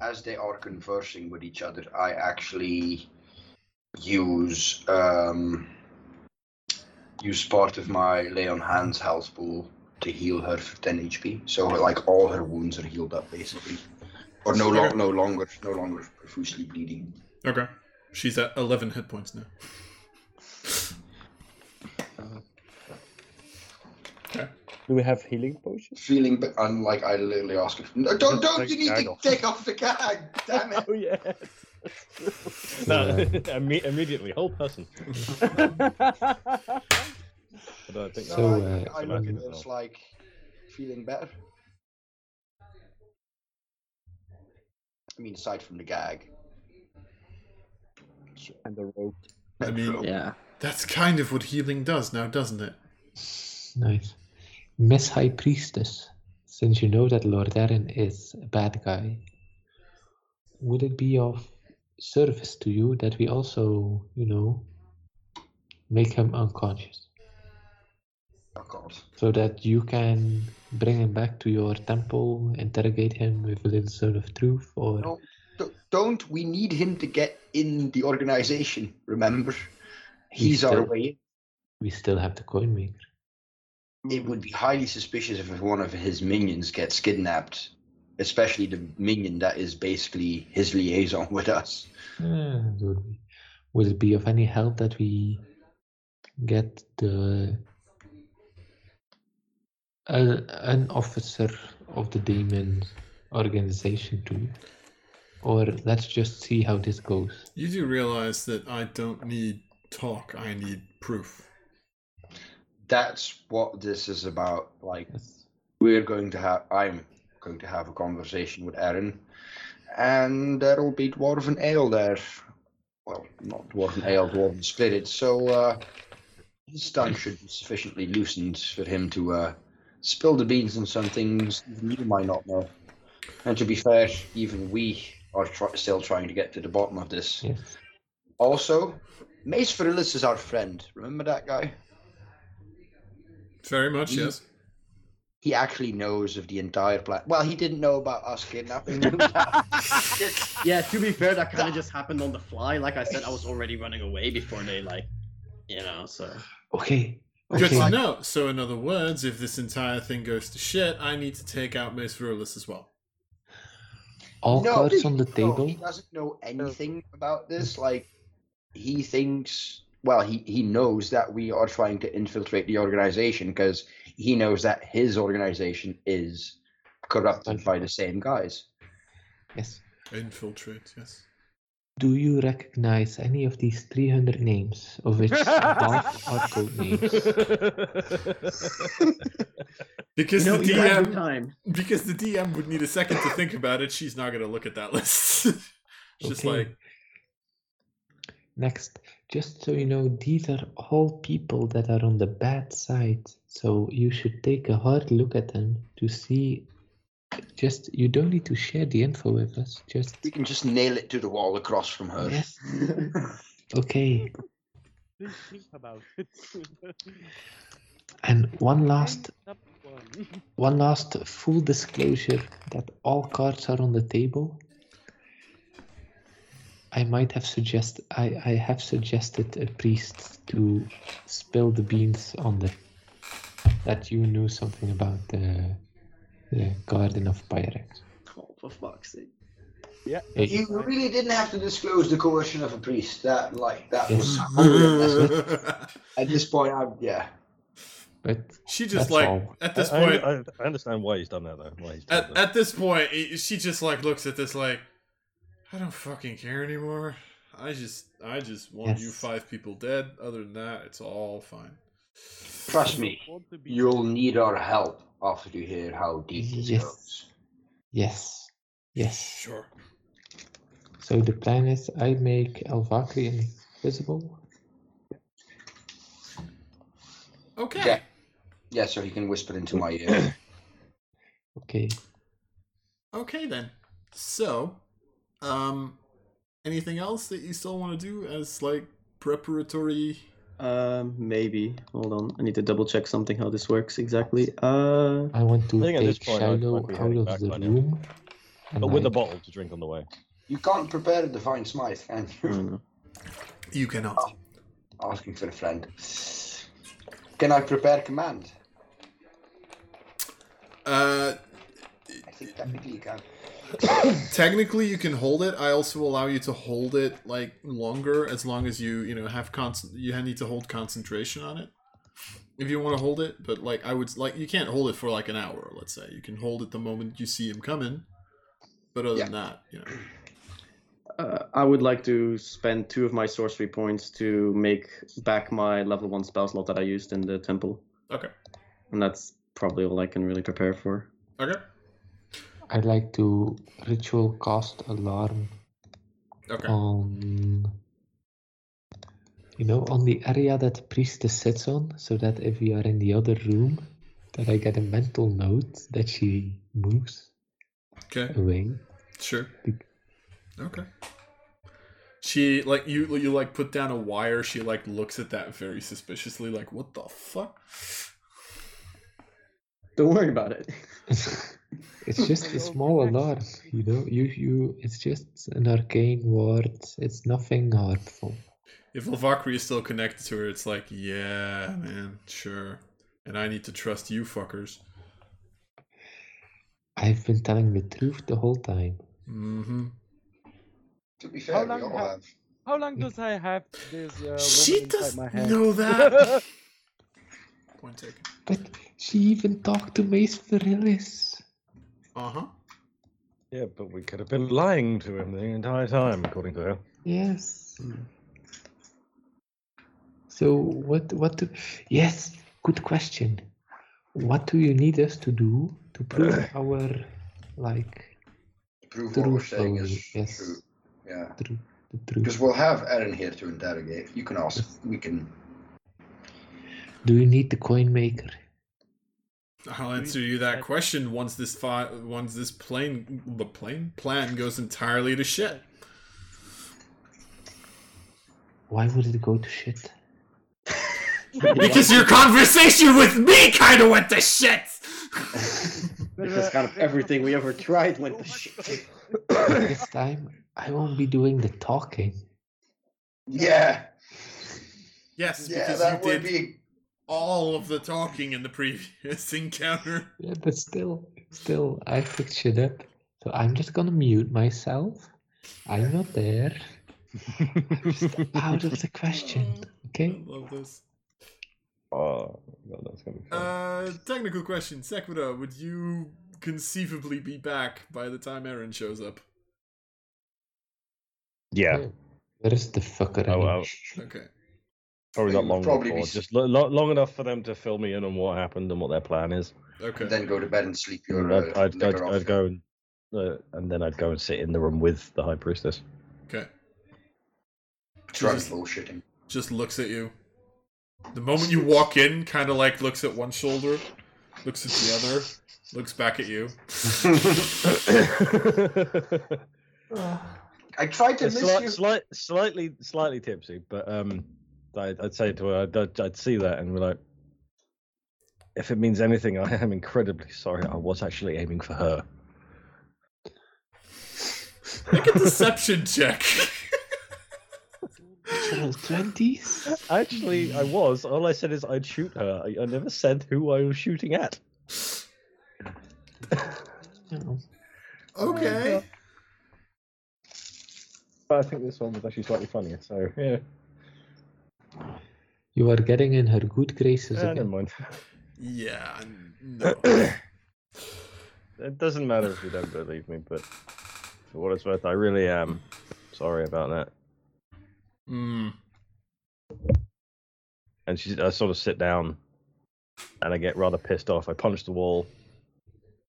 D: as they are conversing with each other, I actually use um, use part of my lay on hands health pool to heal her for 10 HP. So like all her wounds are healed up basically, or no lo- no longer no longer profusely bleeding.
B: Okay. She's at 11 hit points now.
A: Do we have healing potions?
D: Feeling b- and like I literally ask her, no, don't don't
H: take
D: you need
H: the
D: to
H: gag off."
D: take off the gag, damn it.
A: Oh yeah.
F: No, imme- immediately, whole person.
H: I don't think
D: No,
C: So,
D: I,
C: uh,
D: I
H: so
D: look
H: I
D: at
H: can-
D: this like feeling better. I mean, aside from the gag.
A: and the rope.
B: I mean,
E: Yeah.
B: that's kind of what healing does now, doesn't it?
C: Nice. Miss High Priestess, since you know that Lord Eren is a bad guy, would it be of service to you that we also, you know, make him unconscious
D: Oh God.
C: so that you can bring him back to your temple, interrogate him with a little zone of truth, or
D: No, d- don't we need him to get in the organization? Remember, he's our
C: still-
D: way.
C: we still have the coin maker?
D: It would be highly suspicious if one of his minions gets kidnapped, especially the minion that is basically his liaison with us.
C: Yeah, it Uh, would be. Would it be of any help that we get the uh, an officer of the demon organization to? Or let's just see how this goes.
B: You do realize that I don't need talk, I need proof.
D: That's what this is about. Like
C: Yes.
D: we're going to have I'm going to have a conversation with Aaron and there'll be Dwarven Ale there. Well, not Dwarven Ale, Dwarven Spirit, so uh his tongue should be sufficiently loosened for him to uh spill the beans on some things even you might not know. And to be fair, even we are try- still trying to get to the bottom of this.
C: Yes.
D: Also, Mace Ferulis is our friend. Remember that guy?
B: Very much,
D: Ye-
B: yes.
D: he actually knows of the entire plan. Well, he didn't know about us kidnapping. him.
E: Yeah. To be fair, that kind of just happened on the fly. Like I said, I was already running away before they like, you know. So
C: Okay.
B: Good
C: Mm. Okay.
B: to know. So, in other words, if this entire thing goes to shit, I need to take out Mace Virulis as well.
C: All
D: No,
C: cards on the
D: no,
C: table.
D: he doesn't know anything about this. Like, he thinks. Well, he he knows that we are trying to infiltrate the organization because he knows that his organization is corrupted by the same guys.
C: Yes.
B: Infiltrate, yes.
C: Do you recognize any of these 300 names, of which half are code names?
B: Because
E: you know,
B: the
E: you have
B: DM
E: your time.
B: because the DM would need a second to think about it. She's not gonna look at that list. Just
C: Okay.
B: like
C: Next, just so you know, these are all people that are on the bad side. So you should take a hard look at them to see. Just you don't need to share the info with us. Just
D: We can just nail it to the wall across from her.
C: yes. okay.
A: Please think about it.
C: And one last
A: Step one.
C: One last full disclosure that all cards are on the table. I might have suggest I, I have suggested a priest to spill the beans on the that you knew something about the the garden of Eh, Pyrex.
E: Oh, for fuck's sake.
C: Hey,
D: You really didn't have to disclose the coercion of a priest. That like that was. At this point, I yeah.
C: but
B: she just
C: That's
B: like
C: all.
B: at this
H: I,
B: point
H: I, I- I understand why he's done that though. Why he's done
B: at,
H: that.
B: at this point i- she just like looks at this like i don't fucking care anymore i just i just want you
C: Yes.
B: five people dead other than that it's all fine
D: Trust me,
A: Want to be-
D: you'll need our help after you hear how deep this
C: Yes.
D: goes.
C: yes. Yes.
B: sure
C: So the plan is I make Elvakri invisible.
B: okay
D: Yeah. Yeah, so he can whisper into my ear.
C: Okay.
B: okay then so um anything else that you still want to do as like preparatory
E: Um, maybe. Hold on. I need to double check something how this works exactly. Uh,
C: I want to
H: I think at this
C: take
H: point I'd-
C: Shiloh
H: I'd be
C: out
H: heading
C: of
H: back
C: the
H: by now.
C: room. and
H: But with
C: I-
H: a bottle to drink on the way.
D: you can't prepare a divine smite, can
E: I
D: you?
F: Hmm. Mm.
E: don't know.
B: you cannot
C: Um,
D: Asking for a friend. Can I prepare command?
B: uh
D: I think technically you can.
B: technically you can hold it i also allow you to hold it like longer as long as you you know have constant you need to hold concentration on it if you want to hold it but like i would like you can't hold it for like an hour let's say you can hold it the moment you see him coming but other
D: Yeah.
B: than that you know
E: Uh, I would like to spend two of my sorcery points to make back my level one spell slot that I used in the temple,
B: okay
E: and that's probably all I can really prepare for.
B: okay
C: I'd like to ritual cast alarm
B: okay
C: on you know on the area that priestess sits on so that if we are in the other room that I get a mental note that she moves
B: okay
C: away.
B: sure
C: Big.
B: okay she like you you like put down a wire she like looks at that very suspiciously like what the fuck
E: Don't worry about it.
C: it's just a small alarm, you know. You you it's just an arcane ward. It's nothing harmful.
B: If Lavakri is still connected to her, it's like, yeah, man, sure. And I need to trust you fuckers.
C: I've been telling the truth the whole time.
B: Mm-hmm.
D: To be
A: How
D: fair, we
A: long
D: all
A: ha-
D: have.
A: How long does I have this uh, woman
B: She
A: inside my
B: doesn't
A: hand?
B: know that. Point taken.
C: But she even talked to Mace Virillis.
B: Uh-huh.
H: Yeah, but we could have been lying to him the entire time, according to her.
C: Yes. So what what do yes, good question. What do you need us to do to prove our like
D: Prove what we're saying
C: truthfully?
D: is
C: Yes.
D: true. Yeah.
C: True the truth.
D: Because we'll have Aaron here to interrogate. You can ask. We can.
C: Do you need the coin maker?
B: I'll answer you that question once this fi- once this plane the plane plan goes entirely to shit.
C: Why would it go to shit?
B: Because your conversation with me kind of went to shit.
E: Because kind of everything we ever tried went to shit.
C: this time I won't be doing the talking.
D: Yeah.
B: Yes,
D: Yeah,
B: because
D: that
B: you
D: would
B: did
D: be.
B: all of the talking in the previous encounter.
C: Yeah, but still, still, I picked shit up. So I'm just gonna mute myself. I'm not there. I'm just out of the question.
B: I
C: Okay.
B: love this.
H: Oh, God, that's gonna be fun.
B: Uh, technical question, Sequita, would you conceivably be back by the time Aaron shows up?
H: yeah.
C: Where is the fucker?
H: Oh, wow.
B: Okay.
F: Probably not
D: I think it would
F: long
D: probably be
F: before,
D: s-
F: just lo- lo- long enough for them to fill me in on what happened and what their plan is.
B: Okay.
D: Then go to bed and sleep your
F: And I'd,
D: uh,
F: I'd, I'd,
D: liquor off.
F: I'd go and, uh, and then I'd go and sit in the room with the high priestess.
B: Okay.
D: Drunk
B: Jesus.
D: bullshitting.
B: Just looks at you. The moment you walk in, kind of like looks at one shoulder, looks at the other, looks back at you.
D: I tried to
F: Uh,
D: miss
F: slight,
D: you.
F: slight, slightly, slightly tipsy, but um, I'd, I'd say to her, I'd, I'd, I'd see that and be like, if it means anything, I am incredibly sorry. I was actually aiming for her.
B: Make a deception check.
I: twenties.
F: Actually, I was. All I said is I'd shoot her. I, I never said who I was shooting at.
B: Okay.
F: But I think this one was actually slightly funnier. So yeah,
C: You are getting in her good graces
F: eh, never
C: again.
F: mind.
B: Yeah. No.
F: It doesn't matter if you don't believe me, but for what it's worth, I really am sorry about that.
B: Mm.
F: and she, I sort of sit down, and I get rather pissed off. I punch the wall,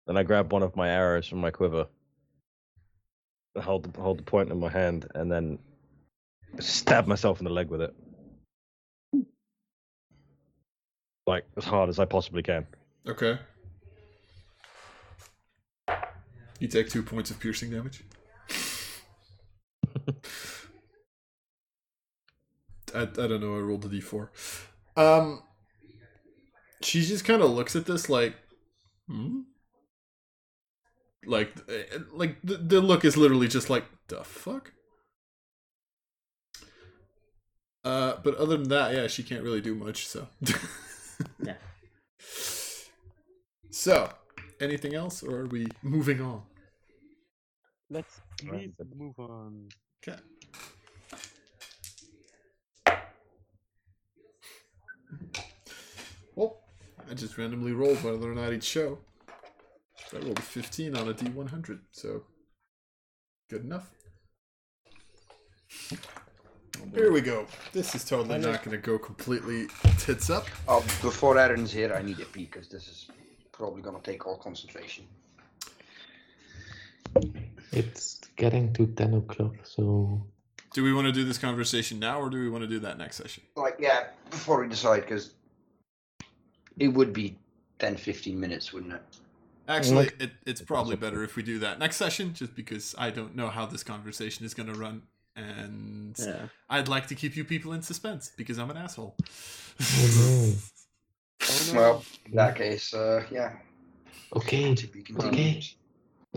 F: then I grab one of my arrows from my quiver, I hold the hold the point in my hand, and then stab myself in the leg with it, like as hard as I possibly can.
B: Okay. You take two points of piercing damage. I, I don't know. I rolled a d4. Um, she just kind of looks at this like, hmm? Like, eh, like the, the look is literally just like, the fuck? Uh, but other than that, yeah, she can't really do much, so.
E: Yeah.
B: So, anything else, or are we moving on?
A: Let's
F: Right.
A: please move on.
B: Okay. Well, I just randomly rolled whether or not he'd show. So I rolled a 15 on a D100, so good enough. Here we go. This is totally not going to go completely tits up.
D: Oh, before Aaron's here, I need a pee because this is probably gonna take all concentration.
C: It's getting to ten o'clock, so
B: Do we want to do this conversation now, or do we want to do that next session?
D: Like, yeah, before we decide, because it would be 10, 15 minutes, wouldn't it?
B: Actually,
F: Look-
B: it, it's probably better if we do that next session, just because I don't know how this conversation is going to run, and
E: Yeah.
B: I'd like to keep you people in suspense because I'm an asshole.
C: oh
D: Well, in that case, uh, yeah.
C: no. Okay,
D: to be continued.
C: Okay.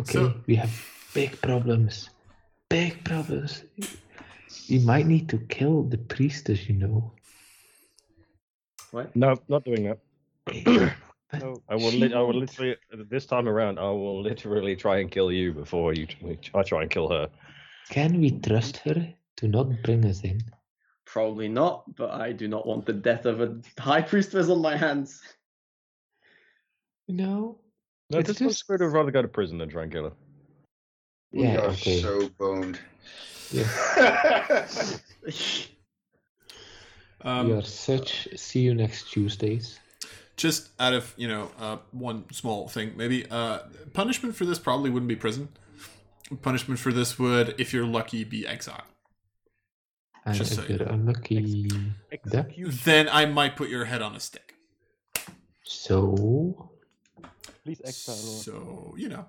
C: okay,
B: So-
C: we have big problems, big problems. We might need to kill the priestess, you know.
F: No, not doing that.
A: No,
F: I will.
C: She
F: Li- I will
C: won't.
F: literally this time around. I will literally try and kill you before you. I try and kill her.
C: Can we trust her to not bring us in?
E: Probably not, but I do not want the death of a high priestess on my hands.
C: No.
F: No,
C: It's
F: this one's
C: just-
F: would rather go to prison than try and kill her.
D: We
C: Yeah,
D: are
C: okay.
D: so boned.
B: Um,
C: we are such. See you next Tuesdays.
B: Just out of you know uh, one small thing, maybe uh, punishment for this probably wouldn't be prison. Punishment for this would, if you're lucky, be exile.
C: And
B: Just
C: if
B: saying.
C: you're unlucky, that
A: execute.
B: Then I might put your head on a stick.
C: so
A: Please exile. Lord.
B: So you know,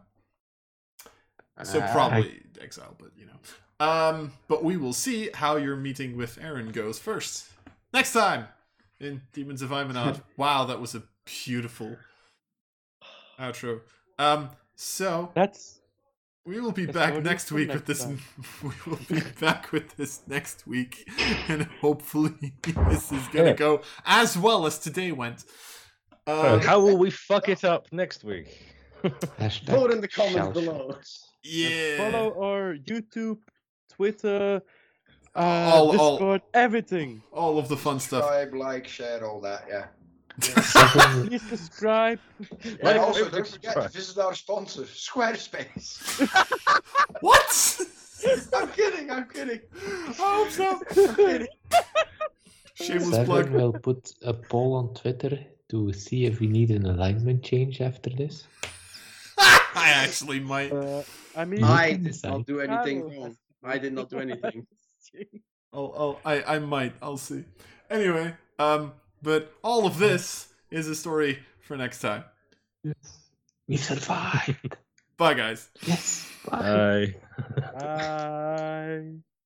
B: So probably exile, but you know. Um, but we will see how your meeting with Aaron goes first. Next time in Demons of Ivanov. wow, that was a beautiful outro. Um, so
A: That's
B: we will be
A: That's
B: back
A: audio
B: next
A: for
B: week
A: next
B: with this.
A: time.
B: We will be back with this next week, and hopefully this is gonna
F: Yeah.
B: go as well as today went.
F: Uh,
B: Um,
F: how will we fuck it up next week?
C: hashtag
E: Vote in the comments
C: shell
E: below.
C: shockers.
B: yeah,
A: follow our YouTube, Twitter, uh,
B: All- all-
A: Discord, everything.
B: all of the fun stuff.
D: Subscribe, like, share, all that, yeah.
C: Seven-
A: Please subscribe.
D: And
A: Like,
D: also,
F: everything
D: don't forget to
F: subscribe.
D: visit our sponsor, Squarespace.
B: What?
D: I'm kidding, I'm kidding.
B: I hope so. Shameless plug.
C: Severin will put a poll on Twitter to see if we need an alignment change after this.
B: I actually might.
A: Uh, I mean,
C: I
E: I
C: can
E: did
C: decide.
E: not do anything
A: Shadow.
E: wrong. I did not do anything.
B: I'll, I'll, I, I might. I'll see. Anyway, um, but all of this is a story for next time.
C: We survived.
B: Bye, guys.
C: yes. Bye.
H: Aye.
A: I...